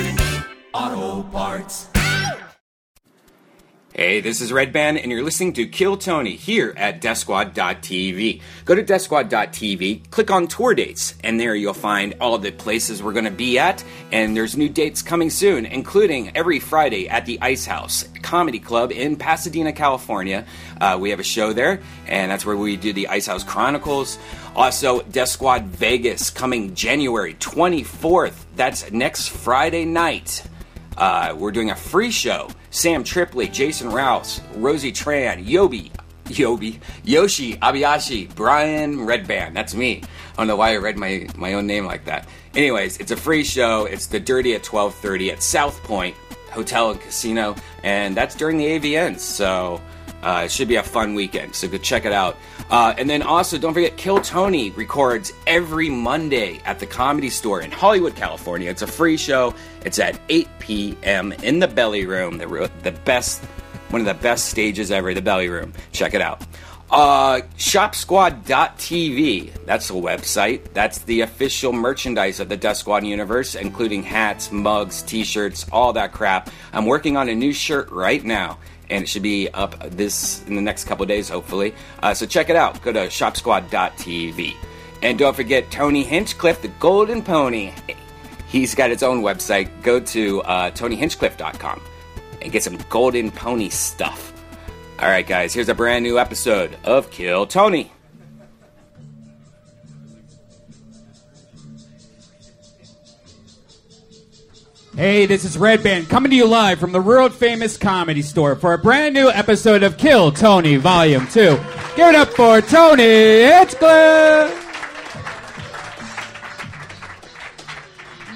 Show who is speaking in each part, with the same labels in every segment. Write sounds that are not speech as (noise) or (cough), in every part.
Speaker 1: O'Reilly Auto Parts.
Speaker 2: Hey, this is Red Band, and you're listening to Kill Tony here at DeathSquad.tv. Go to DeathSquad.tv, click on tour dates, and there you'll find all the places we're going to be at. And there's new dates coming soon, including every Friday at the Ice House Comedy Club in Pasadena, California. Uh, we have a show there, and that's where we do the Ice House Chronicles. Also, Death Squad Vegas coming January 24th. That's next Friday night. Uh, we're doing a free show. Sam Tripley, Jason Rouse, Rosie Tran, Yobi, Yobi, Yoshi, Abayashi, Brian Redband. That's me. I don't know why I read my, my own name like that. Anyways, it's a free show. It's the Dirty at 12:30 at South Point Hotel and Casino, and that's during the AVN. So uh, it should be a fun weekend, so go check it out. Uh, and then also, don't forget, Kill Tony records every Monday at the Comedy Store in Hollywood, California. It's a free show. It's at 8 p.m. in the Belly Room, the, ro- the best, one of the best stages ever, the Belly Room. Check it out. Uh, ShopSquad.tv. That's a website. That's the official merchandise of the Death Squad universe, including hats, mugs, t-shirts, all that crap. I'm working on a new shirt right now and it should be up this in the next couple of days, hopefully. Uh, so check it out. Go to shopsquad.tv. And don't forget Tony Hinchcliffe, the Golden Pony. He's got his own website. Go to uh, TonyHinchcliffe.com and get some Golden Pony stuff. All right, guys, here's a brand new episode of Kill Tony.
Speaker 3: Hey, this is Red Band coming to you live from the world famous comedy store for a brand new episode of Kill Tony Volume 2. Give it up for Tony Hitchcliffe!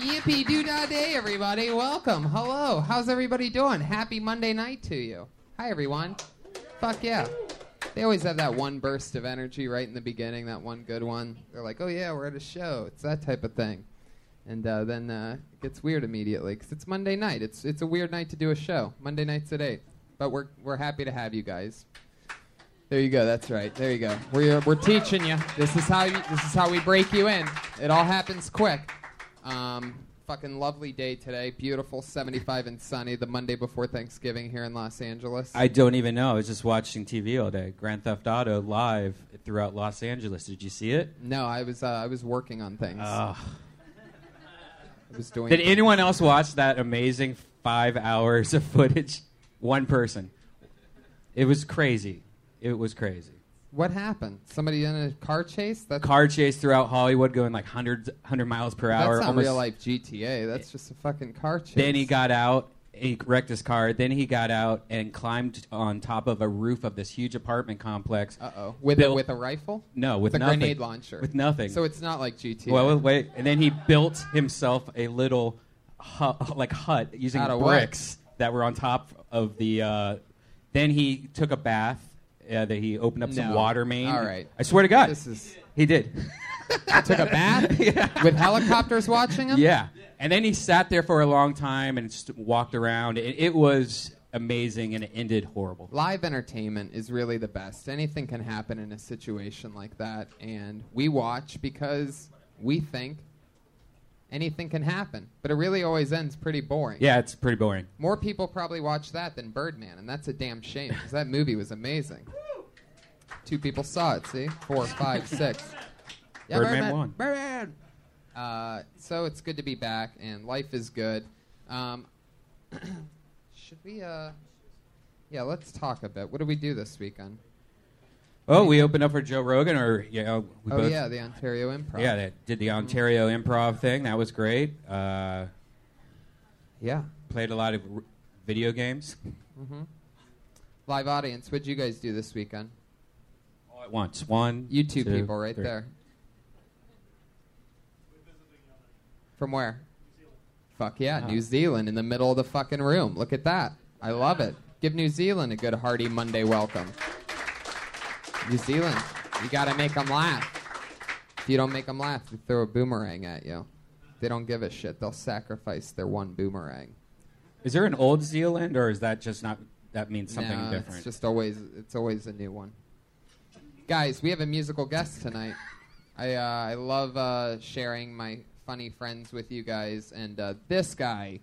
Speaker 4: Yippee doo dah day, everybody. Welcome. Hello. How's everybody doing? Happy Monday night to you. Hi, everyone. Fuck yeah. They always have that one burst of energy right in the beginning, that one good one. They're like, oh yeah, we're at a show. It's that type of thing. And uh, then uh, it gets weird immediately because it's Monday night. It's, it's a weird night to do a show. Monday nights at 8. But we're, we're happy to have you guys. There you go. That's right. There you go. We're, we're teaching you. This is how you, this is how we break you in. It all happens quick. Um, fucking lovely day today. Beautiful, 75 and sunny. The Monday before Thanksgiving here in Los Angeles.
Speaker 5: I don't even know. I was just watching TV all day. Grand Theft Auto live throughout Los Angeles. Did you see it?
Speaker 4: no, I was uh, I was working on things.
Speaker 5: Ugh.
Speaker 4: I was doing.
Speaker 5: Did anyone else watch that amazing five hours of footage? One person. It was crazy. It was crazy.
Speaker 4: what happened? Somebody in a car chase? That's
Speaker 5: Car chase throughout Hollywood, going like 100, 100 miles per
Speaker 4: that's
Speaker 5: hour.
Speaker 4: not
Speaker 5: almost-
Speaker 4: real life GTA. That's just a fucking car chase.
Speaker 5: Then he got out. He wrecked his car. Then he got out and climbed on top of a roof of this huge apartment complex.
Speaker 4: Uh oh. With a,
Speaker 5: Built-
Speaker 4: with a rifle?
Speaker 5: No, with
Speaker 4: a
Speaker 5: nothing.
Speaker 4: grenade launcher.
Speaker 5: With nothing.
Speaker 4: So it's not like GTA.
Speaker 5: Well, wait, and then he built himself a little hut, like hut using
Speaker 4: Out of what?
Speaker 5: bricks that were on top of the. Uh, then he took a bath. Uh, that he opened up some
Speaker 4: No.
Speaker 5: water main.
Speaker 4: All right.
Speaker 5: I swear to God,
Speaker 4: This is-
Speaker 5: he
Speaker 4: (laughs)
Speaker 5: did.
Speaker 4: took a bath (laughs) with helicopters watching him.
Speaker 5: yeah, and then he sat there for a long time and just walked around. It, it was amazing, and it ended horrible.
Speaker 4: live entertainment is really the best. Anything can happen in a situation like that, and we watch because we think anything can happen. But it really always ends pretty boring.
Speaker 5: Yeah, it's pretty boring.
Speaker 4: More people probably watch that than Birdman, and that's a damn shame because that movie was amazing. Two people saw it. See, four, five, six. Yeah,
Speaker 5: Birdman won.
Speaker 4: Birdman. Uh, so it's good to be back, and life is good. Um, (clears throat) should we? Uh, yeah, let's talk a bit. What do we do this weekend?
Speaker 5: Oh, we opened up for Joe Rogan, or you know, we
Speaker 4: Oh
Speaker 5: both
Speaker 4: yeah, the Ontario Improv.
Speaker 5: yeah, that did the Ontario improv thing. That was great. Uh,
Speaker 4: yeah.
Speaker 5: played a lot of r- video games
Speaker 4: Mm-hmm. Live audience. What'd you guys do this weekend?
Speaker 5: all at once. One,
Speaker 4: You two,
Speaker 5: two,
Speaker 4: people right
Speaker 5: three.
Speaker 4: there. From where? Fuck yeah,
Speaker 5: Uh-huh.
Speaker 4: New Zealand in the middle of the fucking room. Look at that. I love it. Give New Zealand a good hearty Monday welcome. New Zealand, you gotta make them laugh. If you don't make them laugh, they throw a boomerang at you. They don't give a shit. They'll sacrifice their one boomerang.
Speaker 5: Is there an old Zealand, or is that just not that means something
Speaker 4: No,
Speaker 5: different.
Speaker 4: It's just always it's always a new one. Guys, we have a musical guest tonight. I uh, I love uh, sharing my funny friends with you guys, and uh, this guy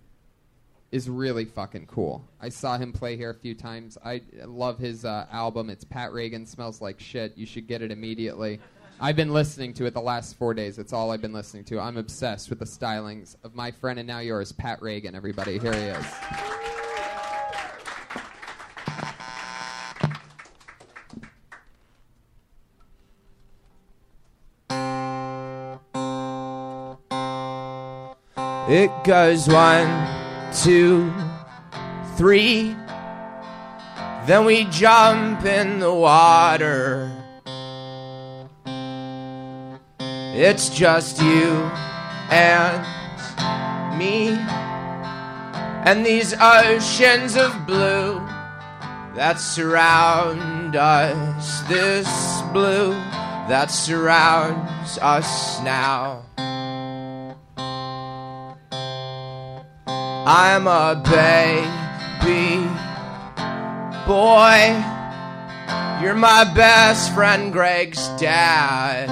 Speaker 4: is really fucking cool. I saw him play here a few times. I love his uh, album. It's Pat Reagan smells like shit. You should get it immediately. I've been listening to it the last four days. It's all I've been listening to. I'm obsessed with the stylings of my friend and now yours, Pat Reagan. Everybody, here he is.
Speaker 6: It goes one, two, three. Then we jump in the water. It's just you and me. And these oceans of blue that surround us. This blue that surrounds us now. I'm a baby boy. You're my best friend, Greg's dad.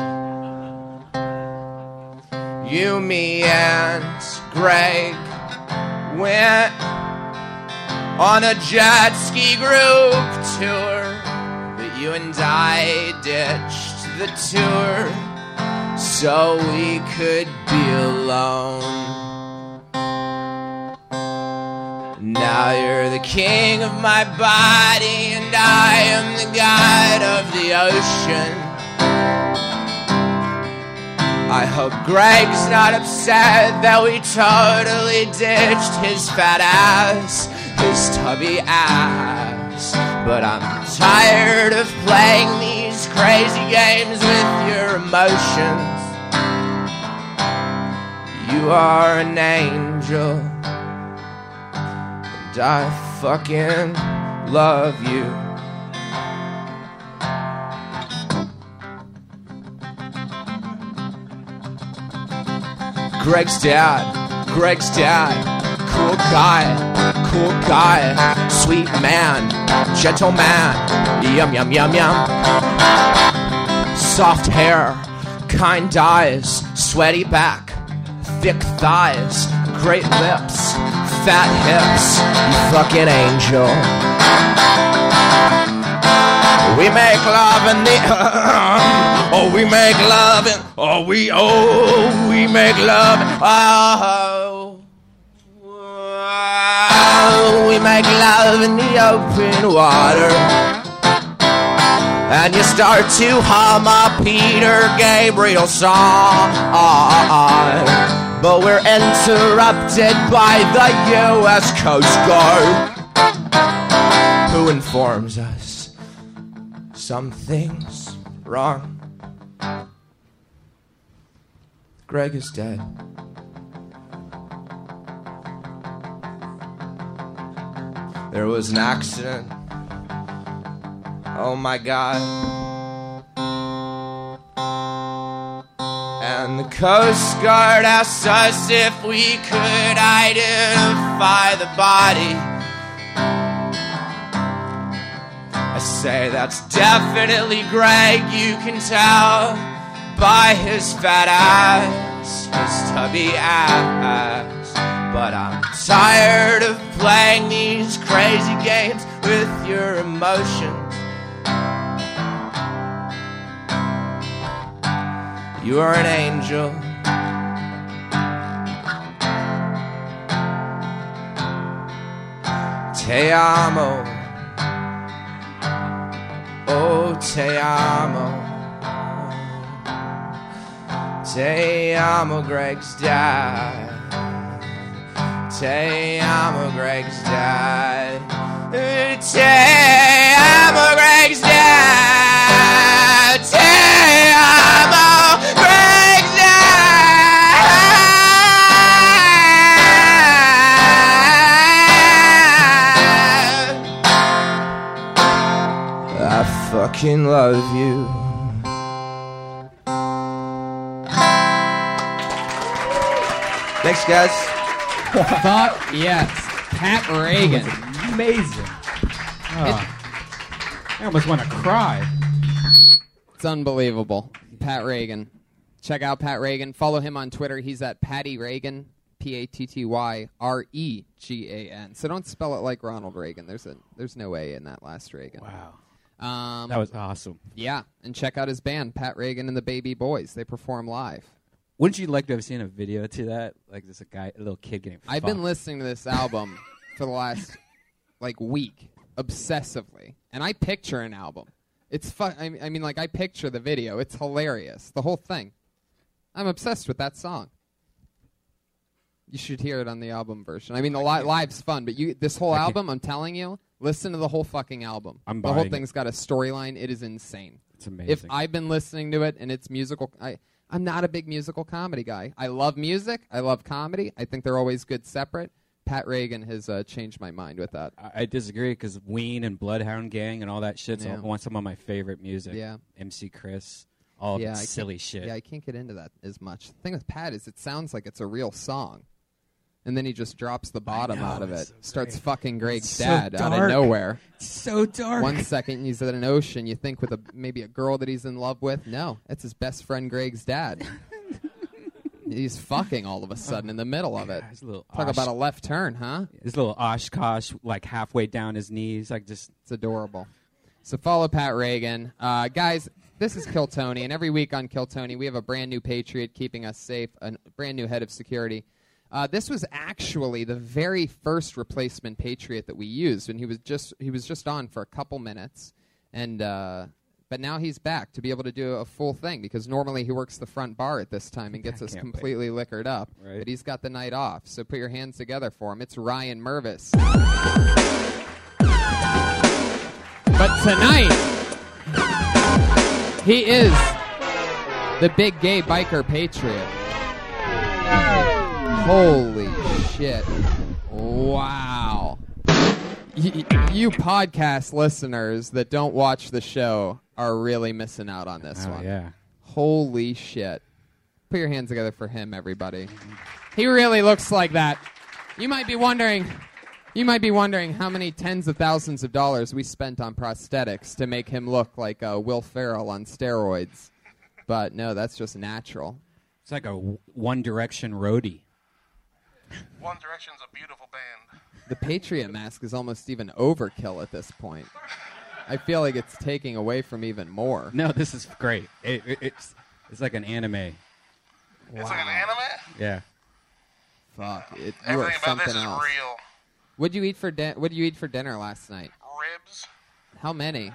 Speaker 6: You, me, and Greg went on a jet ski group tour. But you and I ditched the tour so we could be alone. Now you're the king of my body, and I am the god of the ocean. I hope Greg's not upset that we totally ditched his fat ass, his tubby ass. But I'm tired of playing these crazy games with your emotions. You are an angel. And I fucking love you. Greg's dad, Greg's dad, cool guy, cool guy, sweet man, gentleman, yum yum yum yum. Soft hair, kind eyes, sweaty back, thick thighs, great lips, fat hips, you fucking angel. We make love in the (laughs) oh, we make love in oh, we oh, we make love oh. oh, We make love in the open water. And you start to hum a Peter Gabriel song. But we're interrupted by the U.S. Coast Guard, who informs us something's wrong. Greg is dead. There was an accident. Oh my god. And the Coast Guard asked us if we could identify the body. I say that's definitely Greg, you can tell by his fat ass, his tubby ass. But I'm
Speaker 4: (laughs)
Speaker 6: tired of playing these crazy games with your emotions. You are an angel. Te amo. Oh, te amo. Te amo, Greg's dad. Te amo, Greg's dad. Ooh, Te amo, Greg's dad. Te amo, Greg's dad. I fucking love you. Thanks, guys.
Speaker 4: Fuck yes, Pat Reagan.
Speaker 5: Amazing. Ah. I almost want to cry.
Speaker 4: It's unbelievable. Pat Reagan. Check out Pat Reagan. Follow him on Twitter. He's at Patty Reagan, P A T T Y R E G A N. So don't spell it like Ronald Reagan. There's a there's no A in that last Reagan. Wow. Um,
Speaker 5: That was awesome.
Speaker 4: yeah, and check out his band, Pat Reagan and the Baby Boys. They perform live.
Speaker 5: Wouldn't you like to have seen a video to that? Like there's a guy, a little kid getting.
Speaker 4: I've been
Speaker 5: fucked.
Speaker 4: listening to this album for the last like week obsessively, and I picture an album. It's fun. I mean- I mean, like I picture the video. It's hilarious. The whole thing. I'm obsessed with that song. You should hear it on the album version. I mean, the li- live's fun, but you this whole album. I'm telling you, listen to the whole fucking album.
Speaker 5: I'm
Speaker 4: the whole
Speaker 5: buying it.
Speaker 4: thing's got a storyline. It is insane.
Speaker 5: It's amazing.
Speaker 4: If I've been listening to it and it's musical, I I'm not a big musical comedy guy. I love music. I love comedy. I think they're always good separate. Pat Reagan has uh, changed my mind with that.
Speaker 5: I- I disagree because Ween and Bloodhound Gang and all that shit's
Speaker 4: Yeah.
Speaker 5: on some of my favorite music.
Speaker 4: Yeah.
Speaker 5: MC Chris, all
Speaker 4: Yeah, I can't-
Speaker 5: silly shit.
Speaker 4: Yeah, I can't get into that as much. The thing with Pat is it sounds like it's a real song. And then he just drops the bottom
Speaker 5: know,
Speaker 4: out of it.
Speaker 5: it's so
Speaker 4: Starts fucking Greg's
Speaker 5: so
Speaker 4: dad out of
Speaker 5: dark.
Speaker 4: nowhere.
Speaker 5: so dark.
Speaker 4: One second he's at an ocean, you think with a maybe a girl that he's in love with. No, it's his best friend Greg's dad.
Speaker 5: (laughs)
Speaker 4: he's fucking all of a sudden in the middle of it.
Speaker 5: God, it's a little
Speaker 4: Talk
Speaker 5: osh-
Speaker 4: about a left turn, huh?
Speaker 5: His little Oshkosh, like halfway down his knees, like just
Speaker 4: It's adorable. So follow Pat Reagan. Uh, guys, this is Kill Tony, and every week on Kill Tony, we have a brand new patriot keeping us safe, a brand new head of security. Uh, this was actually the very first replacement patriot that we used, and he was just he was just on for a couple minutes, and uh, but now he's back to be able to do a full thing because normally he works the front bar at
Speaker 5: (laughs)
Speaker 4: this time and gets us
Speaker 5: can't wait.
Speaker 4: completely liquored up,
Speaker 5: Right.
Speaker 4: but he's got the night off. So put your hands together for him. It's Ryan Mervis. But tonight, he is the big gay biker patriot. Holy shit. Wow. Y- y- you podcast listeners that don't watch the show are really missing out on this
Speaker 5: oh
Speaker 4: one.
Speaker 5: yeah.
Speaker 4: Holy shit. Put your hands together for him, everybody. He really looks like that. You might be wondering you might be wondering how many tens of thousands of dollars we spent on prosthetics to make him look like uh, Will Ferrell on steroids. But no, that's just natural.
Speaker 5: It's like a w- One Direction roadie.
Speaker 7: One Direction's a beautiful band.
Speaker 4: The Patriot mask is almost even overkill at this point. I feel like it's taking away from even more.
Speaker 5: No, this is great. It, it- it's it's like an anime.
Speaker 7: It's like an anime.
Speaker 5: Yeah.
Speaker 4: Fuck, it, you are
Speaker 7: Everything about
Speaker 4: something
Speaker 7: this is
Speaker 4: else.
Speaker 7: real.
Speaker 4: What'd you eat for din- What did you eat for dinner last night?
Speaker 7: Ribs,
Speaker 4: How many?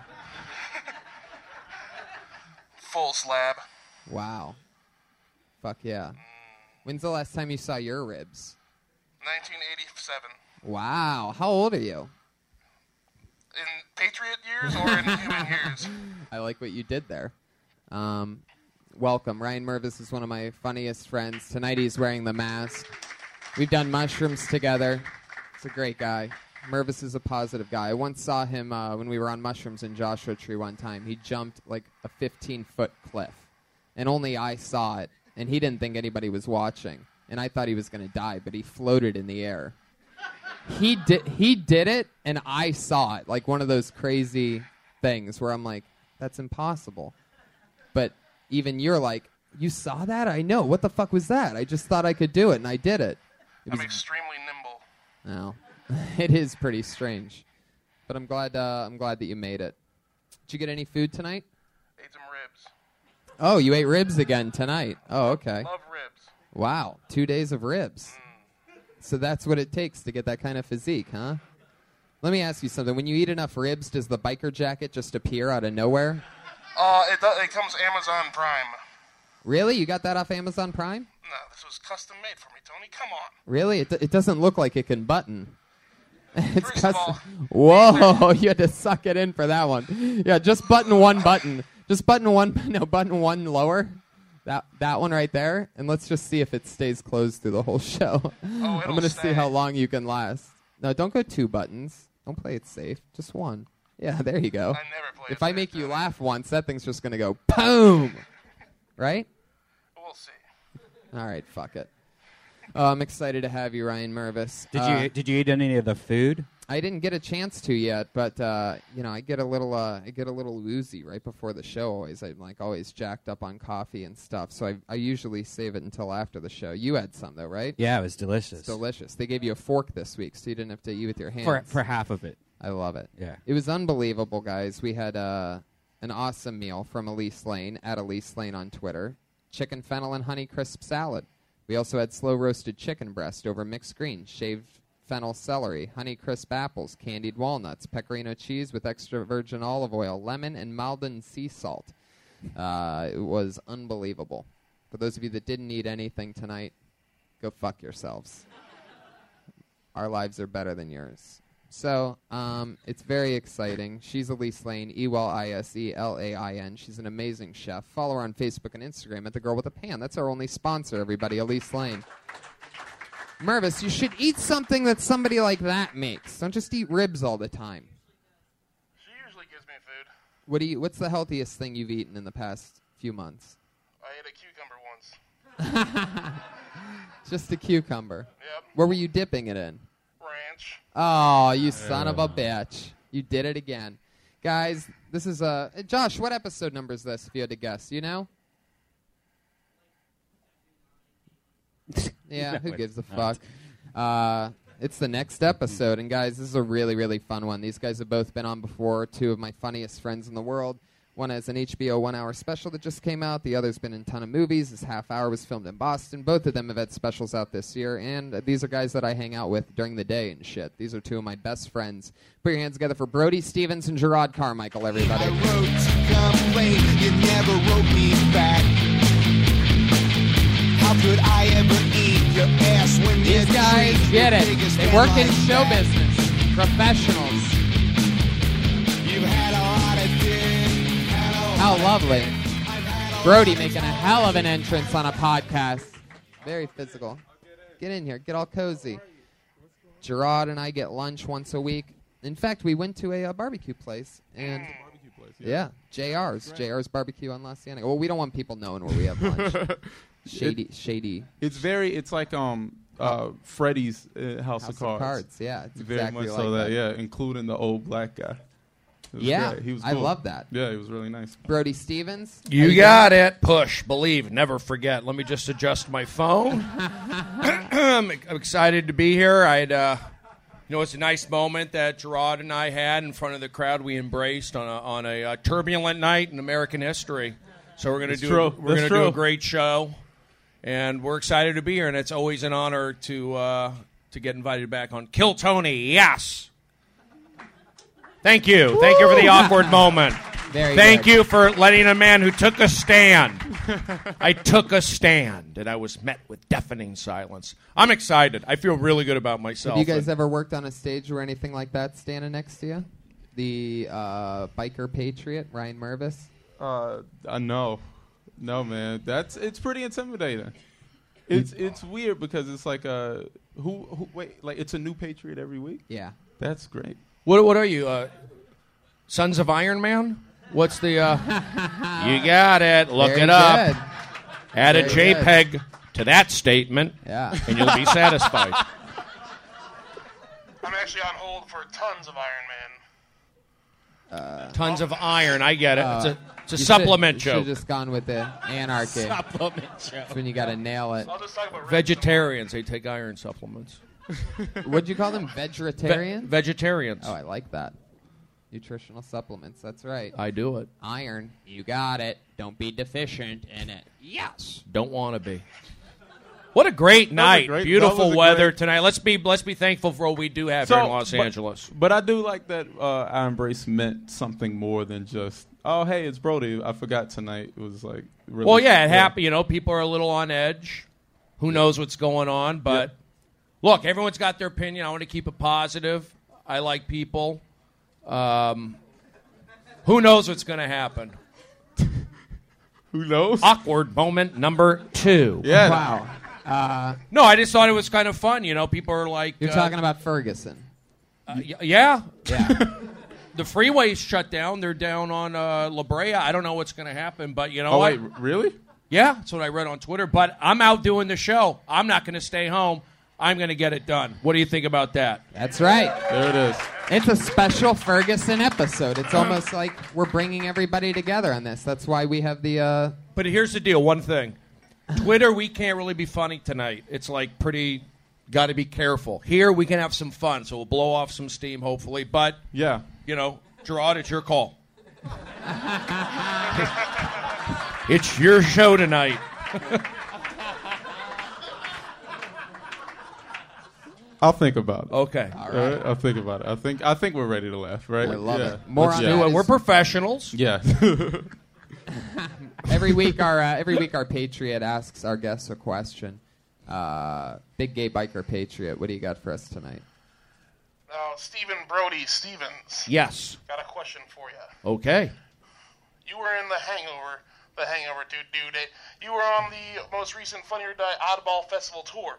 Speaker 7: full slab.
Speaker 4: Wow. Fuck yeah. When's the last time you saw your ribs?
Speaker 7: 1987.
Speaker 4: Wow. How old are you?
Speaker 7: In Patriot years or in human years?
Speaker 4: (laughs) I like what you did there. Um, welcome. Ryan Mervis is one of my funniest friends. Tonight he's wearing the mask. We've done mushrooms together. He's a great guy. Mervis is a positive guy. I once saw him uh, when we were on mushrooms in Joshua Tree one time. He jumped like a 15 foot cliff, and only I saw it, and he didn't think anybody was watching. And I thought he was going to die, but he floated in the air. he did he did it and I saw it like one of those crazy things where I'm like that's impossible but even you're like you saw that I know what the fuck was that I just thought I could do it and I did it
Speaker 7: I'm extremely nimble.
Speaker 4: (laughs) no it is pretty strange but I'm glad uh, I'm glad that you made it did you get any food tonight
Speaker 7: Ate some ribs.
Speaker 4: oh you ate ribs again tonight oh okay
Speaker 7: Love ribs.
Speaker 4: Wow, two days of ribs. So that's what it takes to get that kind of physique, huh? Let me ask you something. When you eat enough ribs, does the biker jacket just appear out of nowhere?
Speaker 7: Uh, it, do- it comes Amazon Prime.
Speaker 4: Really? You got that off Amazon Prime?
Speaker 7: No, this was custom made for me, Tony. Come on.
Speaker 4: Really? It, it doesn't look like it can button. It's
Speaker 7: First of
Speaker 4: custom. Whoa, (laughs) you had to suck it in for that one. Yeah, just button one button. Just button one, (laughs) no, button one lower. That, that one right there. And let's just see if it stays closed through the whole (laughs) show. I'm
Speaker 7: Oh, it'll
Speaker 4: going to see
Speaker 7: stay.
Speaker 4: how long you can last. No, don't go two buttons. Don't play it safe. Just one. Yeah, there you go.
Speaker 7: I never play it
Speaker 4: If I
Speaker 7: safe,
Speaker 4: make you
Speaker 7: Tony.
Speaker 4: laugh once, that thing's just going to go boom. Right?
Speaker 7: We'll see.
Speaker 4: All right, fuck it. Uh, I'm excited to have you, Ryan Mervis.
Speaker 5: Did
Speaker 4: Uh,
Speaker 5: you did you eat any of the food?
Speaker 4: I didn't get a chance to yet, but uh, you know, I get a little uh, I get a little woozy right before the show. Always, I'm like always jacked up on coffee and stuff. So I, I usually save it until after the show. You had some though, right?
Speaker 5: Yeah, it was delicious.
Speaker 4: It's delicious. They gave you a fork this week, so you didn't have to eat with your hands.
Speaker 5: for for half of it.
Speaker 4: I love it.
Speaker 5: Yeah.
Speaker 4: It was unbelievable, guys. We had uh, an awesome meal from Elise Lane at Elise Lane on Twitter chicken fennel and honey crisp salad. We also had slow roasted chicken breast over mixed greens, shaved fennel celery, honey crisp apples, candied walnuts, pecorino cheese with extra virgin olive oil, lemon, and Malden sea salt. Uh, it was unbelievable. For those of you that didn't eat anything tonight, go fuck yourselves our lives are better than yours. So um, it's very exciting. She's Elise Lane, E L I S E L A I N. She's an amazing chef. Follow her on Facebook and Instagram at The Girl with a Pan. That's our only sponsor, everybody, Elise Lane. Mervis, you should eat something that somebody like that makes. Don't just eat ribs all the time.
Speaker 7: She usually gives me food.
Speaker 4: What do you, what's the healthiest thing you've eaten in the past few months?
Speaker 7: I ate a cucumber once.
Speaker 4: Just a cucumber.
Speaker 7: Yep.
Speaker 4: What were you dipping it in?
Speaker 7: Ranch.
Speaker 4: Oh, you son of a bitch. You did it again. Guys, this is a. Uh, Josh, what episode number is this, if you had to guess? You know? yeah, who gives a fuck? Uh, it's the next episode, and guys, this is a really, really fun one. These guys have both been on before, two of my funniest friends in the world. One has an HBO one hour special that just came out, the other's been in a ton of movies. This half hour was filmed in Boston. Both of them have had specials out this year, and these are guys that I hang out with during the day and shit. These are two of my best friends. Put your hands together for Brody Stevens and Gerard Carmichael, everybody.
Speaker 6: I wrote to complain, you never wrote me back. How could I ever eat
Speaker 4: (laughs)
Speaker 6: your ass when
Speaker 4: These
Speaker 6: you're
Speaker 4: guys
Speaker 6: treating
Speaker 4: get
Speaker 6: your
Speaker 4: it.
Speaker 6: biggest
Speaker 4: They
Speaker 6: fan
Speaker 4: work in
Speaker 6: like
Speaker 4: show
Speaker 6: that?
Speaker 4: business. Professionals.
Speaker 6: You've had a lot of dick. had a
Speaker 4: How lovely. Brody making a hell of an entrance on a podcast. Very physical. Get in here. Get all cozy. Gerard and I get lunch once a week. In fact, we went to a uh, barbecue place and yeah, JR's JR's barbecue on La Cienega. Well, we don't want people knowing where we
Speaker 8: (laughs)
Speaker 4: have lunch. shady, shady.
Speaker 8: It's very. It's like um uh Freddy's uh, House,
Speaker 4: House
Speaker 8: of
Speaker 4: of
Speaker 8: Cards.
Speaker 4: Cards, yeah, it's
Speaker 8: very
Speaker 4: exactly
Speaker 8: much
Speaker 4: like
Speaker 8: so
Speaker 4: that.
Speaker 8: Yeah, including the old black guy. It was
Speaker 4: Yeah,
Speaker 8: great. he was.
Speaker 4: I
Speaker 8: Cool.
Speaker 4: love that.
Speaker 8: Yeah, he was really nice.
Speaker 4: Brody Stevens. how
Speaker 9: You
Speaker 4: doing?
Speaker 9: got it. Push, believe, never forget. Let me just adjust my phone. I'm excited to be here. I'd, uh, you know, it's a nice moment that Gerard and I had in front of the crowd. We embraced on a on a uh, turbulent night in American history. So we're gonna
Speaker 8: It's
Speaker 9: do
Speaker 8: true.
Speaker 9: we're gonna do
Speaker 8: That's true.
Speaker 9: a great show, and we're excited to be here. And it's always an honor to uh, to get invited back on Kill Tony. Yes. Thank you. Thank you for the awkward moment.
Speaker 4: (laughs) Very
Speaker 9: Thank
Speaker 4: good.
Speaker 9: you for letting a man who took a stand. I took a stand and I was met with deafening silence. I'm excited. I feel really good about myself.
Speaker 4: Have you guys
Speaker 9: And
Speaker 4: ever worked on a stage or anything like that standing next to you? The uh, biker patriot, Ryan Mervis.
Speaker 8: Uh, I know. No, man, that's it's pretty intimidating. It's it's weird because it's like a who, who wait like it's a new Patriot every week.
Speaker 4: Yeah.
Speaker 8: That's great.
Speaker 9: what, what are you? Uh, Sons of Iron Man? What's the.
Speaker 4: (laughs)
Speaker 9: Uh, you got it. Look
Speaker 4: Very
Speaker 9: it up.
Speaker 4: good.
Speaker 9: Add a
Speaker 4: Very good.
Speaker 9: JPEG to that statement
Speaker 4: Yeah.
Speaker 9: and you'll
Speaker 4: (laughs)
Speaker 9: be satisfied.
Speaker 7: I'm actually on hold for tons of Iron Man.
Speaker 9: Tons of iron. I get it. It's a, it's a
Speaker 4: Uh, You
Speaker 9: supplement
Speaker 4: should,
Speaker 9: joke.
Speaker 4: Should just gone with the anarchy.
Speaker 9: supplement joke.
Speaker 4: That's when you got to nail it.
Speaker 7: I'll just talk about ribs
Speaker 9: Vegetarians, they take iron
Speaker 4: (laughs)
Speaker 9: supplements.
Speaker 4: What'd you call them? Vegetarian.
Speaker 9: Ve- vegetarians.
Speaker 4: oh, I like that. Nutritional supplements. That's right.
Speaker 9: I do it.
Speaker 4: Iron. You got it. Don't be deficient in it. Yes.
Speaker 9: Don't want to be. What a great night!
Speaker 8: great- that
Speaker 9: Beautiful
Speaker 8: was a
Speaker 9: weather
Speaker 8: great-
Speaker 9: tonight. Let's be let's be thankful for what we do have here in Los
Speaker 8: but-
Speaker 9: Angeles.
Speaker 8: But, I do like that uh, I embrace meant something more than just oh hey it's Brody. I forgot tonight. It was like really
Speaker 9: Well, yeah, it happened. You know, people are a little on edge. Who knows what's going on? But look, everyone's got their opinion. I want to keep it positive. I like people. Um, who knows what's going to happen?
Speaker 8: (laughs) Who knows?
Speaker 9: Awkward moment number two.
Speaker 8: yeah.
Speaker 4: Wow. Uh,
Speaker 9: No, I just thought it was kind of fun. You know, people are like,
Speaker 4: You're
Speaker 9: uh,
Speaker 4: talking about Ferguson.
Speaker 9: uh, y- yeah, (laughs)
Speaker 4: Yeah.
Speaker 9: the freeway's shut down. They're down on uh, La Brea. I don't know what's going to happen, but you know
Speaker 8: Oh
Speaker 9: what?
Speaker 8: wait, r- really?
Speaker 9: Yeah, that's what I read on Twitter. But I'm out doing the show. I'm not going to stay home. I'm going to get it done. What do you think about that?
Speaker 4: That's right.
Speaker 8: There it is.
Speaker 4: It's a special Ferguson episode. It's almost like we're bringing everybody together on this. That's why we have the. Uh,
Speaker 9: But here's the deal. One thing, Twitter, we can't really be funny tonight. It's like pretty. Got to be careful. Here we can have some fun, so we'll blow off some steam, hopefully. But
Speaker 8: yeah,
Speaker 9: you know, Gerard, it's your call. (laughs) it's your show
Speaker 8: (laughs)
Speaker 9: tonight.
Speaker 8: I'll think about it.
Speaker 9: Okay.
Speaker 8: All right. I'll think about it. I think I think we're ready to laugh, right?
Speaker 4: I love
Speaker 8: Yeah.
Speaker 4: it. More
Speaker 8: Let's
Speaker 4: on
Speaker 8: do
Speaker 4: that
Speaker 8: it.
Speaker 4: is-
Speaker 9: We're professionals.
Speaker 4: (laughs)
Speaker 8: Yeah.
Speaker 4: every week our uh, every week our patriot asks our guests a question. Uh, big gay biker patriot, what do you got for us tonight?
Speaker 7: Uh, Stephen Brody Stevens.
Speaker 9: Yes.
Speaker 7: Got a question for you.
Speaker 9: Okay.
Speaker 7: You were in The Hangover, The Hangover, dude, dude. eh? You were on the most recent Funny or Die Oddball Festival tour.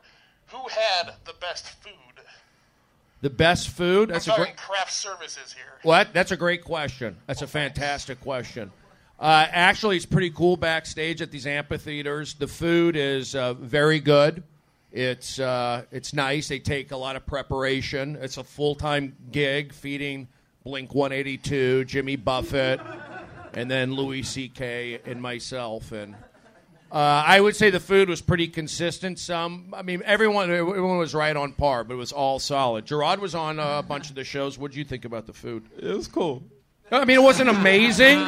Speaker 7: Who had the best food?
Speaker 9: The best food. That's
Speaker 7: I'm
Speaker 9: a
Speaker 7: talking
Speaker 9: great.
Speaker 7: craft services here.
Speaker 9: What? That's a great question. That's a fantastic question. Uh, actually, it's pretty cool backstage at these amphitheaters. The food is uh, very good. It's uh, it's nice. They take a lot of preparation. It's a full time gig feeding Blink 182, Jimmy Buffett, and then Louis C.K. and myself. And uh, I would say the food was pretty consistent. Some, I mean, everyone everyone was right on par, but it was all solid. Gerard was on uh, a bunch of the shows. What would you think about the food?
Speaker 8: It was cool.
Speaker 9: I mean, it wasn't amazing,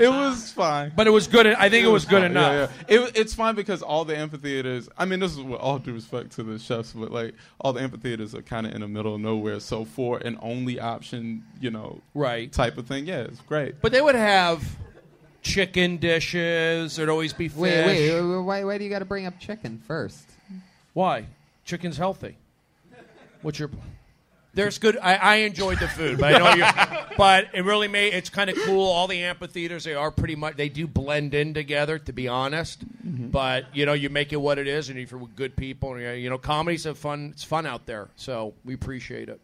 Speaker 8: It was fine.
Speaker 9: but it was good. I think it was good
Speaker 8: fine. Yeah,
Speaker 9: enough.
Speaker 8: yeah. It, it's fine because all the amphitheaters. I mean, this is with all due respect to the chefs, but like all the amphitheaters are kind of in the middle of nowhere. So for an only option, you know,
Speaker 9: Right.
Speaker 8: type of thing, yeah, it's great.
Speaker 9: But they would have chicken dishes. There'd always be fish.
Speaker 4: Wait, wait, wait, why, why do you got to bring up chicken first?
Speaker 9: Why? Chicken's healthy. What's your? There's good. I, I enjoyed the food, but I
Speaker 4: (laughs)
Speaker 9: know you. But it really made it's kind of cool. All the amphitheaters they are pretty much they do blend in together. To be honest,
Speaker 4: Mm-hmm.
Speaker 9: but you know you make it what it is, and if you're with good people, and, you know, you know comedy's a fun. It's fun out there, so we appreciate it.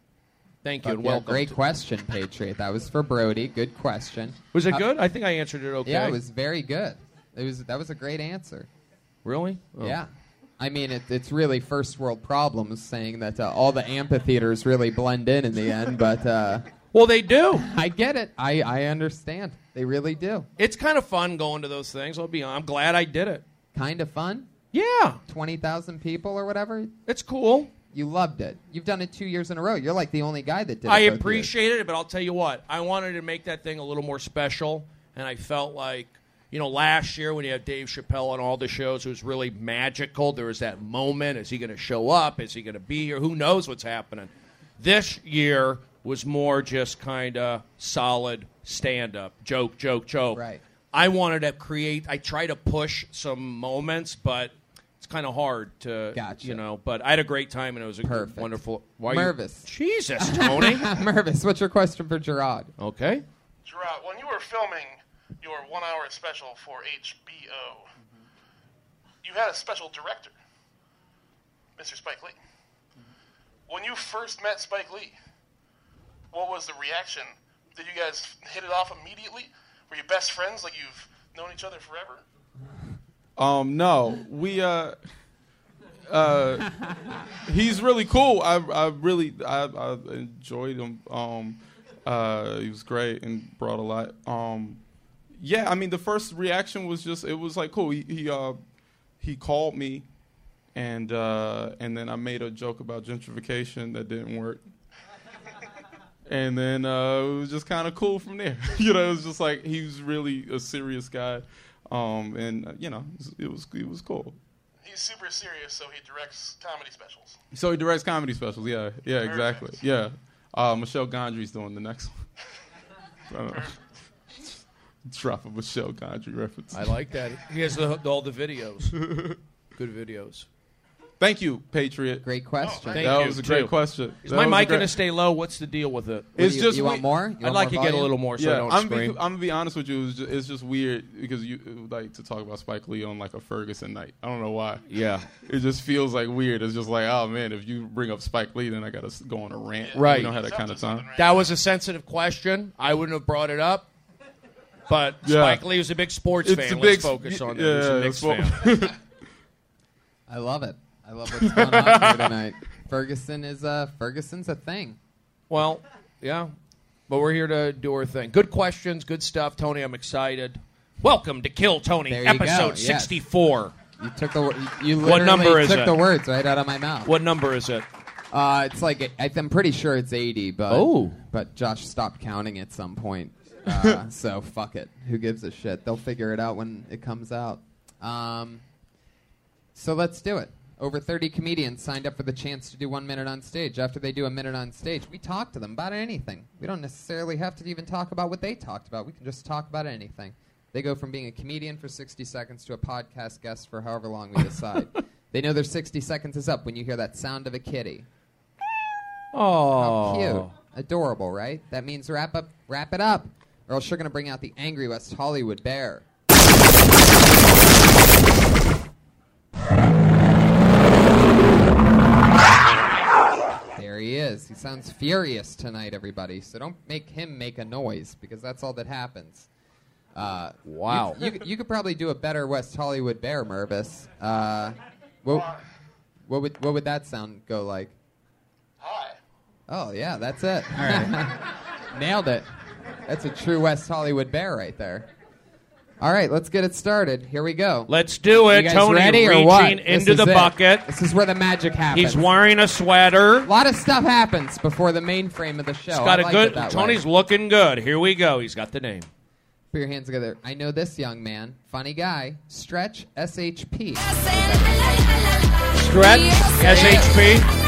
Speaker 9: Thank you and
Speaker 4: Yeah,
Speaker 9: welcome.
Speaker 4: great question, patriot. That was for Brody. Good question.
Speaker 9: Was it
Speaker 4: Uh,
Speaker 9: good? I think I answered it okay.
Speaker 4: Yeah, it was very good. It was that was a great answer.
Speaker 9: really. Oh.
Speaker 4: Yeah. I mean, it, it's really first world problems saying that uh, all the amphitheaters really blend in in the end, but uh,
Speaker 9: (laughs) Well, they do.
Speaker 4: I get it. I, I understand. They really do.
Speaker 9: It's kind of fun going to those things. I'll be. hon- I'm glad I did it.
Speaker 4: Kind of fun.
Speaker 9: Yeah,
Speaker 4: 20,000 people or whatever.
Speaker 9: it's cool.
Speaker 4: You loved it. You've done it two years in a row. You're like the only guy that did it.
Speaker 9: I
Speaker 4: both years.
Speaker 9: appreciate it, but I'll tell you what, I wanted to make that thing a little more special, and I felt like, you know, last year when you had Dave Chappelle on all the shows, it was really magical. There was that moment: is he going to show up? Is he going to be here? Who knows what's happening? This year was more just kind of solid stand-up, joke, joke, joke.
Speaker 4: Right.
Speaker 9: I wanted to create. I try to push some moments, but. It's kind of hard to,
Speaker 4: Gotcha.
Speaker 9: you know, but I had a great time and it was a good,
Speaker 4: Perfect.
Speaker 9: wonderful. Why are you-
Speaker 4: Mervis.
Speaker 9: Jesus,
Speaker 4: (laughs)
Speaker 9: (laughs) Tony.
Speaker 4: Mervis, what's your question for Gerard?
Speaker 9: okay.
Speaker 7: Gerard, when you were filming your one hour special for HBO,
Speaker 9: Mm-hmm.
Speaker 7: you had a special director, Mr. Spike Lee.
Speaker 9: Mm-hmm.
Speaker 7: When you first met Spike Lee, what was the reaction? Did you guys hit it off immediately? Were you best friends like you've known each other forever?
Speaker 8: Um, no, we uh, uh, he's really cool. I I really I, I enjoyed him. Um, uh, he was great and brought a lot. Um, yeah, I mean the first reaction was just it was like cool. He he uh, he called me, and uh, and then I made a joke about gentrification that didn't work. And then uh, it was just kind of cool from there. (laughs) you know, it was just like he was really a serious guy, um, and uh, you know, it was it was cool.
Speaker 7: He's super serious, so he directs comedy specials.
Speaker 8: So he directs comedy specials. Yeah, yeah, exactly.
Speaker 7: Perfect.
Speaker 8: Yeah, uh, Michelle Gondry's doing the next one. (laughs) Uh, Drop a Michelle Gondry reference.
Speaker 9: I like that. He has the, all the videos. Good videos.
Speaker 8: Thank you, Patriot.
Speaker 4: Great question.
Speaker 9: Oh, Thank
Speaker 8: that
Speaker 9: you,
Speaker 8: was a great
Speaker 9: too.
Speaker 8: question.
Speaker 9: Is
Speaker 8: That
Speaker 9: my
Speaker 8: was a
Speaker 9: mic going to
Speaker 8: great-
Speaker 9: stay low? What's the deal with it?
Speaker 8: It's
Speaker 4: you-
Speaker 8: just
Speaker 4: you want
Speaker 8: we-
Speaker 4: more? You
Speaker 9: I'd
Speaker 4: want
Speaker 9: like to
Speaker 4: more
Speaker 9: get a
Speaker 4: volume?
Speaker 9: little more so I don't
Speaker 8: I'm,
Speaker 9: scream.
Speaker 8: Be, I'm gonna be honest with you. It was just, it's just weird because you like to talk about Spike Lee on like a Ferguson night. I don't know why.
Speaker 9: yeah.
Speaker 8: It just feels like weird. It's just like, oh man, if you bring up Spike Lee, then I gotta s- go on a rant.
Speaker 9: Right.
Speaker 8: You don't have that kind of time.
Speaker 9: That was a sensitive question. I wouldn't have brought it up. But
Speaker 8: Yeah.
Speaker 9: Spike Lee was a big sports
Speaker 8: It's
Speaker 9: fan.
Speaker 8: a
Speaker 9: Let's
Speaker 8: big-
Speaker 9: focus on that.
Speaker 8: yeah,
Speaker 9: He was a
Speaker 8: it's
Speaker 9: (laughs)
Speaker 8: (laughs)
Speaker 9: Knicks
Speaker 8: fo-
Speaker 9: fan.
Speaker 4: I love it. I love what's going on here tonight. Ferguson is a Ferguson's a thing.
Speaker 9: Well, yeah. But we're here to do our thing. Good questions, good stuff. Tony, I'm excited. Welcome to Kill Tony,
Speaker 4: There you go,
Speaker 9: episode
Speaker 4: yes.
Speaker 9: 64.
Speaker 4: You took the wor- you
Speaker 9: What
Speaker 4: literally
Speaker 9: number is
Speaker 4: took
Speaker 9: it?
Speaker 4: the words right out of my mouth.
Speaker 9: What number is it?
Speaker 4: Uh, it's like I, I'm pretty sure it's 80, but
Speaker 9: Oh.
Speaker 4: but Josh stopped counting at some point. Uh, so fuck it. Who gives a shit? They'll figure it out when it comes out. Um, so let's do it. Over 30 comedians signed up for the chance to do one minute on stage. After they do a minute on stage, we talk to them about anything. We don't necessarily have to even talk about what they talked about. We can just talk about anything. They go from being a comedian for 60 seconds to a podcast guest for however long we decide. they know their 60 seconds is up when you hear that sound of a kitty.
Speaker 9: Oh,
Speaker 4: Cute. Adorable, right? That means wrap up wrap it up. Or else you're gonna bring out the angry West Hollywood bear. There he is. He sounds furious tonight, everybody. So don't make him make a noise because that's all that happens. Uh, wow. You, you, you could probably do a better West Hollywood bear, Mervis. Uh, what, what would what would that sound go like? Oh yeah, that's it. All right. (laughs) Nailed it. That's a true West Hollywood bear right there. All right, let's get it started. Here we go.
Speaker 9: Let's do it.
Speaker 4: You guys
Speaker 9: Tony
Speaker 4: ready
Speaker 9: reaching
Speaker 4: or what? This
Speaker 9: into
Speaker 4: is
Speaker 9: the
Speaker 4: it.
Speaker 9: bucket.
Speaker 4: This is where the magic happens.
Speaker 9: He's wearing a sweater.
Speaker 4: a lot of stuff happens before the mainframe of the show.
Speaker 9: He's got
Speaker 4: I
Speaker 9: a
Speaker 4: like
Speaker 9: good.
Speaker 4: it that way.
Speaker 9: Tony's looking good. Here we go. He's got the name.
Speaker 4: Put your hands together. I know this young man, funny guy. Stretch SHP.
Speaker 9: Stretch SHP.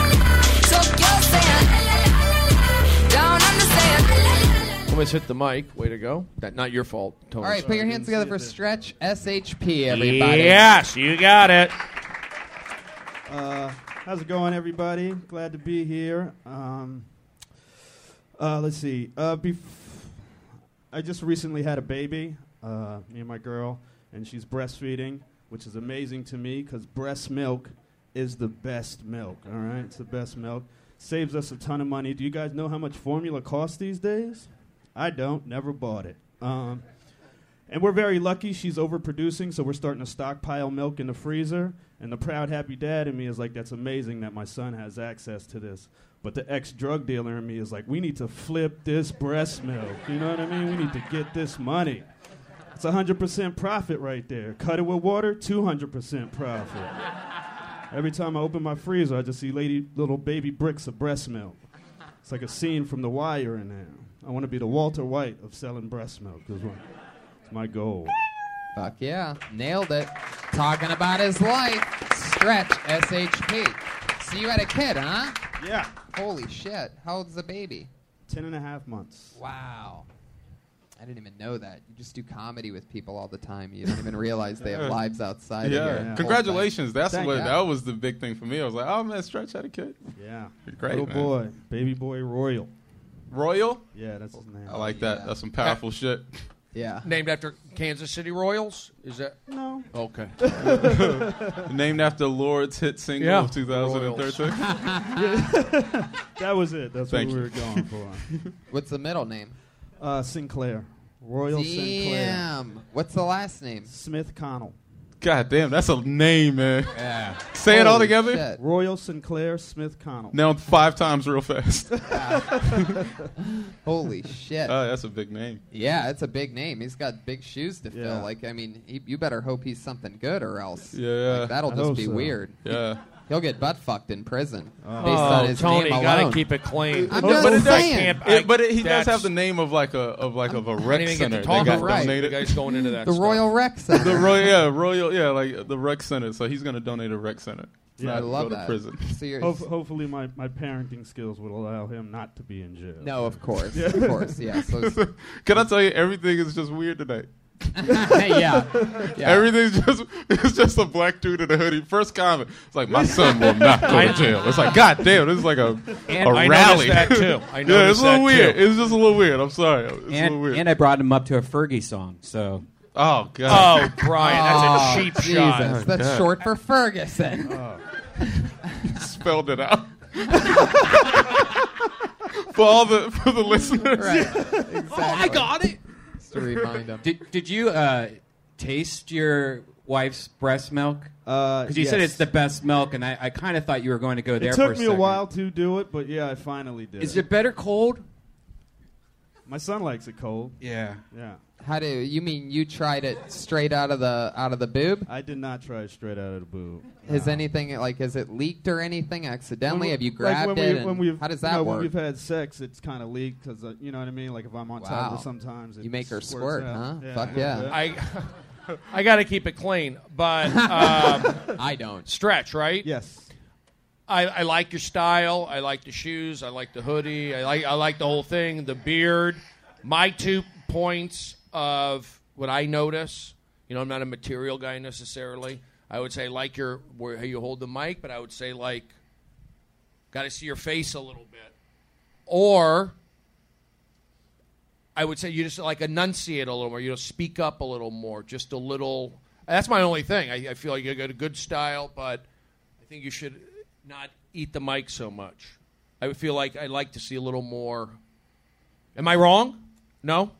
Speaker 9: Almost hit the mic. Way to go. That not your fault, Tony.
Speaker 4: All right, put your hands together for Stretch SHP, everybody.
Speaker 9: Yes, you got it.
Speaker 10: Uh, how's it going, everybody? Glad to be here. Um, uh, let's see. Uh, bef- I just recently had a baby, uh, me and my girl, and she's breastfeeding, which is amazing to me because breast milk is the best milk. All right, it's the best milk. Saves us a ton of money. Do you guys know how much formula costs these days? I don't. Never bought it. Um, and we're very lucky she's overproducing, so we're starting to stockpile milk in the freezer. And the proud, happy dad in me is like, that's amazing that my son has access to this. But the ex drug dealer in me is like, we need to flip this breast milk. You know what I mean? We need to get this money. It's 100% profit right there. Cut it with water, 200% profit. Every time I open my freezer, I just see lady, little baby bricks of breast milk. It's like a scene from The Wire in there. I want to be the Walter White of selling breast milk. Is what, it's my goal.
Speaker 4: Fuck yeah. Nailed it. Talking about his life. Stretch SHP. So you had a kid, huh?
Speaker 10: Yeah.
Speaker 4: Holy shit. How old's the baby?
Speaker 10: Ten and a half months.
Speaker 4: Wow. I didn't even know that. You just do comedy with people all the time. You don't even realize they have lives outside
Speaker 8: yeah.
Speaker 4: of your whole thing.
Speaker 8: Congratulations. That's
Speaker 4: Thank
Speaker 8: what
Speaker 4: God.
Speaker 8: that was the big thing for me. I was like, oh man, Stretch had a kid.
Speaker 10: Yeah.
Speaker 8: Great,
Speaker 10: Little
Speaker 8: man.
Speaker 10: boy. Baby boy Royal.
Speaker 8: Royal.
Speaker 10: Yeah, that's his name.
Speaker 8: I like that. That's some
Speaker 10: (laughs)
Speaker 8: powerful shit.
Speaker 4: Yeah.
Speaker 9: Named after Kansas City Royals. Is that
Speaker 10: No. (laughs)
Speaker 9: okay?
Speaker 8: (laughs) Named after Lord's hit single
Speaker 9: Yeah.
Speaker 8: of 2013.
Speaker 10: (laughs)
Speaker 8: (laughs)
Speaker 10: That was it. That's
Speaker 8: Thank
Speaker 10: what
Speaker 8: you.
Speaker 10: we were going for.
Speaker 4: What's the middle name?
Speaker 10: Uh, Sinclair. Royal Sinclair.
Speaker 4: Damn. What's the last name?
Speaker 10: Smith Connell.
Speaker 8: God damn, that's a name, man.
Speaker 4: Yeah.
Speaker 8: Say it all together.
Speaker 4: Shit.
Speaker 10: Royal Sinclair Smith Connell.
Speaker 8: Now five times
Speaker 10: (laughs)
Speaker 8: real fast. oh,
Speaker 4: Holy shit.
Speaker 8: that's a big name.
Speaker 4: yeah, it's a big name. He's got big shoes to
Speaker 10: Yeah.
Speaker 4: fill. Like, I mean, he, you better hope he's something good or else.
Speaker 8: Yeah.
Speaker 4: Like, that'll
Speaker 10: I
Speaker 4: just
Speaker 10: hope
Speaker 4: be
Speaker 10: so.
Speaker 4: weird.
Speaker 8: (laughs) Yeah.
Speaker 4: He'll get butt fucked in prison based on
Speaker 9: Oh,
Speaker 4: his
Speaker 9: Tony,
Speaker 4: name
Speaker 9: gotta
Speaker 4: alone.
Speaker 9: keep it clean.
Speaker 4: I'm
Speaker 8: But-
Speaker 4: just
Speaker 8: but it does-
Speaker 4: saying.
Speaker 9: Camp, I-
Speaker 8: It- but it, he does
Speaker 9: that's-
Speaker 8: have the name of like a of like of a
Speaker 9: I
Speaker 8: rec
Speaker 9: didn't even
Speaker 8: center.
Speaker 9: get to
Speaker 8: that
Speaker 9: talk
Speaker 8: got
Speaker 9: about it.
Speaker 8: donated.
Speaker 9: You guys going into that?
Speaker 4: the
Speaker 9: stuff.
Speaker 4: Royal Rec Center.
Speaker 8: The Royal, yeah, Royal, yeah, like the rec center. So he's gonna donate a rec center.
Speaker 10: Yeah,
Speaker 8: not
Speaker 4: I love
Speaker 8: go to
Speaker 4: that. (laughs)
Speaker 8: prison.
Speaker 4: So you're,
Speaker 10: Ho- hopefully, my, my parenting skills would allow him not to be in jail.
Speaker 4: no, of course, of course, yeah.
Speaker 8: (laughs)
Speaker 4: So
Speaker 8: Can I tell you, everything is just
Speaker 9: (laughs)
Speaker 8: weird tonight.
Speaker 4: hey,
Speaker 8: (laughs)
Speaker 4: yeah, yeah.
Speaker 8: Everything's just it's just a black dude in a hoodie. First comment, it's like my son will
Speaker 9: (laughs)
Speaker 8: not go to jail. It's like God damn, this is like a, a
Speaker 9: I noticed
Speaker 8: rally.
Speaker 9: that too. I
Speaker 8: (laughs) yeah,
Speaker 9: noticed
Speaker 8: it's a little
Speaker 9: that
Speaker 8: weird.
Speaker 9: too.
Speaker 8: It's just a little weird. I'm sorry. It's a little
Speaker 5: And,
Speaker 8: weird.
Speaker 5: and I brought him up to a Fergie song, so
Speaker 8: oh god. Oh,
Speaker 9: Oh, Brian, that's a cheap
Speaker 4: Jesus,
Speaker 9: shot.
Speaker 4: that's short for Ferguson.
Speaker 8: spelled
Speaker 4: (laughs)
Speaker 8: it out. for all the for the listeners. (laughs)
Speaker 4: right.
Speaker 9: Oh,
Speaker 4: Exactly.
Speaker 5: got it.
Speaker 4: Just to remind him.
Speaker 5: Did Did you uh, taste your wife's breast milk?
Speaker 8: Uh,
Speaker 5: Because you said
Speaker 10: yes.
Speaker 5: it's the best milk, and I, I kind of thought you were going to go there
Speaker 10: It
Speaker 5: for a
Speaker 10: took me a
Speaker 5: second.
Speaker 10: while to do it, but yeah, I finally did.
Speaker 5: Is it better cold?
Speaker 10: My son likes it cold.
Speaker 5: Yeah.
Speaker 10: Yeah.
Speaker 4: How do you mean you tried it straight out of the out of the boob?
Speaker 10: I did not try it straight out of the boob.
Speaker 4: Has anything like has it leaked or anything accidentally?
Speaker 10: When we-
Speaker 4: Have you
Speaker 10: like,
Speaker 4: grabbed
Speaker 10: when
Speaker 4: it?
Speaker 10: We,
Speaker 4: and
Speaker 10: when we've,
Speaker 4: how does that
Speaker 10: no, When
Speaker 4: work?
Speaker 10: we've had sex, it's kind of leaked because uh, you know what I mean. Like if I'm on top of
Speaker 4: Wow.
Speaker 10: her sometimes, it
Speaker 4: You make her squirt,
Speaker 10: squirts
Speaker 4: huh?
Speaker 10: out. Yeah,
Speaker 4: Fuck
Speaker 10: yeah. (laughs)
Speaker 8: (laughs)
Speaker 9: I, (laughs) I got to keep it clean, but um,
Speaker 4: (laughs) I don't
Speaker 9: stretch, right?
Speaker 10: Yes.
Speaker 9: I, I like your style. I like the shoes. I like the hoodie. I like I like the whole thing. The beard. My two points of what I notice. You know, I'm not a material guy necessarily. I would say like your where how you hold the mic, but I would say like got to see your face a little bit, or I would say you just like enunciate a little more. You know, speak up a little more. Just a little. That's my only thing. I, I feel like you got a good style, but I think you should not eat the mic so much. I would feel like I'd like to see a little more. Am I wrong? No.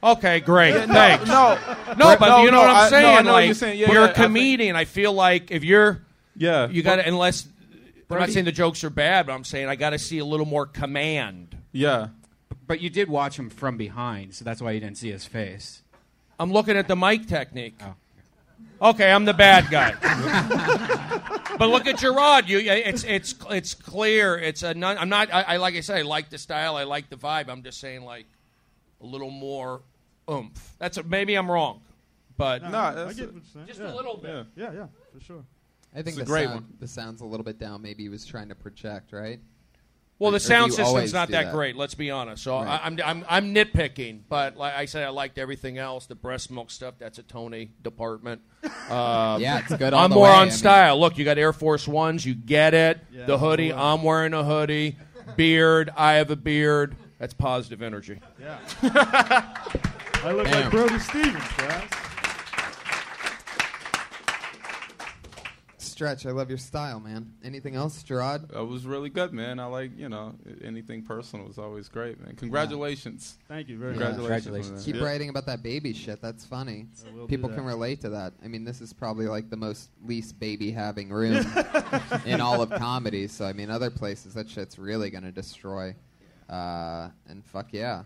Speaker 9: Okay, great.
Speaker 8: Yeah, no,
Speaker 9: Thanks.
Speaker 8: no.
Speaker 9: no,
Speaker 8: Right,
Speaker 9: but
Speaker 8: no,
Speaker 9: you know
Speaker 8: no,
Speaker 9: what I'm
Speaker 8: I- no,
Speaker 9: saying.
Speaker 8: I know what
Speaker 9: like,
Speaker 8: you're saying. Yeah,
Speaker 9: you're
Speaker 8: yeah, I
Speaker 9: a
Speaker 8: think-
Speaker 9: comedian. I, feel like if you're,
Speaker 8: yeah,
Speaker 9: you got to unless. I'm not
Speaker 5: Brody-
Speaker 9: saying the jokes are bad, but I'm saying I got to see a little more command.
Speaker 8: Yeah.
Speaker 5: But you did watch him from behind, so that's why you didn't see his face.
Speaker 9: I'm looking at the mic technique.
Speaker 10: Oh.
Speaker 9: Okay, I'm the bad guy. (laughs) but look at Gerard. You, it's it's it's clear. It's a non, I'm not. I, I like I said. I like the style. I like the vibe. I'm just saying, like a little more oomph. That's a, maybe I'm wrong, but
Speaker 10: No, I get what you're saying.
Speaker 9: just
Speaker 10: Yeah,
Speaker 9: a little bit.
Speaker 10: Yeah, yeah, yeah, for sure.
Speaker 4: I think
Speaker 9: It's a
Speaker 4: the
Speaker 9: great
Speaker 4: sound,
Speaker 9: one.
Speaker 4: the sound's a little bit down. Maybe he was trying to project, right?
Speaker 9: Well,
Speaker 4: Or
Speaker 9: the
Speaker 4: do
Speaker 9: sound
Speaker 4: you
Speaker 9: system's
Speaker 4: always
Speaker 9: not
Speaker 4: do
Speaker 9: that, great. Let's be honest. So
Speaker 4: Right.
Speaker 9: I, I'm, I'm I'm nitpicking, but like I said, I liked everything else. The breast milk stuff. That's a Tony
Speaker 4: (laughs)
Speaker 9: department. Um,
Speaker 4: Yeah, it's good all
Speaker 9: I'm
Speaker 4: the
Speaker 9: more
Speaker 4: way. I
Speaker 9: on
Speaker 4: mean-
Speaker 9: style. Look, you got Air Force Ones. You get it.
Speaker 10: Yeah,
Speaker 9: the hoodie.
Speaker 10: cool.
Speaker 9: I'm wearing a hoodie. Beard. I have a beard. That's positive energy.
Speaker 10: Yeah. (laughs) I look
Speaker 4: Damn.
Speaker 10: like Brody Stevens, guys.
Speaker 4: Stretch, I love your style, man. Anything else, Gerard?
Speaker 8: That was really good, man. I like, you know, anything personal is always great, man. Congratulations.
Speaker 10: Thank you very
Speaker 4: Yeah.
Speaker 10: much.
Speaker 5: Congratulations.
Speaker 4: Keep
Speaker 8: Yeah.
Speaker 4: writing about that baby shit. That's funny.
Speaker 10: I will do
Speaker 4: People
Speaker 10: that.
Speaker 4: can relate to that. I mean, this is probably like the most least baby having
Speaker 10: (laughs)
Speaker 4: room in all of comedy. So I mean, other places that shit's really gonna destroy. Uh, and fuck yeah,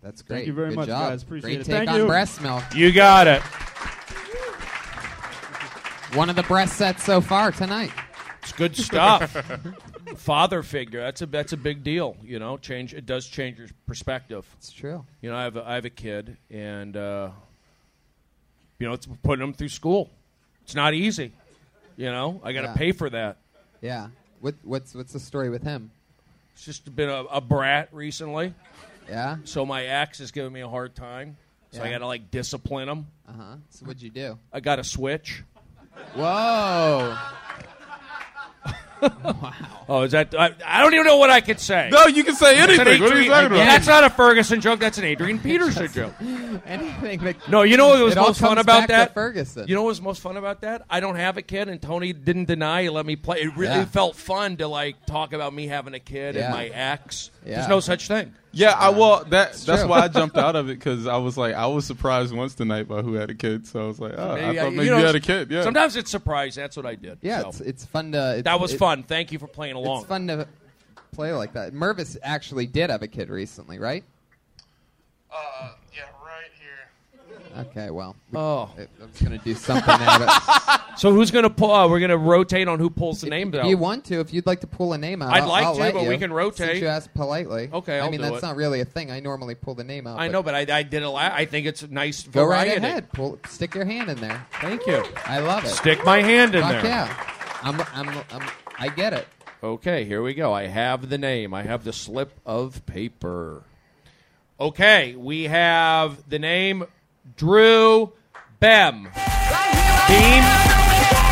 Speaker 4: that's great.
Speaker 10: Thank you very
Speaker 4: Good
Speaker 10: much,
Speaker 4: job.
Speaker 10: guys. Appreciate
Speaker 4: great
Speaker 10: it.
Speaker 4: take
Speaker 10: Thank
Speaker 4: on
Speaker 10: you.
Speaker 4: breast milk.
Speaker 9: You got
Speaker 4: (laughs)
Speaker 9: it.
Speaker 4: One of the breast sets so far tonight.
Speaker 9: It's good stuff. (laughs) Father figure. That's a that's a big deal. You know, change. It does change your perspective.
Speaker 4: It's true.
Speaker 9: You know, I have a, I have a kid, and uh, you know, it's putting them through school. It's not easy. You know, I got to
Speaker 4: Yeah.
Speaker 9: pay for that.
Speaker 4: (laughs) Yeah. What, what's what's the story with him?
Speaker 9: It's just been a, a brat recently,
Speaker 4: Yeah.
Speaker 9: so my ex is giving me a hard time. So I
Speaker 4: Yeah.
Speaker 9: got to like discipline him.
Speaker 4: Uh huh. So what'd you do?
Speaker 9: I got to switch.
Speaker 4: Whoa.
Speaker 9: (laughs) Oh, is that? I, I don't even know what I could say.
Speaker 8: No, you can say
Speaker 9: That's an
Speaker 8: anything. What are you
Speaker 9: Adrian-
Speaker 8: talking about?
Speaker 9: That's not a Ferguson joke. That's an Adrian Peterson joke.
Speaker 4: (laughs) Anything that
Speaker 9: No, you know what was
Speaker 4: It all
Speaker 9: most fun
Speaker 4: comes
Speaker 9: about
Speaker 4: back to
Speaker 9: that?
Speaker 4: Ferguson.
Speaker 9: You know what was most fun about that? I don't have a kid, and Tony didn't deny. He let me play. It really
Speaker 4: Yeah.
Speaker 9: felt fun to like talk about me having a kid
Speaker 4: Yeah.
Speaker 9: and my ex.
Speaker 4: Yeah.
Speaker 9: There's no such thing.
Speaker 8: Yeah, I well that that's
Speaker 4: true. (laughs)
Speaker 8: why I jumped out of it because I was like I was surprised once tonight by who had a kid, so I was like, oh, I
Speaker 9: I-
Speaker 8: thought maybe you,
Speaker 9: know,
Speaker 8: had a kid. Yeah,
Speaker 9: Sometimes it's surprising. That's what I did.
Speaker 4: Yeah,
Speaker 9: So,
Speaker 4: it's, it's fun to. It's,
Speaker 9: that was
Speaker 4: it-
Speaker 9: fun. Thank you for playing along.
Speaker 4: It's fun to play like that. Mervis actually did have a kid recently, right?
Speaker 7: Uh, yeah, right here.
Speaker 4: Okay, well, we-
Speaker 9: Oh,
Speaker 4: I I was gonna do something there, but
Speaker 9: (laughs) so who's gonna pull? Uh, we're gonna rotate on who pulls the names
Speaker 4: if
Speaker 9: out.
Speaker 4: you want to, if you'd like to pull a name out,
Speaker 9: I'd
Speaker 4: I'll-
Speaker 9: like
Speaker 4: I'll
Speaker 9: to,
Speaker 4: let
Speaker 9: but
Speaker 4: you,
Speaker 9: we can rotate.
Speaker 4: Since you asked politely.
Speaker 9: Okay,
Speaker 4: I
Speaker 9: I'll
Speaker 4: mean
Speaker 9: do
Speaker 4: that's
Speaker 9: it.
Speaker 4: not really a thing. I normally pull the name out.
Speaker 9: I
Speaker 4: but
Speaker 9: know, but I, I did a lot. I think it's a nice
Speaker 4: Go right
Speaker 9: variety.
Speaker 4: ahead. Pull, stick your hand in there.
Speaker 9: Thank you.
Speaker 4: I love it.
Speaker 9: Stick my hand in
Speaker 4: Fuck
Speaker 9: there.
Speaker 4: yeah. I'm, I'm, I'm, I get it.
Speaker 9: Okay, here we go. I have the name. I have the slip of paper. Okay, we have the name Drew Bem. Team,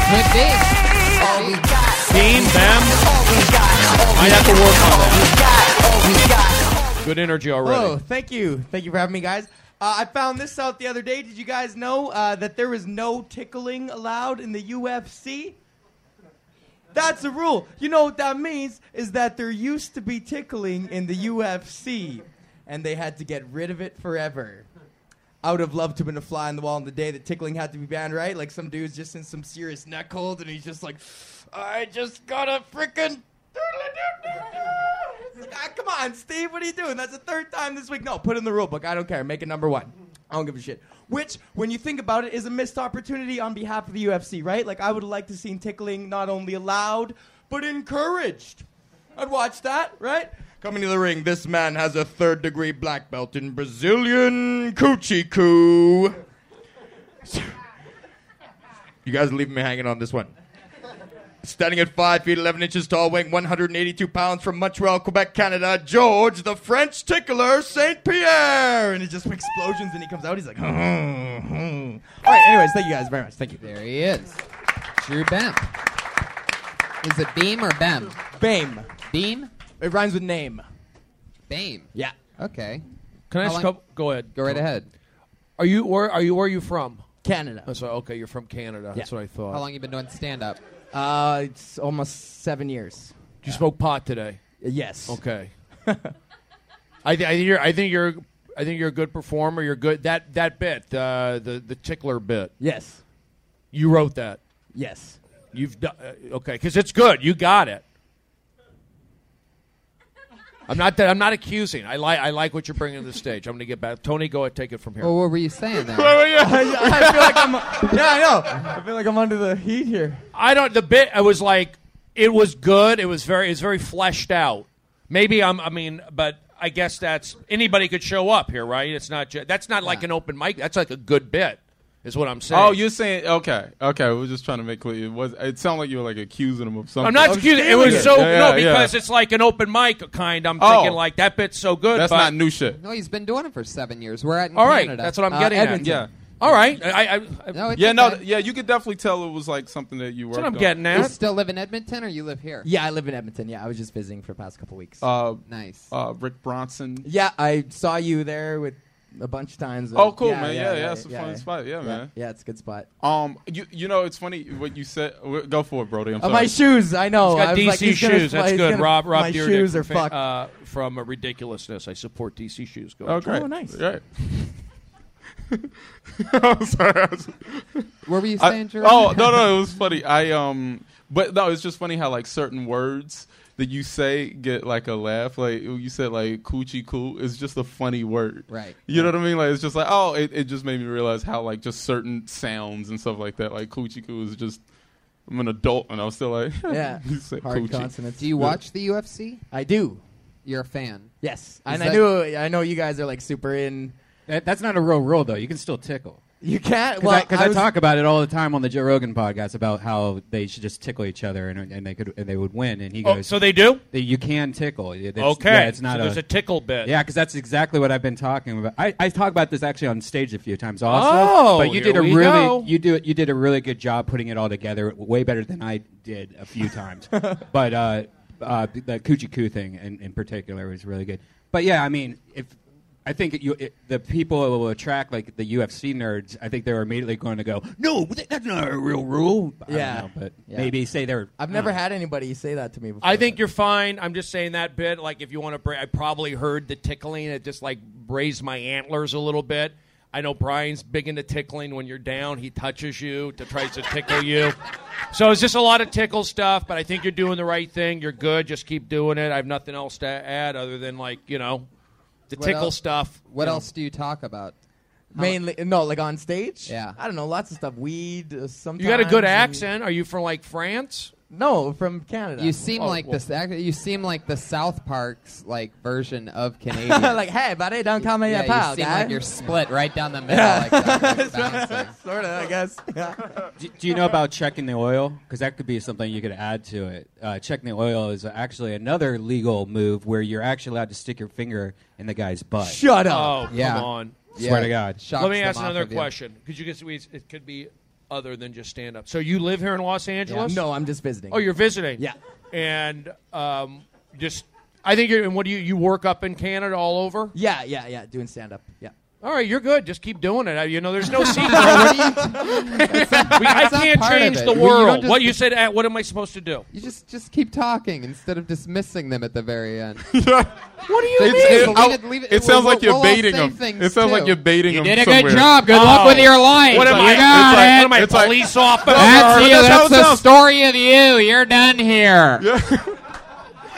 Speaker 4: Could be.
Speaker 9: team Bem. Might have to work on that. Good energy already.
Speaker 11: Whoa, thank you. Thank you for having me, guys. Uh, I found this out the other day. Did you guys know uh, that there is no tickling allowed in the UFC? That's a rule. You know what that means is that there used to be tickling in the UFC, and they had to get rid of it forever. I would have loved to have been a fly on the wall on the day that tickling had to be banned, right? Like some dude's just in some serious neck cold and he's just like, I just got a freaking. come on, Steve, what are you doing? That's the third time this week. No, put in the rule book. I don't care. Make it number one. I don't give a shit. Which, when you think about it, is a missed opportunity on behalf of the UFC, right? Like, I would have liked to seen tickling not only allowed, but encouraged. I'd watch that, right? Coming to the ring, this man has a third degree black belt in Brazilian coochie coo. you guys are leaving me hanging on this one. Standing at 5 feet 11 inches tall, weighing 182 pounds from Montreal, Quebec, Canada, George, the French tickler, St. Pierre. And it just explosions and he comes out. He's like, "Hmm, hmm." All right, anyways, thank you guys very much. Thank you.
Speaker 4: There he is. Drew Bem. Is it Beam or Bem?
Speaker 11: Bame.
Speaker 4: Beam?
Speaker 11: It rhymes with name.
Speaker 4: Bame.
Speaker 11: Yeah.
Speaker 4: Okay.
Speaker 9: Can I
Speaker 4: How
Speaker 9: ask a
Speaker 4: long-
Speaker 9: couple? Go ahead.
Speaker 4: Go right ahead.
Speaker 9: Are you where? Are you where are you from?
Speaker 11: Canada.
Speaker 9: That's right. Okay, you're from Canada. That's what I thought.
Speaker 4: How long you been doing stand up?
Speaker 11: Uh, it's almost seven years. Uh,
Speaker 9: Did you smoke pot today?
Speaker 11: Yes.
Speaker 9: Okay. (laughs) I, th- I think you're. I think you're. I think you're a good performer. You're good. That that bit, uh, the the tickler bit.
Speaker 11: Yes.
Speaker 9: You wrote that.
Speaker 11: Yes.
Speaker 9: You've done uh, okay because it's good. You got it. I'm not that. I'm not accusing. I like. I like what you're bringing to the stage. I'm going to get back. Tony, go ahead. Take it from here.
Speaker 4: Well, what were
Speaker 11: (laughs)
Speaker 4: you saying
Speaker 9: there?
Speaker 11: I feel like I'm. Yeah, I know. I feel like I'm under the heat here.
Speaker 9: I don't. The bit. I was like, it was good. It was very. It was very fleshed out. Maybe I'm. I mean, but I guess that's anybody could show up here, right? It's not. Just, that's not like an open mic. That's like a good bit. Is what I'm saying.
Speaker 8: Oh, you're saying okay, okay. We're just trying to make clear. It was. It sounded like you were like accusing him of something.
Speaker 9: I'm not accusing. It was so
Speaker 8: Oh, Yeah, yeah,
Speaker 9: no because
Speaker 8: yeah.
Speaker 9: it's like an open mic kind. I'm
Speaker 8: Oh.
Speaker 9: thinking like that bit's so good. but-
Speaker 4: No, he's been doing it for seven years. We're at in
Speaker 9: All right,
Speaker 4: Canada.
Speaker 9: that's what I'm getting at.
Speaker 8: Yeah.
Speaker 9: All right. I. I, I
Speaker 4: No, it's
Speaker 8: yeah, no,
Speaker 4: okay.
Speaker 8: th- yeah. You could definitely tell it was like something that you were.
Speaker 4: You still live in Edmonton or you live here?
Speaker 11: Yeah, I live in Edmonton. Yeah, I was just visiting for the past couple weeks.
Speaker 8: Uh,
Speaker 4: nice.
Speaker 8: Uh, Rick Bronson.
Speaker 11: yeah, I saw you there with a bunch of times.
Speaker 8: Oh, cool, man. Yeah, yeah, it's a fun
Speaker 11: yeah.
Speaker 8: spot. Yeah, man.
Speaker 11: Yeah, it's a good spot.
Speaker 8: Um, you you know it's funny what you said. w- Go for it, Brody. I'm
Speaker 11: Uh,
Speaker 8: sorry.
Speaker 11: my shoes, I know.
Speaker 9: He's got
Speaker 11: I was
Speaker 9: DC
Speaker 11: like, he's gonna
Speaker 9: shoes.
Speaker 11: fly-
Speaker 9: That's
Speaker 11: he's
Speaker 9: good.
Speaker 11: gonna-
Speaker 9: Rob, Rob
Speaker 11: my
Speaker 9: Dyrdek
Speaker 11: shoes
Speaker 9: from
Speaker 11: are
Speaker 9: Fa-
Speaker 11: fucked.
Speaker 9: Uh, from uh, Ridiculousness. I support DC shoes. Go
Speaker 8: Oh, great.
Speaker 9: Oh,
Speaker 8: nice.
Speaker 9: Right.
Speaker 8: Great. (laughs) I'm sorry. I was-
Speaker 4: What were you
Speaker 8: I-
Speaker 4: saying, Drew?
Speaker 8: oh no, no, it was funny. I um, but no, it's just funny how like certain words that you say get like a laugh. Like you said, like coochie cool is just a funny word,
Speaker 4: Right.
Speaker 8: You know what I mean? Like it's just like oh, it, it just made me realize how like just certain sounds and stuff like that. Like coochie cool is just. I'm an adult and I was still like, (laughs)
Speaker 9: (laughs)
Speaker 11: Yeah.
Speaker 8: you said
Speaker 11: Hard
Speaker 8: coochie.
Speaker 11: consonants.
Speaker 4: Do you watch the UFC?
Speaker 11: I do.
Speaker 4: You're a fan.
Speaker 11: Yes,
Speaker 4: Is
Speaker 11: and I
Speaker 4: that-
Speaker 11: knew. I know you guys are like super in.
Speaker 5: That, that's not a real rule, though. You can still tickle.
Speaker 11: You can't.
Speaker 5: Because
Speaker 11: Well,
Speaker 5: I, 'cause I
Speaker 11: was-
Speaker 5: talk about it all the time on the Joe Rogan podcast about how they should just tickle each other and, and they could and they would win. And he
Speaker 9: Oh,
Speaker 5: goes,
Speaker 9: so they do?
Speaker 5: you can tickle. It's-
Speaker 9: Okay.
Speaker 5: yeah, it's not
Speaker 9: So there's a tickle bit.
Speaker 5: Yeah, because that's exactly what I've been talking about. I, I talk about this actually on stage a few times also.
Speaker 9: Oh,
Speaker 5: but you
Speaker 9: here
Speaker 5: did a
Speaker 9: we
Speaker 5: really
Speaker 9: go.
Speaker 5: you do you did a really good job putting it all together, way better than I did a
Speaker 11: (laughs)
Speaker 5: few times. but uh, uh, the Coochie Coo thing in, in particular was really good. But yeah, I mean, if I think it, you, it, the people who will attract like the UFC nerds, I think they're immediately going to go, no, that- that's not a real rule. I don't
Speaker 11: Yeah.
Speaker 5: know, but
Speaker 11: Yeah.
Speaker 5: maybe say they're. uh,
Speaker 11: I've never had anybody say that to me before.
Speaker 9: I think you're fine. I'm just saying that bit. Like, if you want to, bra- I probably heard the tickling. It just like raised my antlers a little bit. I know Brian's big into tickling. When you're down, he touches you to tries to tickle you. So it's just a lot of tickle stuff. But I think you're doing the right thing. You're good. Just keep doing it. I have nothing else to add other than like you know, the
Speaker 11: What
Speaker 9: tickle
Speaker 11: else-
Speaker 9: stuff.
Speaker 4: What
Speaker 9: you know.
Speaker 4: else do you talk about?
Speaker 11: mainly no, like on stage.
Speaker 4: Yeah.
Speaker 11: I don't know, lots of stuff. Weed. Uh, sometimes
Speaker 9: You got a good
Speaker 11: and-
Speaker 9: accent. Are you from like France?
Speaker 11: No, from Canada.
Speaker 4: You seem
Speaker 9: Oh,
Speaker 4: like
Speaker 9: well.
Speaker 4: the act- you seem like the South Park's like version
Speaker 11: (laughs)
Speaker 4: of
Speaker 11: (laughs)
Speaker 4: Canadian.
Speaker 11: like, hey, buddy, don't call me
Speaker 4: yeah,
Speaker 11: a pal,
Speaker 4: you seem
Speaker 11: guy.
Speaker 4: like
Speaker 11: (laughs)
Speaker 4: you're split right down the middle.
Speaker 11: Yeah.
Speaker 4: Like that, like
Speaker 11: sort of, I (laughs) guess.
Speaker 5: Do, do you know about checking the oil? Because that could be something you could add to it. Uh, checking the oil is actually another legal move where you're actually allowed to stick your finger in the guy's butt.
Speaker 11: Shut
Speaker 9: Oh, come on.
Speaker 5: Swear to Oh God.
Speaker 9: Let me ask another question because you can see it's- it could be other than just stand up. So you live here in Los Angeles?
Speaker 11: No, I'm just visiting.
Speaker 9: Oh, you're visiting. Yeah. And um, just, I think. You're, and what do you? You work up in Canada all over?
Speaker 11: Yeah, yeah, yeah. Doing stand up. Yeah.
Speaker 9: All right, you're good. Just keep doing it. Uh, You know,
Speaker 4: (laughs)
Speaker 9: there's no secret. (laughs) We- I
Speaker 4: that's not
Speaker 9: can't
Speaker 4: part of
Speaker 9: change
Speaker 4: it.
Speaker 9: the
Speaker 4: You don't
Speaker 9: world.
Speaker 4: just-
Speaker 9: what you said, uh, what am I supposed to do?
Speaker 4: You just just keep talking instead of dismissing them at the very end.
Speaker 9: What do you
Speaker 4: It's-
Speaker 9: mean?
Speaker 4: it's- leave it- leave it-
Speaker 8: it sounds
Speaker 4: we'll-
Speaker 8: like you're
Speaker 4: we'll all
Speaker 8: baiting
Speaker 4: say
Speaker 8: them.
Speaker 4: things,
Speaker 8: It sounds
Speaker 4: too.
Speaker 8: like you're baiting them.
Speaker 3: did a good job. Good luck with your life.
Speaker 9: Oh. What am
Speaker 3: You got
Speaker 9: I? it's like,
Speaker 3: it.
Speaker 9: What am I,
Speaker 3: It's like-
Speaker 9: police officer?
Speaker 3: That's you.
Speaker 9: That's how
Speaker 3: That's
Speaker 9: it
Speaker 3: the
Speaker 9: sounds.
Speaker 3: story of you. You're done here.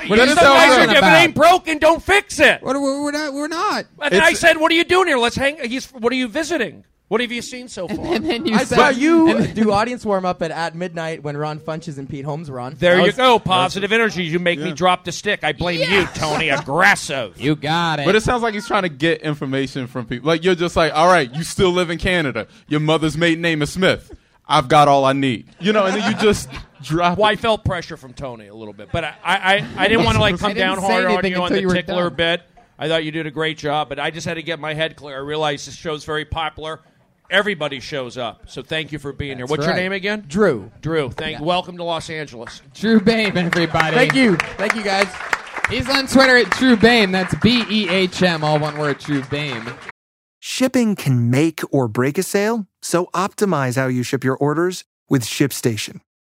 Speaker 9: You
Speaker 3: that's
Speaker 9: know,
Speaker 3: how it
Speaker 9: I said,
Speaker 3: sounds.
Speaker 9: if it ain't broken, don't fix it.
Speaker 4: What, we're, we're not. We're not.
Speaker 9: And then I
Speaker 8: It's-
Speaker 9: said, "What are you doing here? Let's hang." He's, what are you visiting? What have you seen so far?
Speaker 4: (laughs) And then you
Speaker 11: I
Speaker 4: said
Speaker 11: saw
Speaker 4: (laughs)
Speaker 11: you do audience warm up at at midnight when Ron Funches and Pete Holmes were on.
Speaker 9: There
Speaker 11: That
Speaker 9: you
Speaker 11: was-
Speaker 9: go. Positive energy. You make me drop the stick. I blame you, Tony. Aggressive.
Speaker 3: You got it.
Speaker 8: But it sounds like he's trying to get information from people. Like you're just like, all right, you still live in Canada. Your mother's maiden name is Smith. I've got all I need.
Speaker 4: (laughs)
Speaker 8: You know, and then you just drop.
Speaker 9: Well, I
Speaker 8: it.
Speaker 9: felt pressure from Tony a little bit, but I, I, I, I didn't want to like
Speaker 4: (laughs)
Speaker 9: come
Speaker 4: I
Speaker 9: down
Speaker 4: didn't say
Speaker 9: hard on
Speaker 4: anything
Speaker 9: you on
Speaker 4: until
Speaker 9: the
Speaker 4: you were
Speaker 9: tickler
Speaker 4: done.
Speaker 9: bit. I thought you did a great job, but I just had to get my head clear. I realized this show's very popular. Everybody shows up, so thank you for being here. What's your
Speaker 4: right.
Speaker 9: name again?
Speaker 11: Drew.
Speaker 9: Drew. Thank. Welcome to Los Angeles.
Speaker 4: Drew Babe, everybody.
Speaker 11: Thank you. Thank you guys.
Speaker 4: He's on Twitter at Drew Bame. That's B E H M, all one word. Drew Bame.
Speaker 12: Shipping can make or break a sale, so optimize how you ship your orders with ShipStation.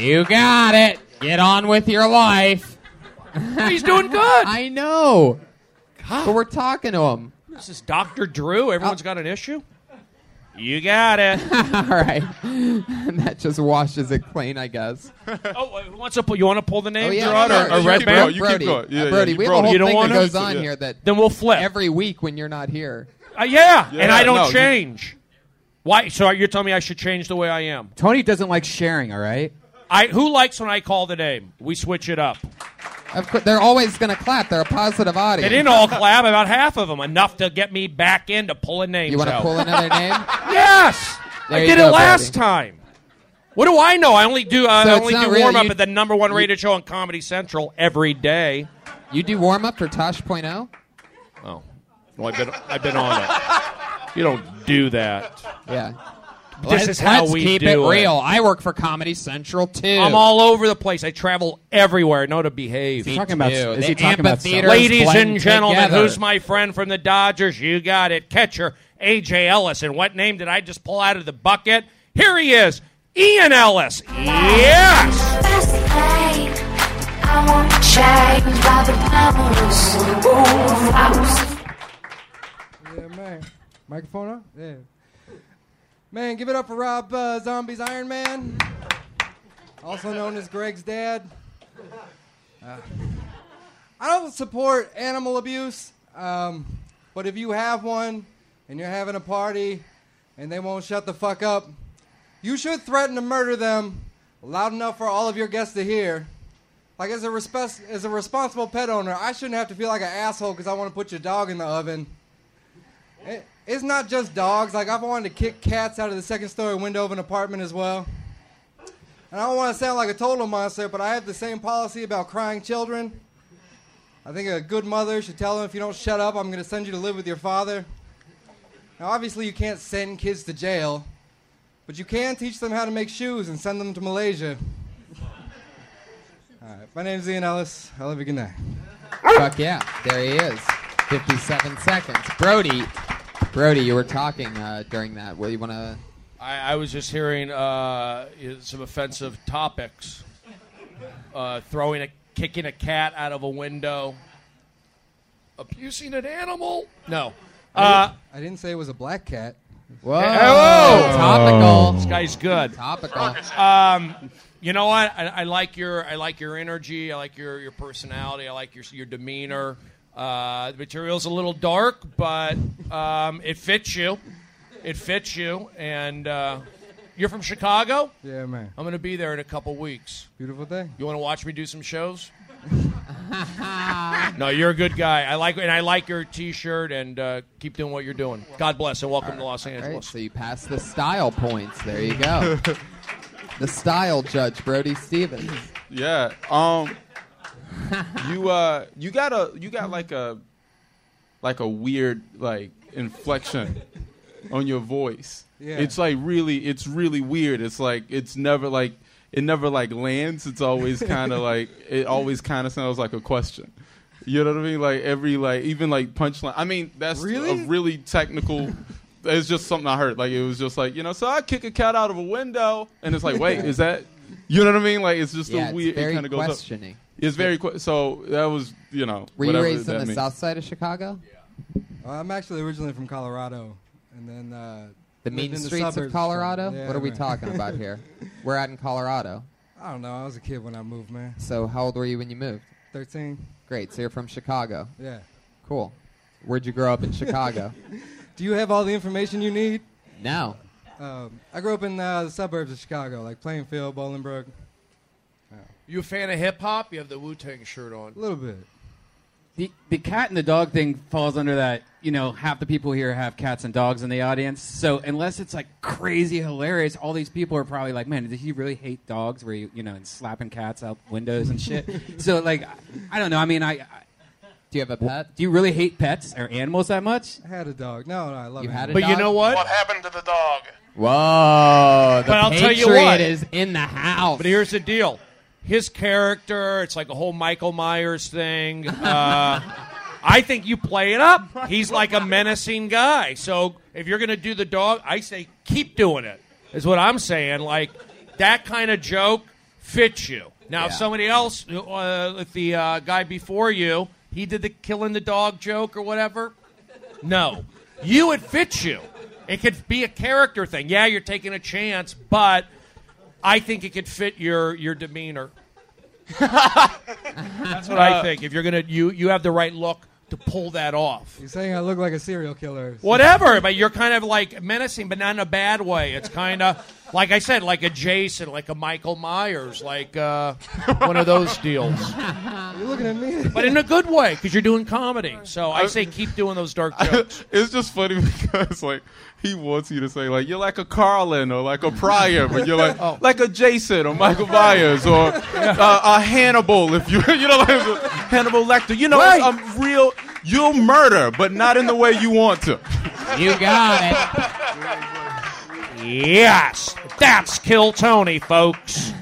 Speaker 3: You got it. Get on with your life.
Speaker 9: (laughs) He's doing good.
Speaker 4: I know. But we're talking to him. (laughs)
Speaker 9: This is Doctor Drew.
Speaker 4: Uh,
Speaker 9: Everyone's got an issue. You
Speaker 4: (laughs)
Speaker 9: got it.
Speaker 4: All right. and that just washes it clean, I guess.
Speaker 9: oh, who wants to pull? You want to pull the name,
Speaker 4: Oh, yeah,
Speaker 9: Gerard,
Speaker 4: sure,
Speaker 9: or, or
Speaker 4: sure.
Speaker 9: Red
Speaker 8: keep
Speaker 9: Band?
Speaker 8: going. You
Speaker 4: Brody.
Speaker 8: keep going. Yeah,
Speaker 4: Uh, Brody,
Speaker 8: yeah,
Speaker 4: we have
Speaker 8: Brody.
Speaker 4: a whole
Speaker 9: You don't
Speaker 4: thing
Speaker 9: want
Speaker 4: that
Speaker 9: him?
Speaker 4: goes on
Speaker 8: Yeah.
Speaker 4: here that
Speaker 9: Then we'll flip.
Speaker 4: every week when you're not here.
Speaker 9: Uh, yeah,
Speaker 8: Yeah,
Speaker 9: and I don't
Speaker 8: no, you-
Speaker 9: change. Why? So you're telling me I should change the way I am?
Speaker 5: Tony doesn't like sharing. All right.
Speaker 9: I who likes when I call the name? We switch it up.
Speaker 4: Of course, they're always going to clap. They're a positive
Speaker 9: They
Speaker 4: audience.
Speaker 9: didn't all clap. About half of them enough to get me back in to pull a name.
Speaker 4: you want to pull another name?
Speaker 9: (laughs) Yes,
Speaker 4: There
Speaker 9: I
Speaker 4: you
Speaker 9: did
Speaker 4: go,
Speaker 9: it last
Speaker 4: Brody.
Speaker 9: time. What do I know? I only do uh,
Speaker 4: So
Speaker 9: I
Speaker 4: it's
Speaker 9: only
Speaker 4: not
Speaker 9: do
Speaker 4: really-
Speaker 9: warm up
Speaker 4: you-
Speaker 9: at the number one rated show on Comedy Central every day.
Speaker 4: You do warm up for Tosh.0?
Speaker 9: Oh, well, I've been I've been on it. You don't do that.
Speaker 4: Yeah.
Speaker 9: This is how
Speaker 3: Let's
Speaker 9: we
Speaker 3: keep
Speaker 9: do
Speaker 3: it
Speaker 9: it.
Speaker 3: real. I work for Comedy Central too.
Speaker 9: I'm all over the place. I travel everywhere. Know to behave.
Speaker 5: Talking about
Speaker 3: Ew,
Speaker 5: is
Speaker 3: the
Speaker 5: he talking about
Speaker 3: amphitheater-
Speaker 5: stuff?
Speaker 9: Ladies and
Speaker 3: blend
Speaker 9: gentlemen,
Speaker 3: together.
Speaker 9: who's my friend from the Dodgers? You got it. Catcher AJ Ellis. And what name did I just pull out of the bucket? Here he is, Ian Ellis. Yes.
Speaker 13: Last night, I want to change, but the power is so over. I was
Speaker 14: Yeah, man. Microphone up? Yeah. Man, give it up for Rob uh, Zombie's Iron Man, also known as Greg's dad. Uh, I don't support animal abuse, um, but if you have one and you're having a party and they won't shut the fuck up, you should threaten to murder them loud enough for all of your guests to hear. Like as a respect, as a responsible pet owner, I shouldn't have to feel like an asshole because I want to put your dog in the oven. It- It's not just dogs. Like I've wanted to kick cats out of the second story window of an apartment as well. And I don't want to sound like a total monster, but I have the same policy about crying children. I think a good mother should tell them if you don't shut up, I'm going to send you to live with your father. Now, obviously, you can't send kids to jail, but you can teach them how to make shoes and send them to Malaysia. (laughs) All right, my name's Ian Ellis. I love you. Good night.
Speaker 4: Fuck yeah. There he is. 57 seconds. Brody. Brody, you were talking uh, during that. Well, you want to.
Speaker 9: I, I was just hearing uh, some offensive topics. Uh, throwing a kicking a cat out of a window. Abusing an animal? No. Uh,
Speaker 14: I didn't say it was a black cat.
Speaker 4: Whoa.
Speaker 9: Hello.
Speaker 4: Topical.
Speaker 14: Oh.
Speaker 9: This guy's good.
Speaker 4: Topical.
Speaker 9: Um, You know what? I, I like your I like your energy. I like your your personality. I like your your demeanor. Uh, the material's a little dark, but um, it fits you. It fits you. And uh, you're from Chicago.
Speaker 14: Yeah, man.
Speaker 9: I'm going to be there in a couple weeks.
Speaker 14: Beautiful day.
Speaker 9: You want to watch me do some shows? no, you're a good guy. I like and I like your T-shirt and uh, keep doing what you're doing. God bless and welcome to Los Angeles.
Speaker 4: So you pass the style points. There you
Speaker 14: (laughs)
Speaker 4: go. the style judge, Brody Stevens.
Speaker 8: Yeah. Um. (laughs) you uh. You got a. You got like a. Like a weird like inflection on your voice.
Speaker 14: Yeah.
Speaker 8: It's like really. It's really weird. It's like it's never like. It never like lands. It's always kind of like it always kind of sounds like a question. You know what I mean? Like every like even like punchline. I mean that's a really technical. it's just something I heard. Like it was just like you know. So I kick a cat out of a window, and it's like wait, is that? You know what I mean? Like it's just
Speaker 4: Yeah,
Speaker 8: a
Speaker 4: it's
Speaker 8: weird.
Speaker 4: very
Speaker 8: it kind of goes
Speaker 4: questioning.
Speaker 8: Up. It's very que- so that was you know.
Speaker 4: Were you
Speaker 8: whatever
Speaker 4: raised
Speaker 8: that
Speaker 4: on the
Speaker 8: means.
Speaker 4: south side of Chicago?
Speaker 14: Uh, I'm actually originally from Colorado, and then uh,
Speaker 4: The
Speaker 14: lived
Speaker 4: mean
Speaker 14: in the
Speaker 4: streets
Speaker 14: suburbs
Speaker 4: of
Speaker 14: for-
Speaker 4: Colorado?
Speaker 14: Yeah,
Speaker 4: what are we
Speaker 14: man.
Speaker 4: talking about
Speaker 14: (laughs)
Speaker 4: here? We're out in Colorado.
Speaker 14: I don't know. I was a kid when I moved, man.
Speaker 4: So how old were you when you moved?
Speaker 14: 13.
Speaker 4: Great. So you're from Chicago.
Speaker 14: Yeah.
Speaker 4: Cool. Where'd you grow up in Chicago?
Speaker 14: (laughs) Do you have all the information you need?
Speaker 4: no.
Speaker 14: Um, I grew up in uh, the suburbs of Chicago, like Plainfield, Bolingbrook.
Speaker 9: You a fan of hip hop? You have the Wu Tang shirt on.
Speaker 14: A little bit.
Speaker 5: The, the cat and the dog thing falls under that. You know, half the people here have cats and dogs in the audience. So unless it's like crazy hilarious, all these people are probably like, "Man, did he really hate dogs?" Where you you know, and slapping cats out windows and shit. so like, I- I don't know. I mean, I, I
Speaker 4: do you have a pet?
Speaker 5: Do you really hate pets or animals that much?
Speaker 14: I had a dog. No, no, I love
Speaker 5: You
Speaker 14: animals.
Speaker 5: had a But you dog? know what?
Speaker 7: What happened to the dog?
Speaker 4: (laughs) Whoa! The
Speaker 9: But I'll tell you
Speaker 4: Patriot
Speaker 9: what.
Speaker 4: is in the house.
Speaker 9: But here's the deal: his character—it's like a whole Michael
Speaker 4: (laughs)
Speaker 9: Myers thing. Uh, I think you play it up. He's like a menacing guy. So if you're going to do the dog, I say keep doing it. Is what I'm saying. Like that kind of joke fits you. Now, if
Speaker 5: Yeah.
Speaker 9: somebody else, uh, if the uh, guy before you, he did the killing the dog joke or whatever, no. You, it fits you. It could be a character thing. Yeah, you're taking a chance, but I think it could fit your, your
Speaker 8: (laughs)
Speaker 9: demeanor. That's what
Speaker 8: Uh,
Speaker 9: I think. If you're gonna, you you have the right look to pull that off.
Speaker 14: You're saying I look like a serial killer.
Speaker 9: Whatever, but you're kind of like menacing, but not in a bad way. It's kind of like I said, like a Jason, like a Michael Myers, like uh, one of those
Speaker 8: (laughs)
Speaker 9: deals.
Speaker 14: (laughs) You're looking at me.
Speaker 9: But in a good way, because you're doing comedy. So I say keep doing those
Speaker 8: (laughs)
Speaker 9: dark jokes.
Speaker 8: Uh, it's just funny (laughs) because like he wants you to say like you're like a Carlin or like a Pryor, but you're
Speaker 4: (laughs)
Speaker 8: like
Speaker 4: Oh.
Speaker 8: like a Jason or Michael Myers or uh, a Hannibal if you (laughs) you know like Hannibal Lecter. You know, it's a real you'll murder, but not in the way you want to.
Speaker 4: You got
Speaker 8: it.
Speaker 9: Yes, that's Kill Tony, folks.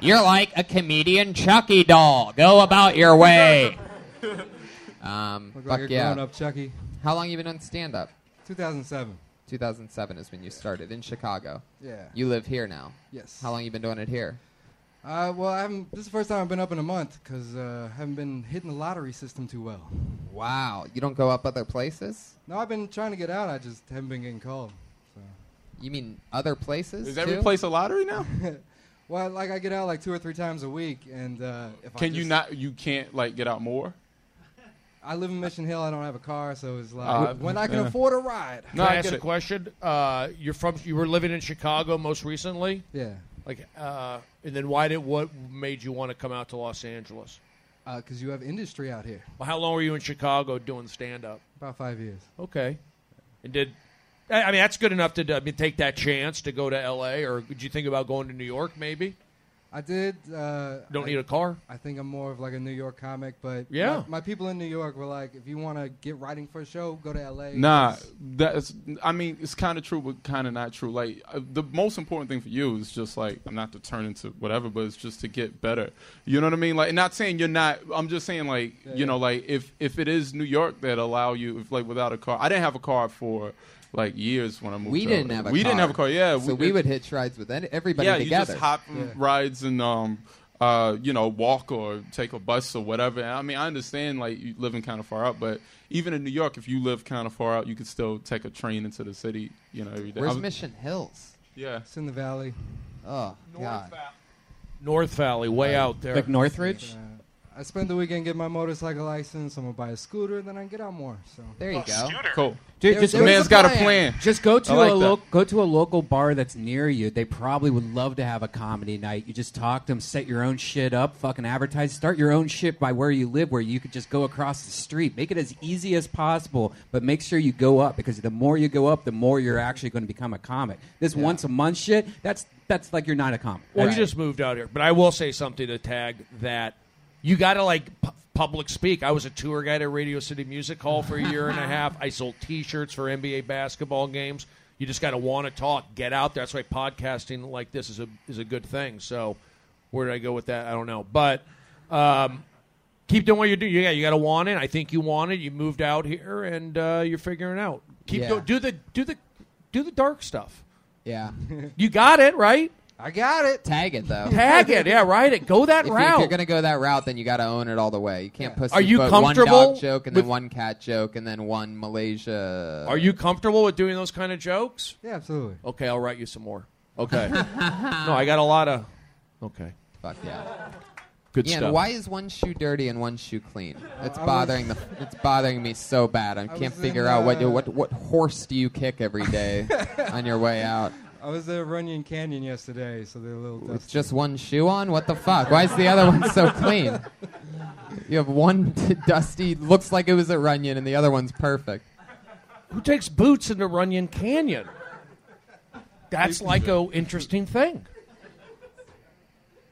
Speaker 4: You're like a comedian Chucky doll. Go about your way. Um,
Speaker 14: Look
Speaker 4: fuck
Speaker 14: like a
Speaker 4: yeah.
Speaker 14: grown-up Chucky.
Speaker 4: How long you been on stand up?
Speaker 14: 2007.
Speaker 4: 2007 is when you started in Chicago.
Speaker 14: Yeah.
Speaker 4: You live here now.
Speaker 14: Yes.
Speaker 4: How long you been doing it here?
Speaker 14: Uh, well, I haven't, this is the first time I've been up in a month because uh, I haven't been hitting the lottery system too well.
Speaker 4: Wow. You don't go up other places?
Speaker 14: No, I've been trying to get out. I just haven't been getting called.
Speaker 4: You mean other places?
Speaker 14: Is
Speaker 8: every
Speaker 4: too?
Speaker 8: place a lottery now?
Speaker 14: (laughs) well, like I get out like two or three times a week, and uh, if I
Speaker 8: Can you
Speaker 14: just-
Speaker 8: not? You can't like get out more.
Speaker 14: I live in Mission Hill. I don't have a car, so it's like
Speaker 8: Uh,
Speaker 14: when I can
Speaker 8: yeah.
Speaker 14: afford a ride.
Speaker 9: Can I ask a question? Uh, you're from. You were living in Chicago most recently.
Speaker 14: Yeah.
Speaker 9: Like, uh, and then why did what made you want to come out to Los Angeles?
Speaker 14: Because Uh, you have industry out here.
Speaker 9: Well, how long were you in Chicago doing stand up?
Speaker 14: About five years.
Speaker 9: Okay. And did I I mean that's good enough to I mean, take that chance to go to L.A. or did you think about going to New York? Maybe
Speaker 14: I did. Uh,
Speaker 9: Don't
Speaker 14: I-
Speaker 9: need a car?
Speaker 14: I think I'm more of like a New York comic, but
Speaker 9: Yeah.
Speaker 14: my, my people in New York were like, if you want to get writing for a show, go to L.A.
Speaker 8: Nah, that's. I mean, it's kind of true, but kind of not true. Like uh, the most important thing for you is just like I'm not to turn into whatever, but it's just to get better. You know what I mean? Like, not saying you're not. I'm just saying like
Speaker 14: Yeah,
Speaker 8: you know like if if it is New York that allow you if like without a car. I didn't have a car for like years when I moved.
Speaker 4: We
Speaker 8: to
Speaker 4: didn't
Speaker 8: LA.
Speaker 4: have a
Speaker 8: we
Speaker 4: car.
Speaker 8: didn't have a car. Yeah,
Speaker 4: So we,
Speaker 8: it-
Speaker 4: would hitch rides with any, everybody
Speaker 8: yeah,
Speaker 4: together.
Speaker 8: you just hop on rides and um, uh, you know, walk or take a bus or whatever. And I mean, I understand like you living kind of far out, but even in New York, if you live kind of far out, you could still take a train into the city. You know, every day. I
Speaker 4: Where's
Speaker 8: was-
Speaker 4: Mission Hills?
Speaker 8: Yeah.
Speaker 14: It's in the valley.
Speaker 4: Oh, God.
Speaker 9: North Valley, way
Speaker 14: Uh,
Speaker 9: out there.
Speaker 14: like
Speaker 5: Northridge?
Speaker 14: Uh, I spend the weekend get my motorcycle license. I'm gonna buy a scooter, then I get out more. So
Speaker 4: there you
Speaker 14: go.
Speaker 8: Cool.
Speaker 5: Dude,
Speaker 14: There-
Speaker 5: just
Speaker 14: there was
Speaker 5: Just go to
Speaker 14: I like
Speaker 5: a
Speaker 14: that.
Speaker 5: lo- go to a local bar that's near you. They probably would love to have a comedy night. You just talk to them, set your own shit up, fucking advertise, start your own shit by where you live, where you could just go across the street. Make it as easy as possible, but make sure you go up because the more you go up, the more you're actually going to become a comic. This once a month shit, that's that's like you're not a comic.
Speaker 9: Well,
Speaker 5: That's-
Speaker 9: you just moved out here, but I will say something to tag that you got to like pu- public speak. I was a tour guide at Radio City Music Hall for a year and a half. I sold T-shirts for NBA basketball games. You just got to want to talk, get out there. That's why podcasting like this is a is a good thing. So, where did I go with that? I don't know, but um, keep doing what you're doing. Yeah, you got to want it. I think you want it. You moved out here and uh, you're figuring it out. Keep
Speaker 14: Yeah.
Speaker 9: go, do the do the do the dark stuff.
Speaker 4: (laughs) Yeah.
Speaker 9: You got it right.
Speaker 14: I got it.
Speaker 4: Tag it though.
Speaker 9: Tag it, yeah, right. It go
Speaker 4: if
Speaker 9: that
Speaker 4: You, if
Speaker 9: route.
Speaker 4: you're gonna go that route, then you got to own it all the way. You can't pussy
Speaker 9: Are you
Speaker 4: one
Speaker 9: comfortable
Speaker 4: dog joke and
Speaker 9: with-
Speaker 4: then one cat joke and then one Malaysia. (laughs)
Speaker 9: Are you comfortable with doing those kind of jokes?
Speaker 14: Yeah, absolutely.
Speaker 9: Okay, I'll write you some more. Okay. no, I got a lot of. Okay.
Speaker 4: Fuck yeah.
Speaker 9: Good
Speaker 4: Ian,
Speaker 9: stuff.
Speaker 4: why is one shoe dirty and one shoe clean? It's
Speaker 14: I was-
Speaker 4: bothering the. It's bothering me so bad. I,
Speaker 14: I
Speaker 4: can't
Speaker 14: was
Speaker 4: figure
Speaker 14: in,
Speaker 4: out what
Speaker 14: uh,
Speaker 4: what what horse do you kick every
Speaker 14: (laughs)
Speaker 4: day on your way out.
Speaker 14: I was at Runyon Canyon yesterday, so they're a little
Speaker 4: With
Speaker 14: dusty.
Speaker 4: just one shoe on? What the fuck? Why is the other one so clean? You have one (laughs) dusty, looks like it was a Runyon, and the other one's perfect.
Speaker 9: Who takes boots into Runyon Canyon? That's like a interesting thing.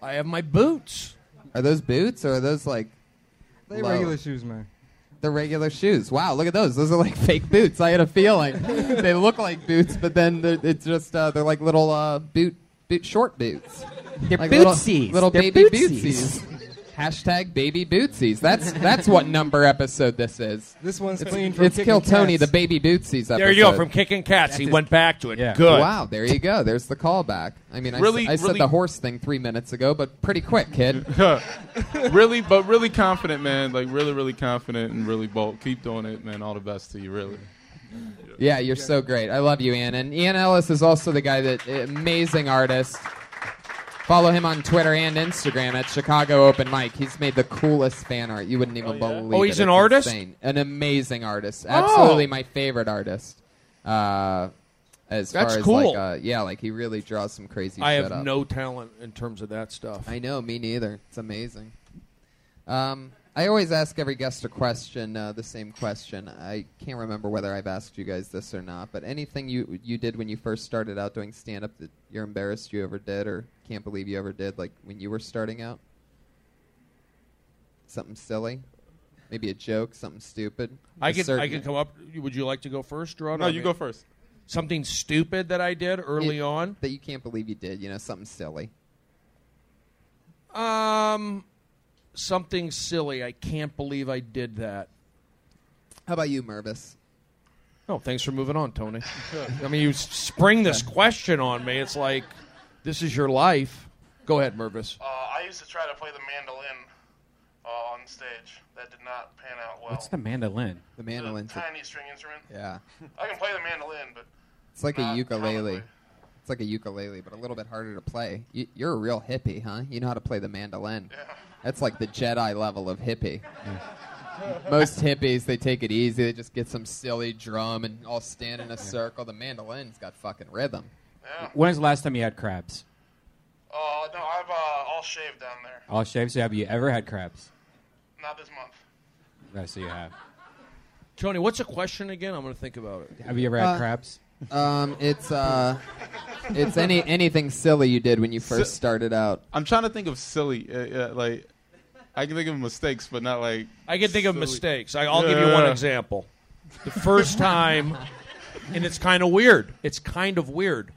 Speaker 9: I have my boots.
Speaker 4: Are those boots or are those like.
Speaker 14: They
Speaker 4: low?
Speaker 14: regular shoes, man.
Speaker 4: The regular shoes. Wow, look at those. Those are like (laughs) fake boots. I had
Speaker 5: (laughs)
Speaker 4: a feeling they look like boots, but then they're- it's just uh, they're like little uh, boot boot short boots.
Speaker 5: They're
Speaker 4: like little-
Speaker 5: bootsies.
Speaker 4: Little,
Speaker 5: They're
Speaker 4: baby
Speaker 5: bootsies.
Speaker 4: bootsies. Hashtag baby bootsies. That's that's what number episode this is.
Speaker 14: This one's
Speaker 4: it's,
Speaker 14: clean from
Speaker 4: It's
Speaker 14: kicking
Speaker 4: Kill Tony,
Speaker 14: cats.
Speaker 4: the baby bootsies episode.
Speaker 9: There you go, from kicking cats. he went back to it. Good.
Speaker 4: Wow, there you go. There's the callback. I mean, I, s-
Speaker 8: Really-
Speaker 4: I said
Speaker 8: really-
Speaker 4: the horse thing three minutes ago, but pretty quick, kid.
Speaker 8: (laughs) really, but really confident, man. Like really, really confident and really bold. Keep doing it, man. All the best to you, really.
Speaker 4: Yeah, you're so great. I love you, Ian. And Ian Ellis is also the guy that amazing artist. Follow him on Twitter and Instagram at Chicago Open Mic. He's made the coolest fan art. You wouldn't even believe.
Speaker 9: Oh,
Speaker 4: it.
Speaker 9: he's an
Speaker 4: It's
Speaker 9: artist?
Speaker 4: insane. An amazing artist.
Speaker 9: Oh.
Speaker 4: Absolutely my favorite artist. Uh, as
Speaker 9: That's
Speaker 4: far as
Speaker 9: cool.
Speaker 4: like, uh, yeah, like he really draws some crazy.
Speaker 9: I
Speaker 4: shit
Speaker 9: have
Speaker 4: up.
Speaker 9: no talent in terms of that stuff.
Speaker 4: I know, me neither. It's amazing. Um, I always ask every guest a question, uh, the same question. I can't remember whether I've asked you guys this or not, but anything you you did when you first started out doing stand up that you're embarrassed you ever did or can't believe you ever did, like when you were starting out? Something silly? Maybe a joke, something stupid?
Speaker 9: I
Speaker 4: A
Speaker 9: could I
Speaker 4: certain-
Speaker 9: could come up. Would you like to go first, Gerard?
Speaker 4: No,
Speaker 9: I
Speaker 4: you go first.
Speaker 9: Something stupid that I did early
Speaker 4: Yeah,
Speaker 9: on
Speaker 4: that you can't believe you did. You know, something silly.
Speaker 9: Um, something silly. I can't believe I did that.
Speaker 4: How about you, Mervis?
Speaker 9: Oh, thanks for moving on, Tony. I mean, you s- spring this question on me. It's like this is your life. Go ahead, Mervis.
Speaker 7: Uh, I used to try to play the mandolin uh, on stage. That did not pan out well.
Speaker 5: What's the mandolin?
Speaker 4: The
Speaker 7: It's a
Speaker 4: mandolin's a-
Speaker 7: tiny string instrument.
Speaker 4: Yeah.
Speaker 7: I can play the mandolin, but
Speaker 4: It's like a ukulele. It's like a ukulele, but a little bit harder to play. You, you're a real hippie, huh? You know how to play the mandolin. That's like the Jedi level of hippie. Most hippies, they take it easy. They just get some silly drum and all stand in a circle. The mandolin's got fucking rhythm.
Speaker 5: When's the last time you had crabs?
Speaker 7: uh, no, I've uh, all shaved down there.
Speaker 5: All shaves. Have you ever had crabs?
Speaker 7: Not this month.
Speaker 5: I see you
Speaker 4: (laughs)
Speaker 7: (laughs)
Speaker 5: have.
Speaker 9: Tony, what's the question again? I'm going to think about it.
Speaker 5: Have you ever had
Speaker 4: Uh,
Speaker 5: crabs?
Speaker 4: Um, it's uh, it's any anything silly you did when you first
Speaker 8: Si-
Speaker 4: started out.
Speaker 8: I'm trying to think of silly, uh, uh, like I can think of mistakes, but not like
Speaker 9: I can think of
Speaker 8: silly.
Speaker 9: mistakes. I, I'll give you one
Speaker 8: Yeah.
Speaker 9: example. The first time, and it's kind of weird. It's kind of weird.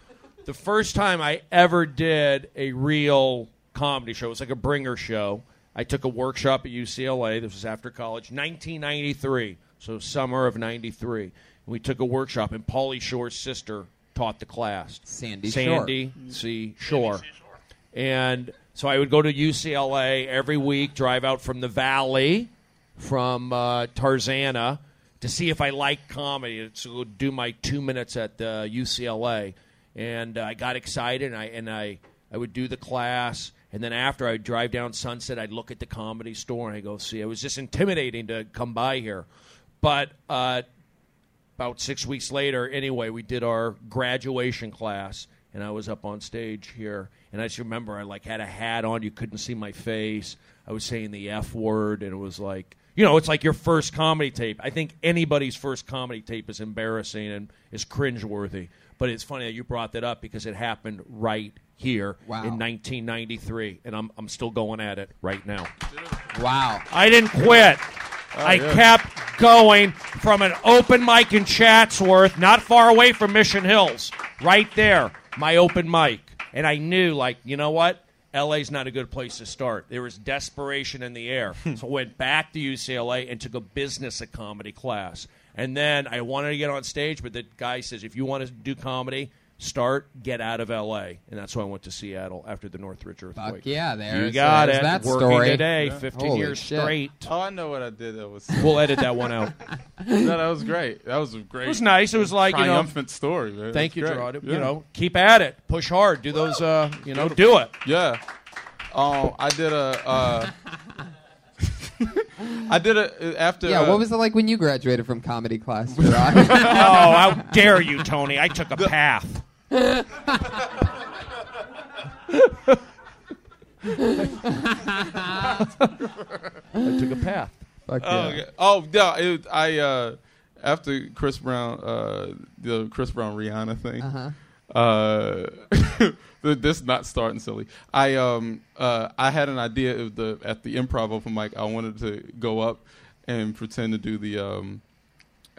Speaker 9: The first time I ever did a real comedy show, it was like a bringer show. I took a workshop at UCLA. This was after college, 1993, so summer of '93. We took a workshop, and Pauly Shore's sister taught the class.
Speaker 4: Sandy Shore.
Speaker 9: Sandy C. Shore. And so I would go to UCLA every week, drive out from the valley from uh, Tarzana to see if I like comedy. So go do my two minutes at uh, the UCLA, and uh, I got excited, and I and I I would do the class, And then after I'd drive down Sunset, I'd look at the comedy store and I go see. It was just intimidating to come by here, but uh, about six weeks later, anyway, we did our graduation class, and I was up on stage here, and I just remember I like had a hat on, you couldn't see my face. I was saying the f word, and it was like, you know, it's like your first comedy tape. I think anybody's first comedy tape is embarrassing and is cringeworthy. But it's funny that you brought that up because it happened right here in 1993, and I'm I'm still going at it right now.
Speaker 4: Wow!
Speaker 9: I didn't quit.
Speaker 4: Oh,
Speaker 9: I
Speaker 4: yeah.
Speaker 9: kept going from an open mic in Chatsworth, not far away from Mission Hills, right there, my open mic. And I knew, like, you know what? LA's not a good place to start. There was desperation in the air.
Speaker 4: Hmm.
Speaker 9: so I went back to UCLA and took a business and comedy class. And then I wanted to get on stage, but the guy says, if you want to do comedy, start, get out of LA. And that's why I went to Seattle after the Northridge earthquake.
Speaker 4: yeah,
Speaker 9: You
Speaker 4: there's-
Speaker 9: got
Speaker 4: there's
Speaker 9: it.
Speaker 4: that
Speaker 9: Working
Speaker 4: story.
Speaker 9: today,
Speaker 4: Yeah.
Speaker 9: 15
Speaker 4: Holy
Speaker 9: years
Speaker 4: shit.
Speaker 9: straight.
Speaker 8: Oh, I know what I did. That was.
Speaker 9: We'll edit that one out.
Speaker 8: (laughs) no, that was great. That was a great.
Speaker 9: It was nice. It was like you know,
Speaker 8: triumphant story. Man.
Speaker 9: Thank
Speaker 8: That's
Speaker 9: you,
Speaker 8: great.
Speaker 9: Gerard.
Speaker 8: Yeah.
Speaker 9: You know, keep at it, push hard, do those, uh, you know, do it.
Speaker 8: Yeah. Um, I did a.
Speaker 9: (laughs)
Speaker 8: Uh, I did a after.
Speaker 4: yeah,
Speaker 8: uh,
Speaker 4: what was it like when you graduated from comedy class? oh,
Speaker 9: Oh, how dare you, Tony? I took a
Speaker 8: (laughs)
Speaker 9: path. I took a path.
Speaker 4: Fuck yeah.
Speaker 8: oh, okay. oh no! It, I uh, after Chris Brown, uh, the Chris Brown Rihanna thing.
Speaker 4: Uh-huh.
Speaker 8: Uh, (laughs) th- this not starting silly. I um uh, I had an idea of the at the improv open mic. I wanted to go up and pretend to do the um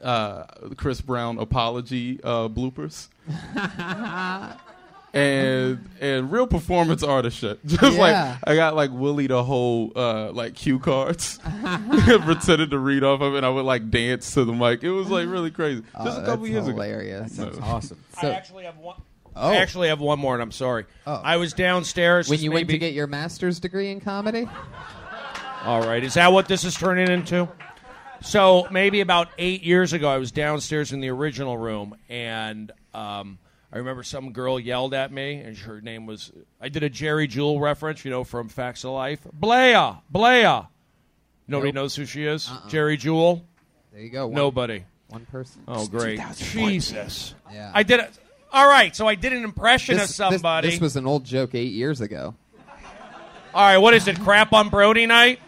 Speaker 8: uh Chris Brown apology uh, bloopers. and and real performance artist shit. (laughs) Just
Speaker 4: Yeah.
Speaker 8: like I got like Willie the whole uh, like cue cards, (laughs) pretended to read off of it. And I would like dance to the mic. It was like really crazy.
Speaker 4: (laughs) Oh,
Speaker 8: Just a couple
Speaker 4: that's
Speaker 8: years
Speaker 4: hilarious.
Speaker 8: ago.
Speaker 4: That sounds
Speaker 8: No.
Speaker 4: awesome.
Speaker 9: I actually have one.
Speaker 4: Oh.
Speaker 9: I actually have one more, and I'm sorry. I was downstairs
Speaker 4: when
Speaker 9: this
Speaker 4: you went
Speaker 9: maybe-
Speaker 4: to get your master's degree in comedy.
Speaker 9: All right. Is that what this is turning into? So maybe about eight years ago, I was downstairs in the original room, and um, I remember some girl yelled at me, and her name was. I did a Jerry Jewell reference, you know, from Facts of Life. Blaya, Blaya. Nobody
Speaker 4: Nope. Uh-uh.
Speaker 9: knows who she is. Jerry Jewell.
Speaker 4: There you go. One-
Speaker 9: Nobody.
Speaker 4: One person.
Speaker 9: Oh, great.
Speaker 4: 2001.
Speaker 9: Jesus.
Speaker 4: Yeah.
Speaker 9: I did. A, all right. So I did an impression
Speaker 4: This-
Speaker 9: of
Speaker 4: this-
Speaker 9: somebody.
Speaker 4: This, was an old joke eight years ago.
Speaker 9: All right, what is it? Crap on Brody night?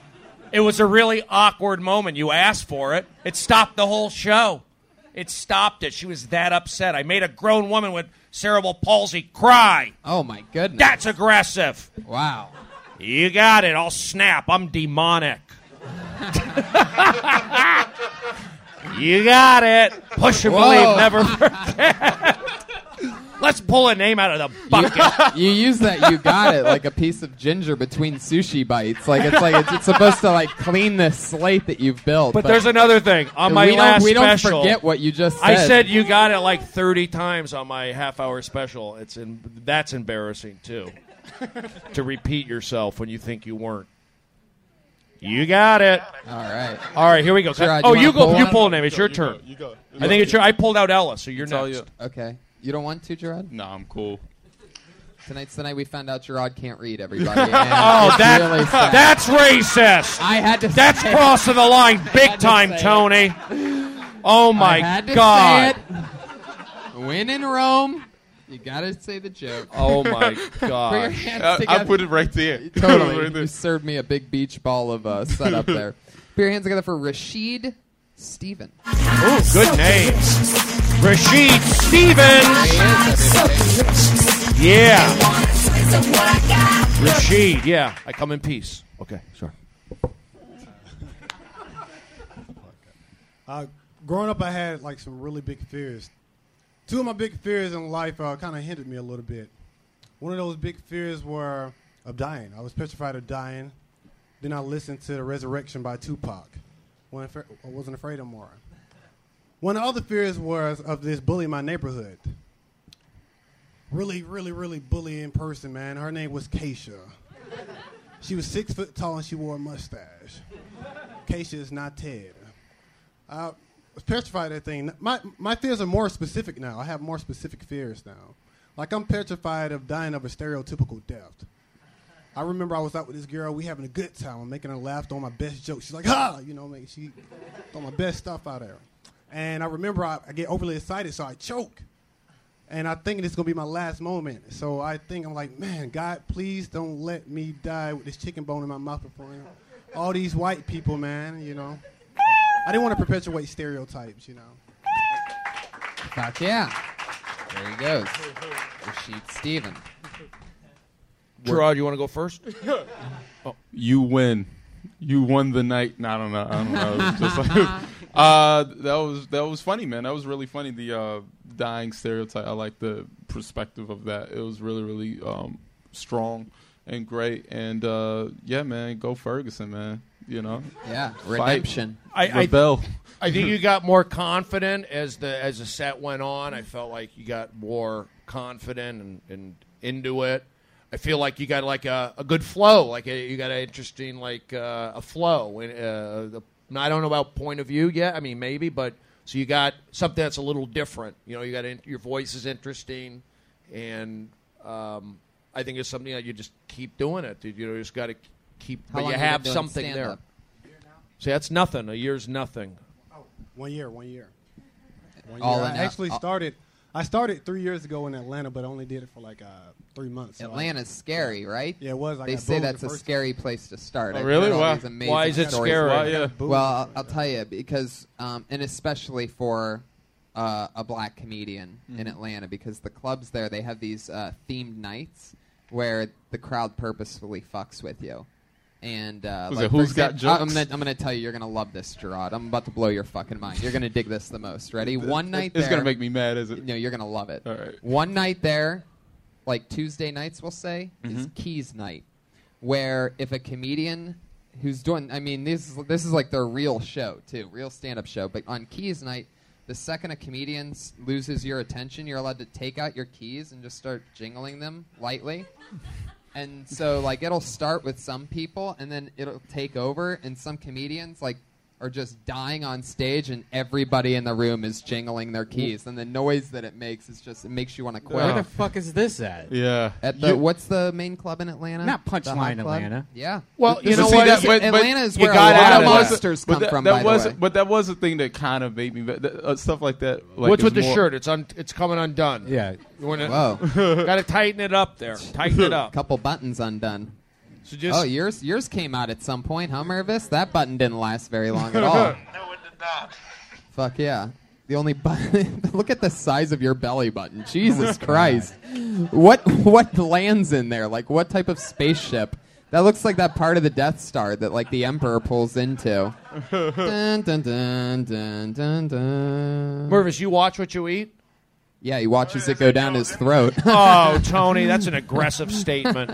Speaker 9: It was a really awkward moment. You asked for it. It stopped the whole show. It stopped it. She was that upset. I made a grown woman with cerebral palsy cry.
Speaker 4: Oh my goodness.
Speaker 9: That's aggressive.
Speaker 4: Wow.
Speaker 9: You got it. I'll snap. I'm demonic. you got it. Push and
Speaker 4: Whoa.
Speaker 9: believe, never forget. Let's pull a name out of the bucket.
Speaker 4: (laughs) You use that you got it like a piece of ginger between sushi bites. Like it's like it's, it's supposed to like clean this slate that you've built.
Speaker 9: But there's another thing. On my
Speaker 4: we
Speaker 9: last
Speaker 4: don't, we don't
Speaker 9: special-
Speaker 4: forget what you just said.
Speaker 9: I said you got it like 30 times on my half hour special. It's in, that's embarrassing too. to repeat yourself when you think you weren't. You got it.
Speaker 4: All right.
Speaker 9: All right, here we go.
Speaker 4: Gerard,
Speaker 9: oh,
Speaker 4: you
Speaker 9: you
Speaker 4: wanna
Speaker 9: go.
Speaker 4: pull
Speaker 9: you
Speaker 4: one?
Speaker 9: pull a name. It's
Speaker 4: You go,
Speaker 9: your
Speaker 4: you
Speaker 9: turn.
Speaker 4: go, you go.
Speaker 9: I think it's your. I pulled out Ella, so you're next.
Speaker 4: Okay. You don't want to, Gerard?
Speaker 8: No, I'm cool.
Speaker 4: Tonight's the night we found out Gerard can't
Speaker 9: (laughs)
Speaker 4: read. Everybody. and
Speaker 9: oh,
Speaker 4: it's
Speaker 9: that,
Speaker 4: really sad.
Speaker 9: that's racist.
Speaker 4: I had to.
Speaker 9: That's
Speaker 4: say it.
Speaker 9: crossing the line
Speaker 4: I
Speaker 9: big
Speaker 4: had to
Speaker 9: time,
Speaker 4: say it.
Speaker 9: Tony. Oh my
Speaker 4: I had to
Speaker 9: God.
Speaker 4: Say it. When in Rome, you gotta say the joke.
Speaker 9: Oh my
Speaker 4: (laughs) Put your
Speaker 9: gosh. Uh,
Speaker 4: hands
Speaker 9: I- I
Speaker 4: together.
Speaker 9: put it right there.
Speaker 4: Totally.
Speaker 9: (laughs) Right there.
Speaker 4: You served me a big beach ball of uh, setup
Speaker 9: (laughs)
Speaker 4: there. Put your hands together for Rashid Steven.
Speaker 9: Ooh, good name. Rashid Stevens. Yeah. Rashid, yeah. I come in peace. Okay, sorry.
Speaker 15: Uh, growing up, I had like some really big fears. Two of my big fears in life uh, kind of hindered me a little bit. One of those big fears were of dying. I was petrified of dying. Then I listened to the Resurrection by Tupac. When I wasn't afraid no more. One of the other fears was of this bully in my neighborhood. Really, really, really bullying person, man. Her name was Keisha. She was six foot tall and she wore a mustache. Keisha is not Ted. I was petrified of that thing. My my fears are more specific now. I have more specific fears now. Like I'm petrified of dying of a stereotypical death. I remember I was out with this girl. We having a good time. I'm making her laugh, throwing my best jokes. She's like, ha! You know, man, she throw my best stuff out there. And I remember I, I get overly excited, so I choke. And I think this is gonna be my last moment. So I think I'm like, man, God, please don't let me die with this chicken bone in my mouth in front of all these white people, man. You know, I didn't want to perpetuate stereotypes. You know.
Speaker 4: Fuck yeah. There he goes. Rashid Steven.
Speaker 9: Gerard, you want to go first? oh.
Speaker 8: You win. You won the night. No, I don't know. I don't know. It's just like- uh, that was that was funny, man. That was really funny. The uh, dying stereotype. I like the perspective of that. It was really really um, strong and great. And uh, yeah, man, go Ferguson, man. You know.
Speaker 4: Yeah,
Speaker 8: Fight.
Speaker 4: redemption.
Speaker 9: I,
Speaker 8: Rebel.
Speaker 9: I, I think
Speaker 8: (laughs)
Speaker 9: you got more confident as the as the set went on. I felt like you got more confident and, and into it. I feel like you got like a, a good flow, like a, you got an interesting like uh, a flow. And uh, the, now, I don't know about point of view yet. I mean, maybe, but so you got something that's a little different. You know, you got in, your voice is interesting, and um, I think it's something that you just keep doing it. dude. You know, you just got to keep,
Speaker 4: How
Speaker 9: but
Speaker 4: long
Speaker 9: you
Speaker 4: have you been
Speaker 9: have
Speaker 4: doing
Speaker 9: something there.
Speaker 4: stand-up?
Speaker 9: See, that's nothing. A year's nothing.
Speaker 15: One year, one year. One
Speaker 9: All
Speaker 15: year. I
Speaker 9: in, uh,
Speaker 15: actually
Speaker 9: all-
Speaker 15: started. I started three years ago in Atlanta, but only did it for like uh, three months. so I-
Speaker 4: Atlanta's scary, right?
Speaker 15: Yeah, it was. I
Speaker 4: They
Speaker 15: got
Speaker 4: say
Speaker 15: booed the
Speaker 4: that's a
Speaker 15: first
Speaker 4: scary place to start.
Speaker 15: Oh,
Speaker 4: I've
Speaker 15: really?
Speaker 4: heard all
Speaker 15: Why-
Speaker 4: these amazing
Speaker 9: why is it
Speaker 4: stories
Speaker 9: scary?
Speaker 4: about
Speaker 9: Why,
Speaker 4: it.
Speaker 9: yeah.
Speaker 4: Well, I'll, I'll tell you because, um, and especially for uh, a black comedian in
Speaker 16: Mhm.
Speaker 4: Atlanta, because the clubs there they have these uh, themed nights where the crowd purposefully fucks with you. And uh,
Speaker 8: Was
Speaker 4: like,
Speaker 8: it
Speaker 4: for
Speaker 8: Who's Got
Speaker 4: example- I- I'm
Speaker 8: Jokes?
Speaker 4: gonna, I'm gonna tell you, you're gonna love this, Gerard. I'm about to blow your fucking mind. You're gonna dig this the most. Ready? One night.
Speaker 8: It's gonna
Speaker 4: there-
Speaker 8: make me mad, is it?
Speaker 4: No, you're gonna love it.
Speaker 8: All right.
Speaker 4: One night there, like Tuesday nights, we'll say,
Speaker 8: Mm-hmm.
Speaker 4: is
Speaker 16: Mhm.
Speaker 4: Keys night, where if a comedian who's doing, I mean, this is- this is like their real show too, real stand-up show. But on Keys night, the second a comedian s- loses your attention, you're allowed to take out your keys and just start jingling them lightly. And so, like, it'll start with some people, and then it'll take over. And some comedians, like, are just dying on stage, and everybody in the room is jingling their keys. And the noise that it makes is just it makes you want to quit.
Speaker 3: Where the fuck is this at?
Speaker 8: Yeah.
Speaker 4: At the what's the main club in Atlanta?
Speaker 3: Not
Speaker 4: The hot
Speaker 3: Punchline
Speaker 4: club?
Speaker 3: Atlanta.
Speaker 4: Yeah.
Speaker 3: Well,
Speaker 4: This
Speaker 3: you know
Speaker 4: is-
Speaker 3: what?
Speaker 4: this-
Speaker 3: But- but
Speaker 4: Atlanta is
Speaker 3: you
Speaker 4: where a
Speaker 3: got
Speaker 4: lot
Speaker 3: out
Speaker 4: of
Speaker 3: of that.
Speaker 4: monsters
Speaker 8: But
Speaker 4: come
Speaker 8: that,
Speaker 4: from.
Speaker 8: that
Speaker 4: by
Speaker 8: was,
Speaker 4: the way.
Speaker 8: but that was the thing that kind of made me but that- uh, stuff like that. Like
Speaker 9: What's with
Speaker 8: is
Speaker 9: the
Speaker 8: more-
Speaker 9: shirt? It's un- it's coming undone.
Speaker 8: Yeah.
Speaker 9: You wanna,
Speaker 4: Whoa.
Speaker 9: Got to tighten it up (laughs) there. Tighten it up.
Speaker 4: Couple buttons undone.
Speaker 9: So just-
Speaker 4: oh, yours yours came out at some point, huh, Mervis? That button didn't last very long at all. (laughs)
Speaker 3: (laughs)
Speaker 4: no, it did not. Fuck yeah. The only button. (laughs) Look at the size of your belly button.
Speaker 9: (laughs)
Speaker 4: Jesus Christ. What what lands in there? Like what type of spaceship? That looks like that part of the Death Star that like the Emperor pulls into. dun, dun, dun, dun, dun, dun.
Speaker 9: (laughs) Mervis, you watch what you eat.
Speaker 4: Yeah, he watches it go down his throat. (laughs)
Speaker 9: (laughs) Oh, Tony, that's an aggressive statement.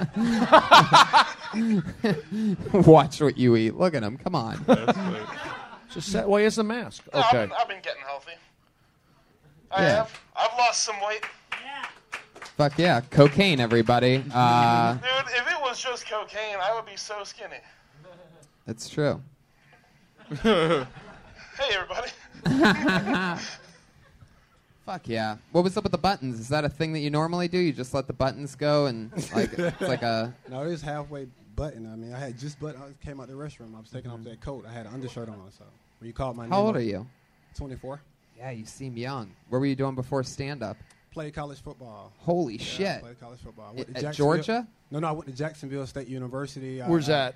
Speaker 4: Watch what you eat. Look at him. Come on.
Speaker 9: Just set, why is the
Speaker 7: (laughs)
Speaker 9: mask?
Speaker 7: No, I've,
Speaker 9: Okay.
Speaker 7: been, I've been getting healthy. I
Speaker 4: Yeah.
Speaker 7: have. I've lost some weight.
Speaker 4: Fuck yeah. Cocaine, everybody. Uh,
Speaker 7: Dude, if it was just cocaine, I would be so skinny.
Speaker 4: that's true.
Speaker 7: (laughs) Hey, everybody.
Speaker 4: (laughs) Fuck yeah. What was up with the buttons? Is that a thing that you normally do? You just let the buttons go and like it's like a
Speaker 15: (laughs) No, it was halfway button. I mean, I had just button. I came out the restroom. I was taking off that coat. I had an undershirt on. So when you called my name,
Speaker 4: Mm-hmm. How old are you?
Speaker 15: Twenty four.
Speaker 4: Yeah, you seem young. What were you doing before stand up?
Speaker 15: Played college football.
Speaker 4: Holy
Speaker 15: Yeah,
Speaker 4: shit.
Speaker 15: Played college football. I
Speaker 4: I-
Speaker 15: went to
Speaker 4: At
Speaker 15: Jacksonville-
Speaker 4: Georgia?
Speaker 15: No, no. I went to Jacksonville State University. I-
Speaker 9: Where's
Speaker 15: I-
Speaker 9: that?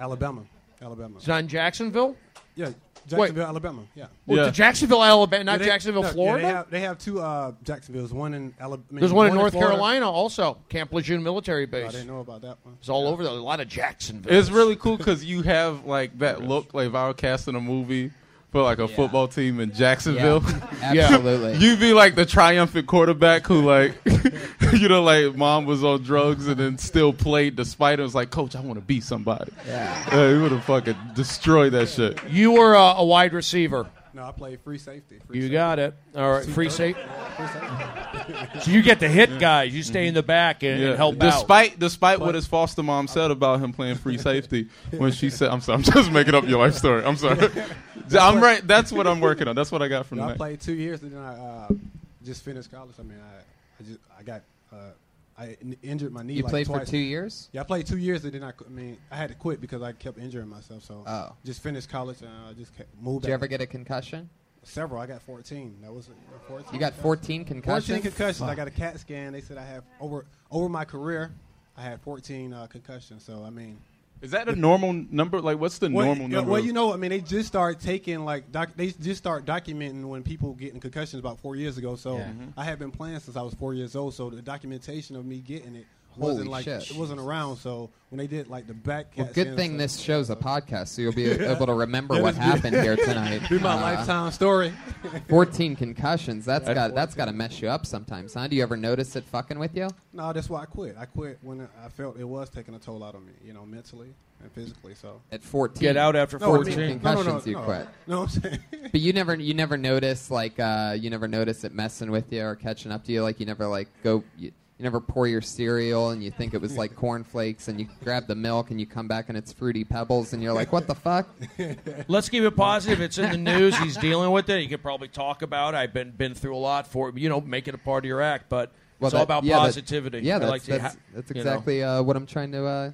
Speaker 15: Alabama. Alabama.
Speaker 9: It's not in Jacksonville.
Speaker 15: Yeah, Jacksonville, Alabama. Yeah.
Speaker 9: Well,
Speaker 15: Yeah.
Speaker 9: the Jacksonville, Alabama, not
Speaker 15: Yeah, they-
Speaker 9: Jacksonville,
Speaker 15: no, yeah,
Speaker 9: Florida.
Speaker 15: they, have, they have two uh, Jacksonville's. One in Alabama.
Speaker 9: There's one in North
Speaker 15: Florida. Oh,
Speaker 9: Carolina also, Camp Lejeune Military Base.
Speaker 15: I didn't know about that one.
Speaker 9: It's all over there. A lot of Jacksonville.
Speaker 8: It's really cool because you have like that look, like if I were casting a movie for like a football team in Jacksonville. (laughs)
Speaker 9: Yeah, absolutely.
Speaker 8: You'd be like the triumphant quarterback who like, (laughs) you know, like mom was on drugs and then still played despite it. Was like, coach, I want to be somebody.
Speaker 15: Yeah.
Speaker 8: yeah you would have fucking destroyed that shit.
Speaker 9: You were uh, a wide receiver.
Speaker 15: No, I played free safety.
Speaker 9: You got it. All right, free safe.
Speaker 15: Free safety.
Speaker 9: So you get to hit guys. You stay in the back and, and help out.
Speaker 8: despite despite what his foster mom said about him playing
Speaker 9: (laughs)
Speaker 8: free safety, when she said, "I'm (laughs) sorry, I'm just making up your life story.
Speaker 15: (laughs)
Speaker 8: I'm sorry, I'm right. That's what I'm working on. That's what I got from
Speaker 15: Yeah,
Speaker 8: the
Speaker 15: I
Speaker 8: night.
Speaker 15: played two years and then I uh, just finished college. I mean, I, I just I got uh, I n- injured my knee.
Speaker 4: You
Speaker 15: like
Speaker 4: played for
Speaker 15: twice.
Speaker 4: two years?
Speaker 15: Yeah, I played two years, and then I, qu- I mean, I had to quit because I kept injuring myself. So,
Speaker 4: Oh.
Speaker 15: just finished college, and I just kept, moved.
Speaker 4: Did you
Speaker 15: out.
Speaker 4: ever get a concussion?
Speaker 15: Several. I got 14. That was uh, 14.
Speaker 4: You got 14 concussions?
Speaker 15: 14 concussions. I
Speaker 4: Fuck.
Speaker 15: got a CAT scan. They said I have over over my career, I had 14 uh, concussions. So I mean,
Speaker 8: Is that a normal number? Like, what's the
Speaker 15: well,
Speaker 8: normal
Speaker 15: yeah,
Speaker 8: number?
Speaker 15: Well, you know, I mean, they just start taking like doc, they just start documenting when people getting concussions about four years ago. So
Speaker 8: Yeah. Mhm.
Speaker 15: I have been playing since I was four years old. So the documentation of me getting it wasn't
Speaker 4: Holy
Speaker 15: like
Speaker 4: shit.
Speaker 15: it wasn't around. So when they did like the back,
Speaker 4: Well,
Speaker 15: CAT
Speaker 4: good
Speaker 15: scans,
Speaker 4: thing
Speaker 15: uh,
Speaker 4: this show's a podcast, so you'll be
Speaker 15: Yeah.
Speaker 4: able to remember
Speaker 15: Yeah,
Speaker 4: what
Speaker 15: that's good.
Speaker 4: happened here tonight.
Speaker 15: Be my lifetime story.
Speaker 4: 14 concussions. That's
Speaker 15: That's
Speaker 4: got that's got to mess you up sometimes, huh? Do you ever notice it fucking with you?
Speaker 15: No, that's why I quit. I quit when I felt it was taking a toll out on me, you know, mentally and physically. So
Speaker 4: At 14.
Speaker 15: Get out after
Speaker 4: No, I mean,
Speaker 15: 14. No, no, no,
Speaker 4: concussions you
Speaker 15: no.
Speaker 4: quit.
Speaker 15: No, I'm saying- (laughs)
Speaker 4: But you never you never notice like uh, you never notice it messing with you or catching up to you like you never like go you, you never pour your cereal and you think it was
Speaker 15: (laughs)
Speaker 4: like cornflakes and you grab the milk and you come back and it's fruity pebbles and you're like what the fuck?
Speaker 9: Let's keep it positive. It's in the news. He's dealing with it. He could probably talk about. It. I've been been through a lot for you know, make it a part of your act. But it's all
Speaker 4: that-
Speaker 9: about
Speaker 4: yeah, that-
Speaker 9: positivity.
Speaker 4: yeah,
Speaker 9: I
Speaker 4: that's,
Speaker 9: like to
Speaker 4: that's,
Speaker 9: ha-
Speaker 4: that's
Speaker 9: you know.
Speaker 4: exactly uh, what I'm trying to uh,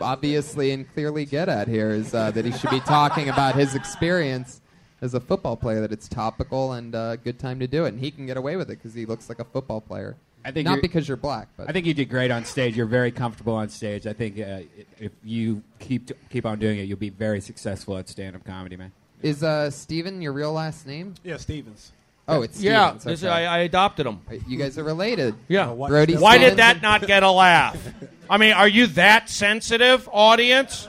Speaker 4: obviously and clearly get at here is uh, that he should be talking about his experience as a football player. That it's topical and uh, good time to do it, and he can get away with it because he looks like a football player. I
Speaker 5: think
Speaker 4: not
Speaker 5: you're-
Speaker 4: because you're black, but
Speaker 5: I think you did great on stage. You're very comfortable on stage. I think uh, i- if you keep keep on doing it, you'll be very successful at stand up comedy, man.
Speaker 4: is uh, Steven your real last name?
Speaker 15: Yeah, Stevens.
Speaker 4: Oh, it's
Speaker 9: yeah.
Speaker 4: Stevens,
Speaker 9: this-
Speaker 4: okay.
Speaker 9: I, I adopted him.
Speaker 4: You guys are related.
Speaker 9: Yeah.
Speaker 15: Uh,
Speaker 4: Brody.
Speaker 9: Why
Speaker 4: Stevens
Speaker 9: did that
Speaker 4: and-
Speaker 9: not get a laugh? I mean, are you that sensitive, audience?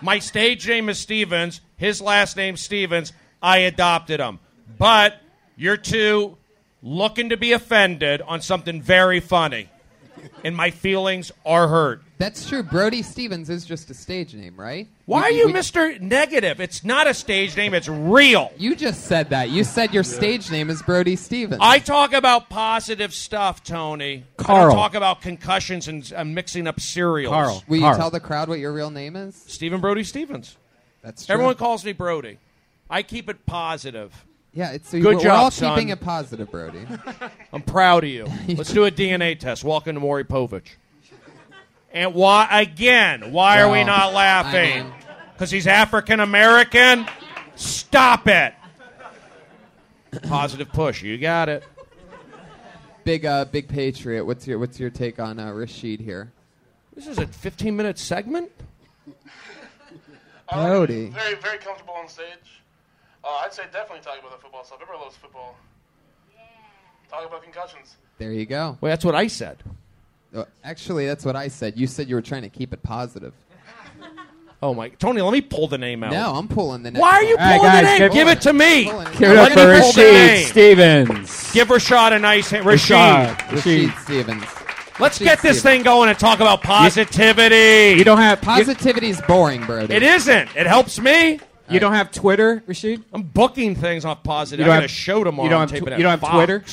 Speaker 9: My stage name is Stevens. His last name Stevens. I adopted him, but you're two looking to be offended on something very funny, and my feelings are hurt.
Speaker 4: That's true. Brody Stevens is just a stage name, right?
Speaker 9: Why are you Mr. Negative? It's not a stage name, it's real.
Speaker 4: You just said that. You said your stage name is Brody Stevens.
Speaker 9: I talk about positive stuff, Tony. I
Speaker 4: Carl.
Speaker 9: don't talk about concussions and uh, mixing up cereals.
Speaker 4: Will you tell the crowd what your real name is?
Speaker 9: Stephen Brody Stevens.
Speaker 4: That's true.
Speaker 9: Everyone calls me Brody. I keep it positive.
Speaker 4: Yeah, it's so
Speaker 9: good
Speaker 4: we're
Speaker 9: job,
Speaker 4: all
Speaker 9: son.
Speaker 4: keeping it positive, Brody.
Speaker 9: (laughs) I'm proud
Speaker 4: (laughs)
Speaker 9: of you. Let's do a DNA test. Walk into Maury Povich. And why again? Why are we
Speaker 5: Well,
Speaker 9: not
Speaker 5: I
Speaker 9: laughing?
Speaker 5: mean-
Speaker 9: Because he's African American. Stop it. Positive push. You got it.
Speaker 4: (laughs) Big, uh, big patriot. What's your What's your take on uh, Rashid here?
Speaker 9: This is a 15
Speaker 4: (laughs)
Speaker 9: minute segment.
Speaker 4: Brody.
Speaker 7: Very, very comfortable on stage. Uh, I'd say definitely talk about the football stuff. Everyone loves football. Talk about concussions.
Speaker 4: There you go. Uh,
Speaker 9: Well, that's what I said.
Speaker 4: Actually, that's what I said. You said you were trying to keep it positive.
Speaker 9: Oh my, Tony, let me pull the name out.
Speaker 4: No, I'm pulling the. Next
Speaker 9: Why are you
Speaker 4: one.
Speaker 9: pulling the name? give it to me.
Speaker 5: Give it up
Speaker 9: Let
Speaker 5: for
Speaker 9: me pull the
Speaker 5: Rashid
Speaker 9: name.
Speaker 5: Stevens.
Speaker 9: Give Rashad a nice hand. Rashid.
Speaker 5: Rashad. Rashid
Speaker 4: Stevens.
Speaker 9: Let's get this thing going and talk about positivity.
Speaker 5: You don't have
Speaker 4: positivity's boring, Brody.
Speaker 9: It isn't. It helps me.
Speaker 5: You don't have Twitter, Rashid?
Speaker 9: I'm booking things off positive.
Speaker 5: You don't
Speaker 9: I got a
Speaker 5: have-
Speaker 9: show tomorrow.
Speaker 5: you don't
Speaker 9: I'm
Speaker 5: have tw-
Speaker 9: taping
Speaker 5: you don't have
Speaker 9: at Fox.
Speaker 5: Twitter?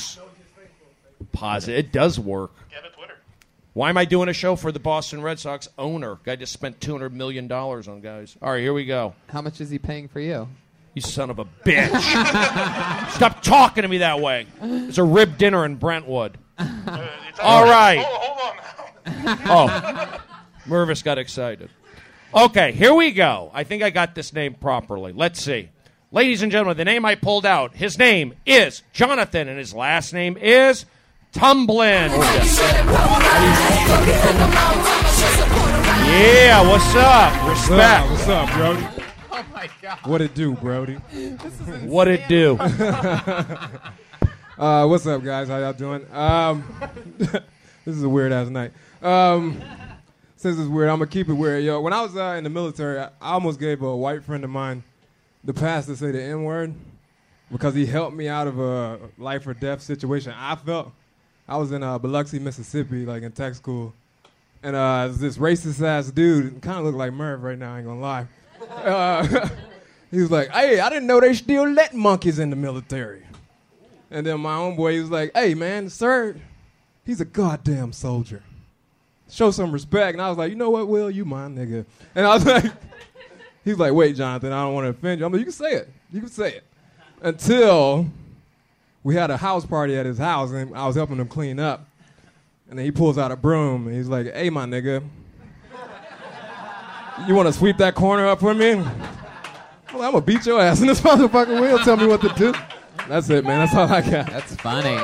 Speaker 9: Positive. It does work. Get a Twitter. Why am I doing a show for the Boston Red Sox owner? Guy just spent two hundred million dollars on guys. All right, here we go.
Speaker 4: How much is he paying for you?
Speaker 9: You son of a bitch! Stop talking to me that way. It's a rib dinner in Brentwood. All right.
Speaker 7: (laughs)
Speaker 9: oh, Mervis got excited. Okay, here we go. I think I got this name properly. Let's see. Ladies and gentlemen, the name I pulled out, his name is Jonathan, and his last name is Tumblin. Yeah, what's up? Respect.
Speaker 17: What's up, Brody?
Speaker 4: Oh my god.
Speaker 17: What it do, Brody?
Speaker 9: What it do?
Speaker 4: (laughs)
Speaker 17: (laughs) uh, what's up, guys? How y'all doing? Um, (laughs) this is a weird ass night. Um, since it's weird, I'm gonna keep it weird, yo. When I was uh, in the military, I I almost gave a white friend of mine the pass to say the N word because he helped me out of a life or death situation. I felt I was in uh, Biloxi, Mississippi, like in tech school, and uh, it was this racist ass dude, kind of looked like Merv right now. I ain't gonna lie. (laughs) Uh, (laughs) he was like, "Hey, I didn't know they still let monkeys in the military." And then my own boy, he was like, "Hey, man, sir, he's a goddamn soldier. Show some respect." And I was like, "You know what, Will? You my nigga." And I was like, (laughs) "He's like, wait, Jonathan, I don't want to offend you. I'm like, you can say it. You can say it." Until we had a house party at his house, and I was helping him clean up.
Speaker 14: And then he pulls out a broom and he's like, hey, my nigga, you want to sweep that corner up for me? Well, I'm going to beat
Speaker 17: (laughs)
Speaker 14: your ass, and this motherfucker will tell me what to do. That's it, man. That's all I got.
Speaker 4: That's funny.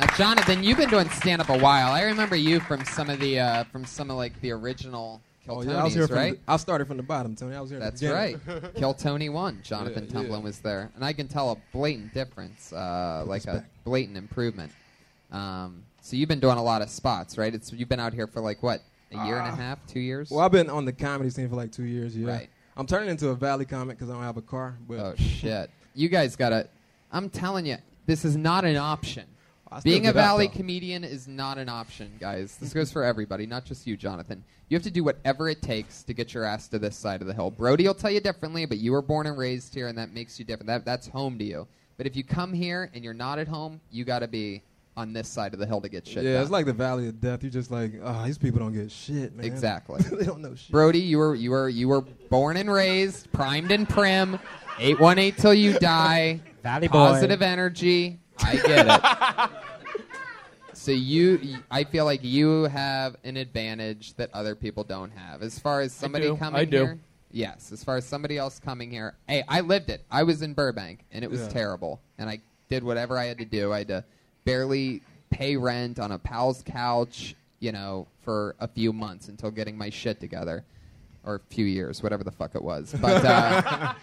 Speaker 4: Now, Jonathan, you've been doing stand up a while. I remember you from some of the uh, from some of like the original
Speaker 14: Oh,
Speaker 4: Kiltonies,
Speaker 14: yeah, I was here from
Speaker 4: right?
Speaker 14: the- I started from the bottom, Tony. I was here at the
Speaker 4: That's right.
Speaker 14: beginning. (laughs)
Speaker 4: Kill Tony won. Jonathan
Speaker 14: Yeah, yeah.
Speaker 4: Tumblin was there, and I can tell a blatant difference, uh, like a blatant improvement. Um, so you've been doing a lot of spots, right? It's you've been out here for like what a year and
Speaker 14: Ah.
Speaker 4: a half, two years.
Speaker 14: Well, I've been on the comedy scene for like two years, yeah.
Speaker 4: Right.
Speaker 14: I'm turning into a valley comic because I don't have a car. But
Speaker 4: oh shit, you guys gotta. I'm telling you, this is not an option.
Speaker 14: still
Speaker 4: Being
Speaker 14: get
Speaker 4: a
Speaker 14: out,
Speaker 4: valley
Speaker 14: though.
Speaker 4: comedian is not an option, guys. This goes for everybody, not just you, Jonathan. You have to do whatever it takes to get your ass to this side of the hill. Brody will tell you differently, but you were born and raised here, and that makes you different. That, that's home to you. But if you come here and you're not at home, you got to be on this side of the hill to get shit
Speaker 14: yeah,
Speaker 4: done.
Speaker 14: it's like the valley of death. You're just like, oh, these people don't get shit, man.
Speaker 4: Exactly.
Speaker 14: (laughs) they don't know shit.
Speaker 4: Brody, you were you were you were born and raised, primed and prim, eight one eight till you die.
Speaker 5: Valley boy.
Speaker 4: positive energy. I get it. so you, I feel like you have an advantage that other people don't have as far as somebody
Speaker 9: do.
Speaker 4: coming
Speaker 9: I do.
Speaker 4: here. Yes, as far as somebody else coming here. Hey, I lived it. I was in Burbank and it was
Speaker 9: Yeah.
Speaker 4: terrible, and I did whatever I had to do. I had to barely pay rent on a pal's couch, you know, for a few months until getting my shit together, or a few years, whatever the fuck it was. But,
Speaker 14: (laughs)
Speaker 4: uh,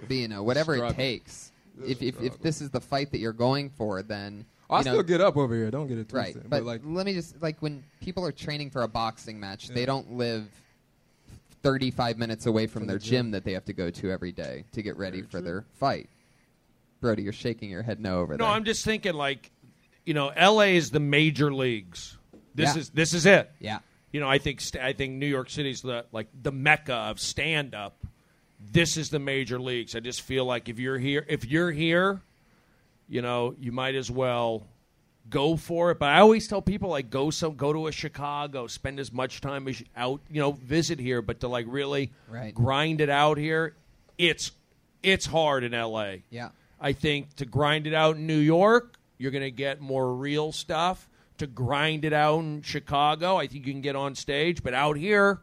Speaker 4: but you know, whatever it
Speaker 14: Struggle.
Speaker 4: takes. If, if, if this is the fight that you're going for, then
Speaker 14: I
Speaker 4: you know,
Speaker 14: still get up over here. Don't get it
Speaker 4: right.
Speaker 14: twisted.
Speaker 4: But,
Speaker 14: But, like,
Speaker 4: let me just like when people are training for a boxing match, they
Speaker 14: Yeah.
Speaker 4: don't live 35 minutes away from,
Speaker 14: From
Speaker 4: their
Speaker 14: the
Speaker 4: gym.
Speaker 14: gym.
Speaker 4: that they have to go to every day to get ready for their fight. Brody, you're shaking your head no over
Speaker 9: No,
Speaker 4: there.
Speaker 9: I'm just thinking like, you know, L.A. is the major leagues. This
Speaker 4: Yeah.
Speaker 9: is this is it.
Speaker 4: Yeah.
Speaker 9: You know, I think st- I think New York City's the like the mecca of stand up. This is the major leagues. I just feel like if you're here, if you're here, you know, you might as well go for it. But I always tell people like go some go to a Chicago, spend as much time as you out, you know, visit here, but to like really
Speaker 4: Right.
Speaker 9: grind it out here, it's it's hard in LA.
Speaker 4: Yeah.
Speaker 9: I think to grind it out in New York, you're going to get more real stuff. To grind it out in Chicago, I think you can get on stage, but out here,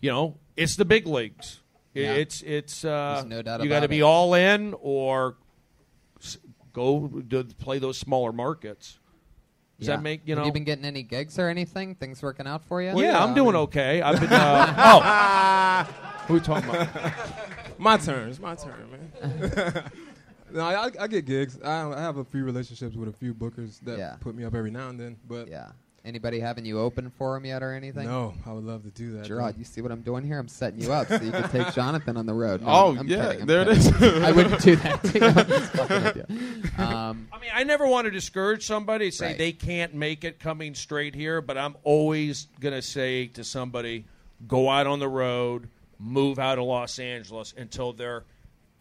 Speaker 9: you know, it's the big leagues. I-
Speaker 4: Yeah.
Speaker 9: It's it's uh,
Speaker 4: There's no doubt
Speaker 9: you gotta
Speaker 4: about
Speaker 9: be
Speaker 4: it.
Speaker 9: all in or s- go to play those smaller markets. Does
Speaker 4: Yeah.
Speaker 9: that make you
Speaker 4: Have
Speaker 9: know?
Speaker 4: you been getting any gigs or anything? Things working out for you?
Speaker 9: yeah, I'm doing okay. I've
Speaker 14: (laughs)
Speaker 9: been. Uh,
Speaker 8: Ah.
Speaker 9: oh, who you talking about?
Speaker 14: my turn. It's my turn, man. (laughs) no, I, I- I get gigs. I, I have a few relationships with a few bookers that
Speaker 4: Yeah.
Speaker 14: put me up every now and then. But
Speaker 4: yeah, anybody having you open for him yet or anything?
Speaker 14: No, I would love to do that.
Speaker 4: Gerard, you see what I'm doing here? I'm setting you up so you can
Speaker 14: (laughs)
Speaker 4: take Jonathan on the road. No,
Speaker 14: Oh,
Speaker 4: I'm
Speaker 14: yeah,
Speaker 4: kidding, I'm
Speaker 14: there it
Speaker 4: kidding.
Speaker 14: is.
Speaker 4: I wouldn't do that. (laughs) To you. I'm just fucking with
Speaker 9: (laughs)
Speaker 4: you. Um,
Speaker 9: I mean, I never want to discourage somebody, say
Speaker 4: Right.
Speaker 9: they can't make it coming straight here, but I'm always going to say to somebody, go out on the road, move out of Los Angeles until they're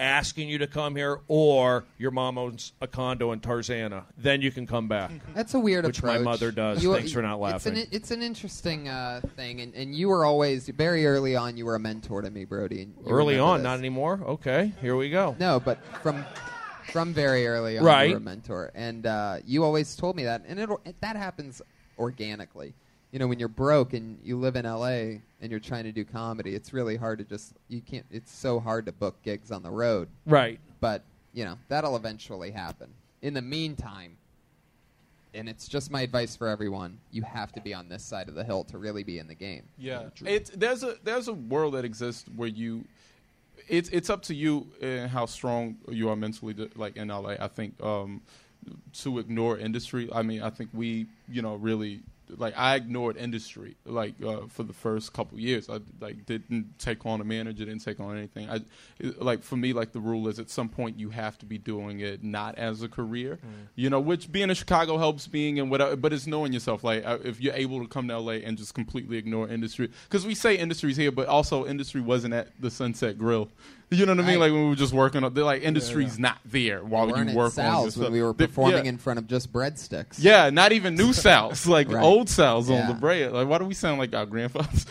Speaker 9: asking you to come here or your mom owns a condo in Tarzana. Then you can come back.
Speaker 4: That's a weird
Speaker 9: Which
Speaker 4: approach.
Speaker 9: my mother does.
Speaker 4: You-
Speaker 9: Thanks for not
Speaker 4: it's an-
Speaker 9: laughing.
Speaker 4: It's an, interesting uh, thing, and, and you were always very early on. You were a mentor to me, Brody. And you
Speaker 9: Early
Speaker 4: remember
Speaker 9: on,
Speaker 4: this.
Speaker 9: not anymore. Okay, here we go.
Speaker 4: No, but from from very early on, you
Speaker 9: Right.
Speaker 4: were a mentor, and uh, you always told me that, and it that happens organically. You know, when you're broke and you live in LA and you're trying to do comedy, it's really hard to just you can't. It's so hard to book gigs on the road.
Speaker 9: Right.
Speaker 4: But you know that'll eventually happen. In the meantime, and it's just my advice for everyone: you have to be on this side of the hill to really be in the game.
Speaker 8: Yeah, it's there's a there's a world that exists where you, it's it's up to you and how strong you are mentally. To, like in LA, I think um, to ignore industry. I mean, I think we you know really like I ignored industry like uh, for the first couple years. I like didn't take on a manager, didn't take on anything. I it- like for me like the rule is at some point you have to be doing it not as a career.
Speaker 4: Mm.
Speaker 8: You know, which being in Chicago helps being in whatever, but it's knowing yourself. Like uh, if you're able to come to LA and just completely ignore industry, because we say industry's here, but also industry wasn't at the Sunset Grill. You know what I mean? Like when we were just working up, they're like industry's not there while
Speaker 4: we weren't
Speaker 8: you work
Speaker 4: at
Speaker 8: on this
Speaker 4: Sal's when
Speaker 8: stuff.
Speaker 4: we were
Speaker 8: They-
Speaker 4: performing
Speaker 8: yeah.
Speaker 4: in front of just breadsticks.
Speaker 8: Yeah, not even
Speaker 4: (laughs)
Speaker 8: new Souths, like
Speaker 4: Right.
Speaker 8: old Souths
Speaker 4: Yeah.
Speaker 8: on La Brea. Like, why do we sound like
Speaker 4: (laughs)
Speaker 8: our grandfathers?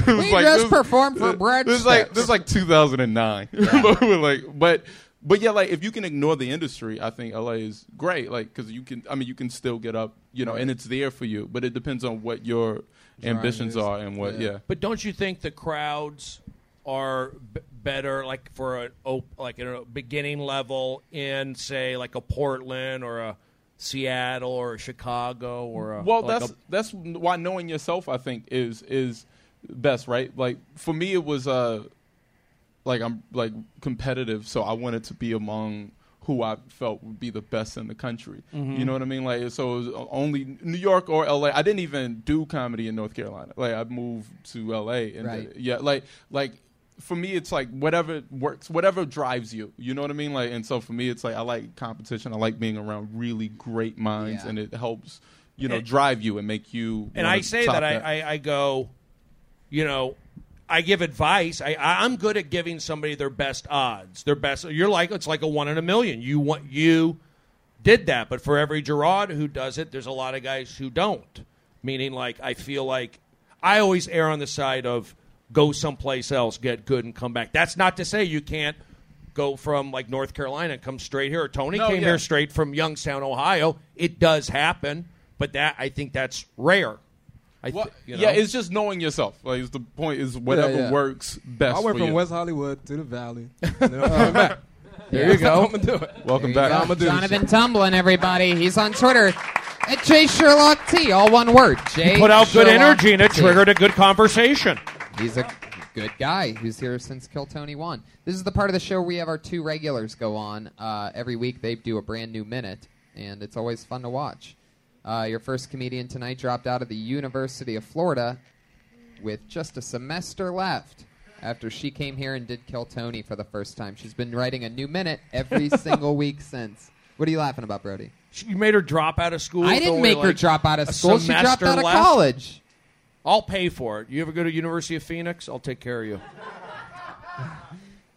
Speaker 8: (laughs)
Speaker 4: We just performed for
Speaker 8: This is like
Speaker 4: breadsticks.
Speaker 8: (laughs) this is like 2009. but we're like, but But yeah, like if you can ignore the industry, I think LA is great. Like because you can, I mean, you can still get up, you know, and it's there for you. But it depends on what your
Speaker 9: Drive
Speaker 8: ambitions
Speaker 9: is.
Speaker 8: are and what, yeah.
Speaker 9: But don't you think the crowds are b- better, like for an op- like in a beginning level in say like a Portland or a Seattle or a Chicago or a
Speaker 8: well
Speaker 9: like
Speaker 8: that's
Speaker 9: a-
Speaker 8: that's why knowing yourself i think is is best right like for me it was uh like i'm like competitive so i wanted to be among who i felt would be the best in the country
Speaker 9: Mhm.
Speaker 8: you know what i mean like so it was only new york or la i didn't even do comedy in north carolina like i moved to la and uh,
Speaker 9: Right.
Speaker 8: yeah like like for me it's like whatever works whatever drives you you know what i mean like and so for me it's like i like competition i like being around really great minds
Speaker 9: Yeah.
Speaker 8: and it helps you know
Speaker 9: And-
Speaker 8: drive you and make you
Speaker 9: and
Speaker 8: wanna
Speaker 9: I say
Speaker 8: top
Speaker 9: that, I, I I go, you know, I give advice. I I- I'm good at giving somebody their best odds, their best. You're like it's like a one in a million. You want you did that, but for every Gerard who does it, there's a lot of guys who don't. Meaning, like I feel like I always err on the side of go someplace else, get good, and come back. That's not to say you can't go from like North Carolina and come straight here. Tony
Speaker 8: No,
Speaker 9: came
Speaker 8: yeah.
Speaker 9: here straight from Youngstown, Ohio. It does happen, but that I think that's rare. I th- you know?
Speaker 8: yeah it's just knowing yourself like it's the point is whatever
Speaker 14: Yeah, yeah.
Speaker 8: works best
Speaker 14: I went
Speaker 8: for
Speaker 14: from
Speaker 8: you.
Speaker 14: West Hollywood to the
Speaker 8: (laughs)
Speaker 14: Valley. and then I'm coming back.
Speaker 8: There you
Speaker 14: (laughs)
Speaker 8: go.
Speaker 14: I'm gonna do it.
Speaker 8: Welcome
Speaker 4: There you go.
Speaker 14: I'm gonna do this
Speaker 4: Jonathan Tumblin, everybody. He's on Twitter at J Sherlock T, all one word. J.
Speaker 9: You put out good
Speaker 4: Sherlock
Speaker 9: energy and it
Speaker 4: T.
Speaker 9: triggered a good conversation.
Speaker 4: He's a good guy who's here since Kill Tony 1. This is the part of the show we have our two regulars go on. Uh, every week they do a brand new minute, and it's always fun to watch. Uh, your first comedian tonight dropped out of the University of Florida with just a semester left after she came here and did Kill Tony for the first time. She's been writing a new minute
Speaker 9: (laughs)
Speaker 4: every single week since. What are you laughing about, Brody?
Speaker 9: She- You made her drop out of school.
Speaker 4: I
Speaker 9: with
Speaker 4: didn't
Speaker 9: only,
Speaker 4: make her
Speaker 9: like,
Speaker 4: drop out of
Speaker 9: a
Speaker 4: school. She dropped
Speaker 9: semester
Speaker 4: out of
Speaker 9: left.
Speaker 4: college.
Speaker 9: I'll pay for it. You ever go to University of Phoenix? I'll take care of you.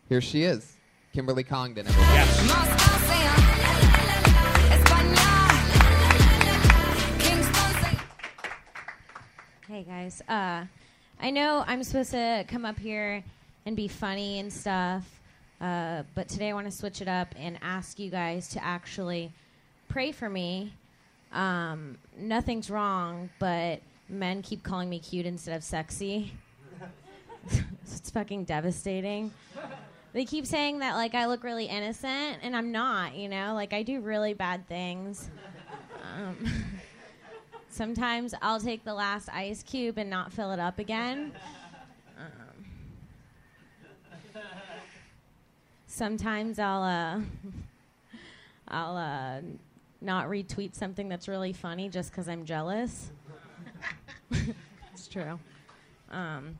Speaker 4: Here she is, Kimberly Congdon. Everybody.
Speaker 16: Hey guys, uh, I know I'm supposed to come up here and be funny and stuff, uh, but today I want to switch it up and ask you guys to actually pray for me. Um, nothing's wrong, but men keep calling me cute instead of sexy. (laughs) it's fucking devastating. They keep saying that like I look really innocent, and I'm not. You know, like I do really bad things. Um, (laughs) Sometimes I'll take the last ice cube and not fill it up again. Um, sometimes I'll uh, (laughs) I'll uh, not retweet something that's really funny just because I'm jealous. it's true. Um,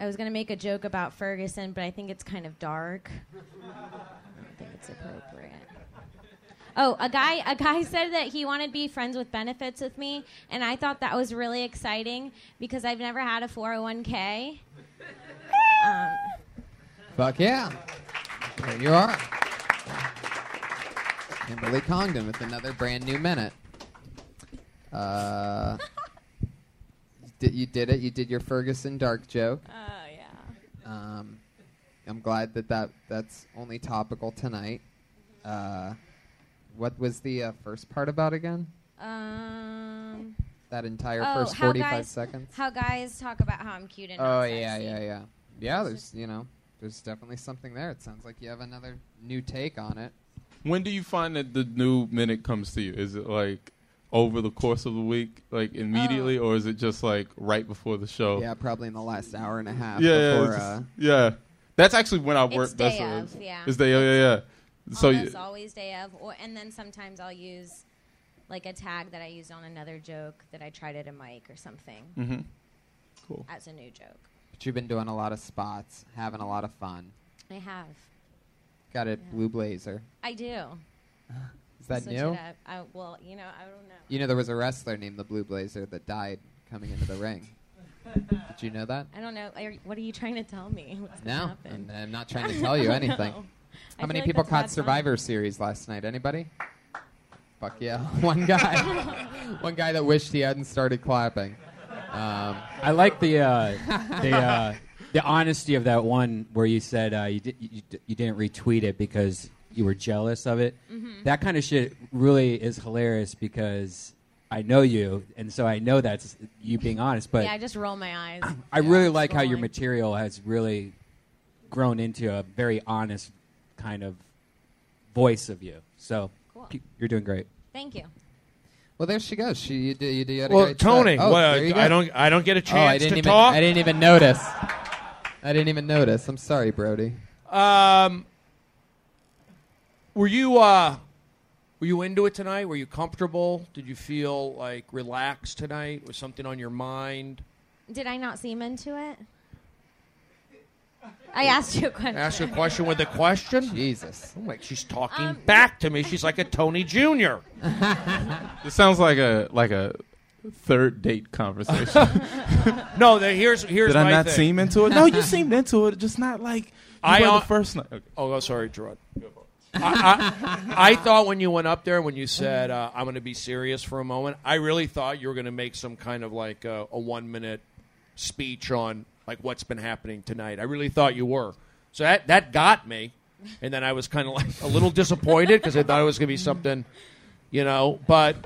Speaker 16: I was gonna make a joke about Ferguson, but I think it's kind of dark. I don't think it's appropriate. Oh, a guy a guy said that he wanted to be friends with benefits with me, and I thought that was really exciting because I've never had a 401k. Um,
Speaker 4: Fuck yeah. There you are. Kimberly Congdon with another brand new minute. Uh, did, you did it. You did your Ferguson dark joke.
Speaker 16: Oh, yeah.
Speaker 4: Um, I'm glad that, that that's only topical tonight. Uh, what was the uh, first part about again?
Speaker 16: um,
Speaker 4: That entire
Speaker 16: oh,
Speaker 4: first
Speaker 16: how
Speaker 4: 45
Speaker 16: guys-
Speaker 4: seconds?
Speaker 16: How guys talk about how I'm cute and
Speaker 4: Oh
Speaker 16: not
Speaker 4: yeah,
Speaker 16: sexy.
Speaker 4: yeah, yeah. Yeah, there's you know, there's definitely something there. It sounds like you have another new take on it.
Speaker 8: when do you find that the new minute comes to you is it like over the course of the week like immediately or is it just like right before the show
Speaker 4: Yeah, probably in the last hour and a half.
Speaker 8: yeah, yeah,
Speaker 4: before,
Speaker 8: it's
Speaker 4: uh,
Speaker 8: just- yeah. That's actually when I work. that's
Speaker 16: day
Speaker 8: what it
Speaker 16: of,
Speaker 8: is.
Speaker 16: yeah.
Speaker 8: It's day of, yeah, yeah. So
Speaker 16: almost
Speaker 8: y-
Speaker 16: always day of, or, and then sometimes I'll use like a tag that I used on another joke that I tried at a mic or something
Speaker 8: Mm-hmm.
Speaker 4: Mhm.
Speaker 8: Cool.
Speaker 16: as a new joke.
Speaker 4: But you've been doing a lot of spots, having a lot of fun.
Speaker 16: I have,
Speaker 4: Got a blue
Speaker 16: (gasps)
Speaker 4: blazer.
Speaker 16: I do.
Speaker 4: Is that
Speaker 16: Switch
Speaker 4: new?
Speaker 16: It up. I, well, you know, I don't know.
Speaker 4: You know, there was a wrestler named the Blue Blazer that died coming into the
Speaker 16: (laughs)
Speaker 4: ring. Did you know that?
Speaker 16: I don't know. Are, what are you trying to tell me? (laughs) What's gonna
Speaker 4: No,
Speaker 16: happen?
Speaker 4: and I'm not
Speaker 16: (laughs)
Speaker 4: trying to tell you anything.
Speaker 16: No. I
Speaker 4: How many
Speaker 16: feel like
Speaker 4: people
Speaker 16: that's
Speaker 4: caught
Speaker 16: bad
Speaker 4: Survivor Series last night? Anybody? Fuck
Speaker 16: (laughs)
Speaker 4: yeah, (laughs) one guy. one guy that wished he hadn't started clapping. Um,
Speaker 5: I like the uh, the uh, the honesty of that one where you said uh, you, did, you, d- you didn't retweet it because you were jealous of it.
Speaker 16: Mm-hmm.
Speaker 18: Mhm.
Speaker 5: That kind of shit really is hilarious because I know you, and so I know that's you being honest. But
Speaker 16: yeah, I just roll my
Speaker 4: (clears throat)
Speaker 16: eyes.
Speaker 5: I really like how your material has really grown into a very honest kind of voice of you. So keep- you're doing great.
Speaker 16: Thank you.
Speaker 4: Well, there she goes. She you do you do yet
Speaker 9: Well,
Speaker 4: a great set.
Speaker 9: Tony,
Speaker 4: Oh,
Speaker 9: well,
Speaker 4: there you go.
Speaker 9: I don't- I don't get a
Speaker 4: oh, I
Speaker 9: chance
Speaker 4: didn't
Speaker 9: to
Speaker 4: even,
Speaker 9: talk.
Speaker 4: I didn't even notice. I didn't even notice. I'm sorry, Brody.
Speaker 9: Um, were you uh, were you into it tonight? Were you comfortable? Did you feel like relaxed tonight? Was something on your mind?
Speaker 16: Did I not seem into it? I asked you a question.
Speaker 9: Ask a question with a question.
Speaker 4: Jesus,
Speaker 9: I'm like she's talking back to me. She's like a Tony Junior.
Speaker 8: This sounds like a like a third date conversation. (laughs)
Speaker 9: no, the, here's here's
Speaker 8: Did I
Speaker 9: my
Speaker 8: not
Speaker 9: thing.
Speaker 8: seem into it? No, you seemed into it, just not like you
Speaker 9: I
Speaker 8: were
Speaker 9: uh,
Speaker 8: the first night. Okay.
Speaker 9: Oh, oh, sorry, Gerard. I, I, I thought when you went up there, when you said uh, I'm going to be serious for a moment, I really thought you were going to make some kind of like uh, a one minute speech on like what's been happening tonight. I really thought you were. So that that got me, and then I was kind of like a little disappointed because I thought it was going to be something, you know. But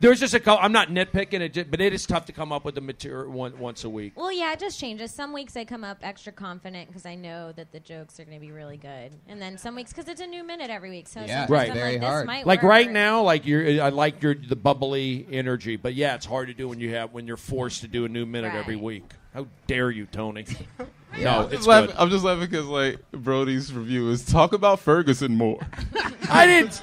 Speaker 9: there's just a couple. I'm not nitpicking it, ju- but it is tough to come up with the material one, once a week.
Speaker 16: Well, yeah, it just changes. Some weeks I come up extra confident because I know that the jokes are going to be really good, and then some weeks because it's a new minute every week. So sometimes
Speaker 9: right.
Speaker 16: I'm like, this might
Speaker 9: Like
Speaker 16: work.
Speaker 9: right now, like you're, uh, I like your the bubbly energy, but yeah, it's hard to do when you have when you're forced to do a new minute every week. How dare you,
Speaker 4: (laughs)
Speaker 9: Tony? No,
Speaker 8: I'm
Speaker 9: it's
Speaker 8: just laughing,
Speaker 9: good.
Speaker 8: I'm just laughing because like Brody's review is talk about Ferguson more.
Speaker 9: I didn't.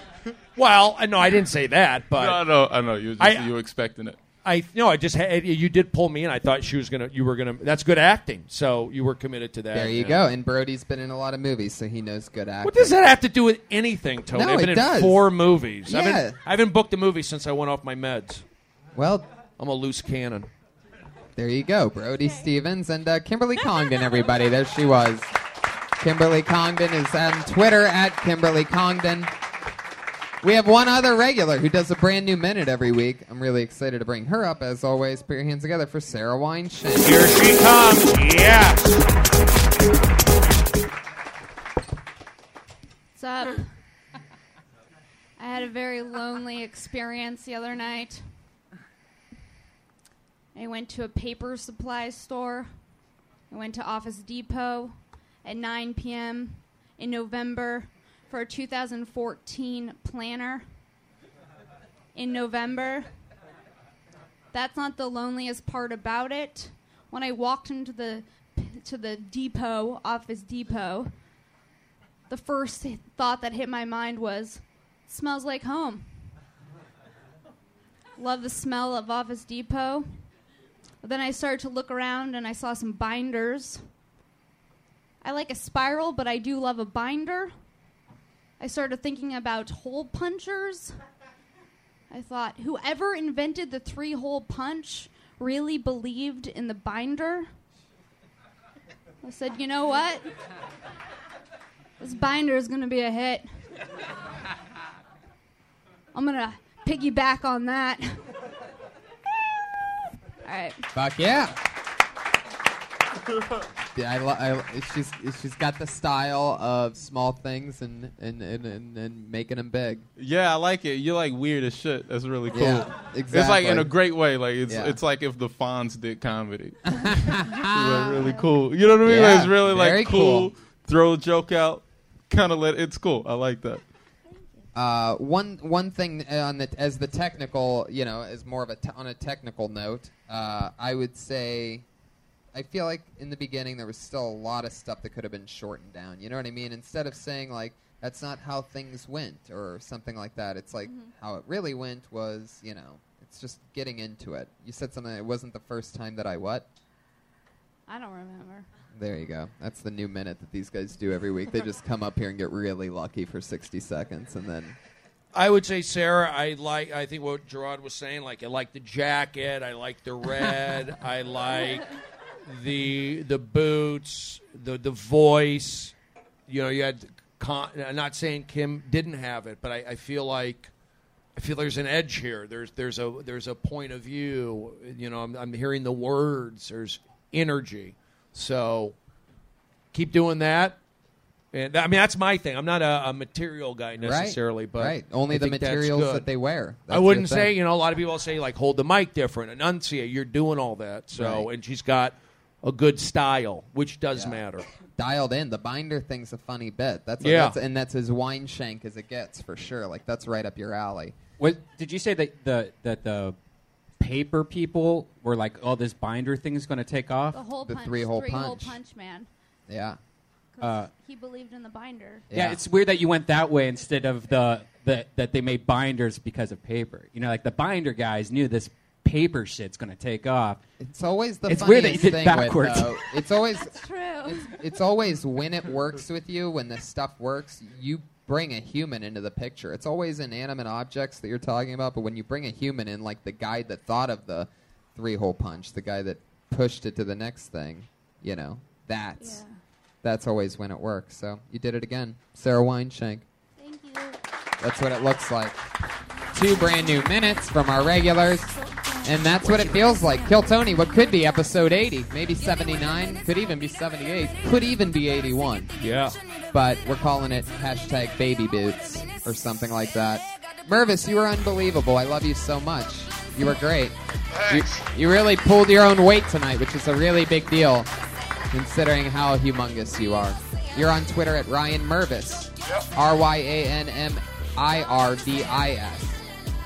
Speaker 9: Well, I- no, I didn't say that, but
Speaker 8: no, no, I know you were just,
Speaker 9: I-
Speaker 8: you were expecting it.
Speaker 9: I no, I just had, you did pull me in. I thought she was gonna, you were gonna. That's good acting. So you were committed to that.
Speaker 4: There you
Speaker 9: and-
Speaker 4: go. And Brody's been in a lot of movies, so he knows good acting.
Speaker 9: What does that have to do with anything, Tony?
Speaker 4: No,
Speaker 9: I've been
Speaker 4: it
Speaker 9: in
Speaker 4: does.
Speaker 9: four movies.
Speaker 4: Yeah.
Speaker 9: I, haven't, I haven't booked a movie since I went off my meds.
Speaker 4: Well,
Speaker 9: I'm a loose cannon.
Speaker 4: There you go, Brody Stevens and uh, Kimberly Congdon, everybody. There she was. Kimberly Congdon is on Twitter at Kimberly Congdon. We have one other regular who does a brand new minute every week. I'm really excited to bring her up, as always. Put your hands together for Sarah Weinstein.
Speaker 9: Here she comes. Yeah.
Speaker 19: What's up? I had a very lonely experience the other night. I went to a paper supply store. I went to Office Depot at 9 p.m. in November for a 2014 planner. In November. That's not the loneliest part about it. When I walked into the to the depot, Office Depot, the first thought that hit my mind was smells like home. Love the smell of Office Depot. But then I started to look around and I saw some binders. I like a spiral, but I do love a binder. I started thinking about hole punchers. I thought, whoever invented the three hole punch really believed in the binder. I said, you know what? This binder is going to be a hit. I'm going to piggyback on that. (laughs) All right.
Speaker 4: Fuck yeah. Yeah, I, lo- I she's she's got the style of small things and and and, and, and making them big.
Speaker 8: Yeah, I like it. You're like weird as shit. That's really cool.
Speaker 4: Yeah,
Speaker 8: It's like
Speaker 4: exactly.
Speaker 8: in a great way. Like it's
Speaker 4: Yeah.
Speaker 8: it's like if the Fonz did comedy. It's, like, really cool. You know what I mean? Like, it's
Speaker 4: Yeah,
Speaker 8: really
Speaker 4: very
Speaker 8: like
Speaker 4: cool.
Speaker 8: cool. Throw a joke out. Kind of let it's cool. I like that.
Speaker 4: Uh, one one thing uh, on the as the technical, you know, as more of a t- on a technical note, uh, I would say, I feel like in the beginning there was still a lot of stuff that could have been shortened down. You know what I mean? Instead of saying like that's not how things went or something like that, it's like how it really went was, you know, it's just getting into it. You said something. It wasn't the first time that I what.
Speaker 19: I don't remember.
Speaker 4: There you go. That's the new minute that these guys do every week. They just come up here and get really lucky for 60 seconds and then
Speaker 9: I would say Sarah. I like. I think what Gerard was saying. Like I like the jacket. I like the red. I like the the boots. The the voice. You know, you had. Con- I'm not saying Kim didn't have it, but I, I feel like I feel there's an edge here. There's there's a there's a point of view. You know, I'm, I'm hearing the words. There's energy. So keep doing that. And I mean, that's my thing. I'm not a, a material guy
Speaker 4: Right,
Speaker 9: necessarily, but
Speaker 4: right. Only
Speaker 9: I
Speaker 4: the
Speaker 9: think that's
Speaker 4: materials
Speaker 9: good.
Speaker 4: that they wear. That's
Speaker 9: I
Speaker 4: your
Speaker 9: wouldn't
Speaker 4: thing.
Speaker 9: say you know a lot of people say like hold the mic different, enunciate. You're doing all that, so
Speaker 4: Right.
Speaker 9: and she's got a good style, which does
Speaker 4: Yeah.
Speaker 9: matter.
Speaker 4: dialed in. The binder thing's a funny bit. That's
Speaker 9: Yeah.
Speaker 4: that's and that's as wine shank as it gets for sure. Like that's right up your alley.
Speaker 5: What did you say that the that the paper people were like, "Oh, this binder thing is going to take off"?
Speaker 19: The whole punch, three-hole punch man.
Speaker 4: Yeah.
Speaker 5: Uh,
Speaker 19: He believed in the binder.
Speaker 5: yeah. it's weird that you went that way instead of the, the that they made binders because of paper. You know, like the binder guys knew this paper shit's going to take off.
Speaker 4: It's always the
Speaker 5: It's weird
Speaker 4: funniest
Speaker 5: that you did
Speaker 4: thing
Speaker 5: backwards.
Speaker 4: With,
Speaker 5: (laughs)
Speaker 4: though, it's always
Speaker 19: true.
Speaker 4: It's, it's always when it works with you, when this stuff works, you bring a human into the picture. It's always inanimate objects that you're talking about, but when you bring a human in, like the guy that thought of the three hole punch, the guy that pushed it to the next thing, you know, that's that's always when it works. So you did it again. Sarah Wineshank.
Speaker 19: Thank you.
Speaker 4: That's what it looks like. Two brand new minutes from our regulars. And that's what it feels like. Kill Tony, what could be episode 80, maybe 79, could even be 78, could even be 81.
Speaker 9: Yeah.
Speaker 4: But we're calling it hashtag baby boots or something like that. Mervis, you were unbelievable. I love you so much. You were great. You, you really pulled your own weight tonight, which is a really big deal considering how humongous you are. You're on Twitter at Ryan Mervis. R Y A N M I R V I S.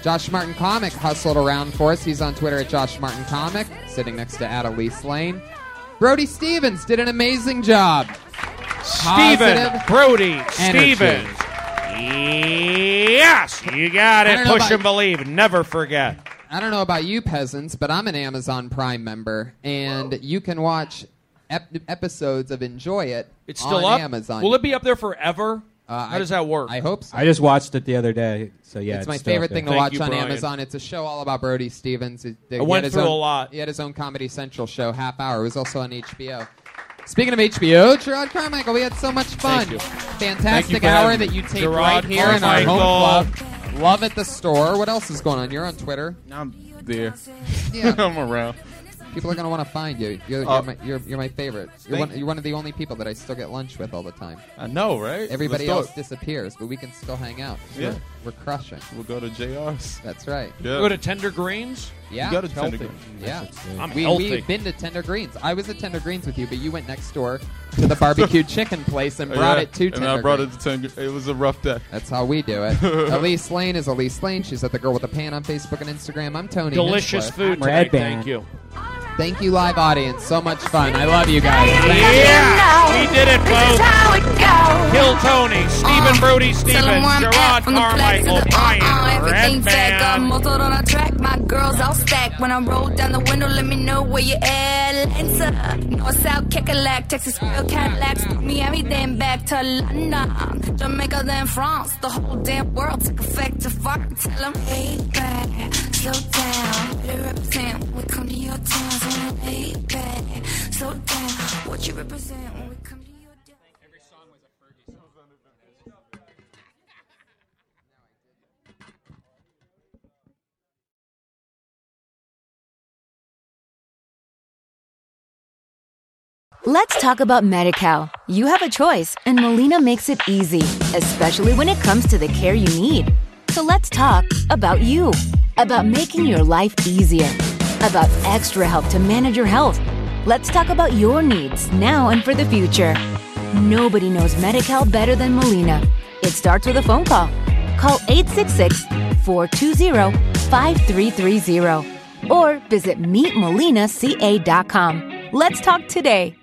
Speaker 4: Josh Martin Comic hustled around for us. He's on Twitter at Josh Martin Comic, sitting next to Adelise Lane. Brody Stevens did an amazing job.
Speaker 9: Steven
Speaker 4: Positive
Speaker 9: Brody
Speaker 4: energy.
Speaker 9: Stevens. Yes, you got
Speaker 4: I
Speaker 9: it.
Speaker 4: don't know
Speaker 9: Push
Speaker 4: about-
Speaker 9: and believe. Never forget.
Speaker 4: I don't know about you peasants, but I'm an Amazon Prime member, and you can watch ep- episodes of Enjoy It.
Speaker 9: It's still
Speaker 4: on
Speaker 9: up.
Speaker 4: Amazon.
Speaker 9: Will it be up there forever?
Speaker 4: Uh,
Speaker 9: How
Speaker 4: I-
Speaker 9: does that work?
Speaker 4: I hope
Speaker 5: I just watched it the other day, so yeah,
Speaker 4: it's, my
Speaker 5: still up
Speaker 4: favorite
Speaker 5: there.
Speaker 4: thing to watch on Amazon. It's a show all about Brody Stevens. It, he
Speaker 5: I
Speaker 4: had
Speaker 5: went
Speaker 4: his
Speaker 5: through
Speaker 4: own,
Speaker 5: a
Speaker 4: lot. He had his own Comedy Central show, half hour. It was also on HBO. Speaking of HBO, Gerard Carmichael, we had so much fun.
Speaker 9: Thank you. Thank you
Speaker 4: Fantastic
Speaker 9: for
Speaker 4: hour
Speaker 9: having
Speaker 4: that
Speaker 9: me.
Speaker 4: you take
Speaker 9: Gerard
Speaker 4: right here in our home
Speaker 9: Carmichael.
Speaker 4: club. Love at the store. What else is going on? You're on Twitter.
Speaker 8: I'm there.
Speaker 4: Yeah.
Speaker 8: (laughs) I'm around.
Speaker 4: People are going to want to find you. You're, you're,
Speaker 8: Uh,
Speaker 4: my, you're, you're my favorite. You're
Speaker 8: thank
Speaker 4: one, you're one of the only people that I still get lunch with all the time.
Speaker 8: I know, right?
Speaker 4: Everybody
Speaker 8: Let's do
Speaker 4: else
Speaker 8: it.
Speaker 4: disappears, but we can still hang out.
Speaker 8: Yeah.
Speaker 4: We're, we're crushing.
Speaker 8: We'll go to JR's.
Speaker 4: That's right.
Speaker 9: Go to Tender Greens.
Speaker 4: Yeah,
Speaker 8: You go to
Speaker 4: Healthy.
Speaker 8: Tender Greens.
Speaker 4: Yeah,
Speaker 8: That's what's good. I'm
Speaker 4: we,
Speaker 8: healthy.
Speaker 4: We've been to Tender Greens. I was at Tender Greens with you, but you went next door to the
Speaker 8: (laughs)
Speaker 4: barbecue chicken place and brought
Speaker 8: Yeah,
Speaker 4: it to
Speaker 8: and
Speaker 4: Tender.
Speaker 8: I brought
Speaker 4: Greens.
Speaker 8: it to Tender. It was a rough day.
Speaker 4: That's how we do
Speaker 8: (laughs)
Speaker 4: it. Elise Lane is Elise Lane. She's at the girl with the pan on Facebook and Instagram. I'm Tony.
Speaker 9: Delicious
Speaker 4: Hinchcliffe.
Speaker 9: food tonight. Thank you.
Speaker 4: Thank you, live audience. So much fun. I love you guys. Thank you.
Speaker 9: Yeah, we did it, folks. Kill Tony, Stephen Brody, Stephen, Gerard Carmichael, Brian
Speaker 18: uh-uh, got
Speaker 9: Redman.
Speaker 18: muzzled on a track. My girls all stacked. When I roll down the window, let me know where you at. Atlanta, North South, Kekalak, Texas, real Cadillacs, Miami, then back to London, Jamaica, then France. The whole damn world took effect to fart. Tell 'em, hey, back, slow down. Better represent when we come to your towns. Hey, back, slow down. What you represent when we come.
Speaker 20: Let's talk about MediCal. You have a choice, and Molina makes it easy, especially when it comes to the care you need. So let's talk about you, about making your life easier, about extra help to manage your health. Let's talk about your needs now and for the future. Nobody knows MediCal better than Molina. It starts with a phone call. Call 866 420 5330 or visit meetmolinaca.com. Let's talk today.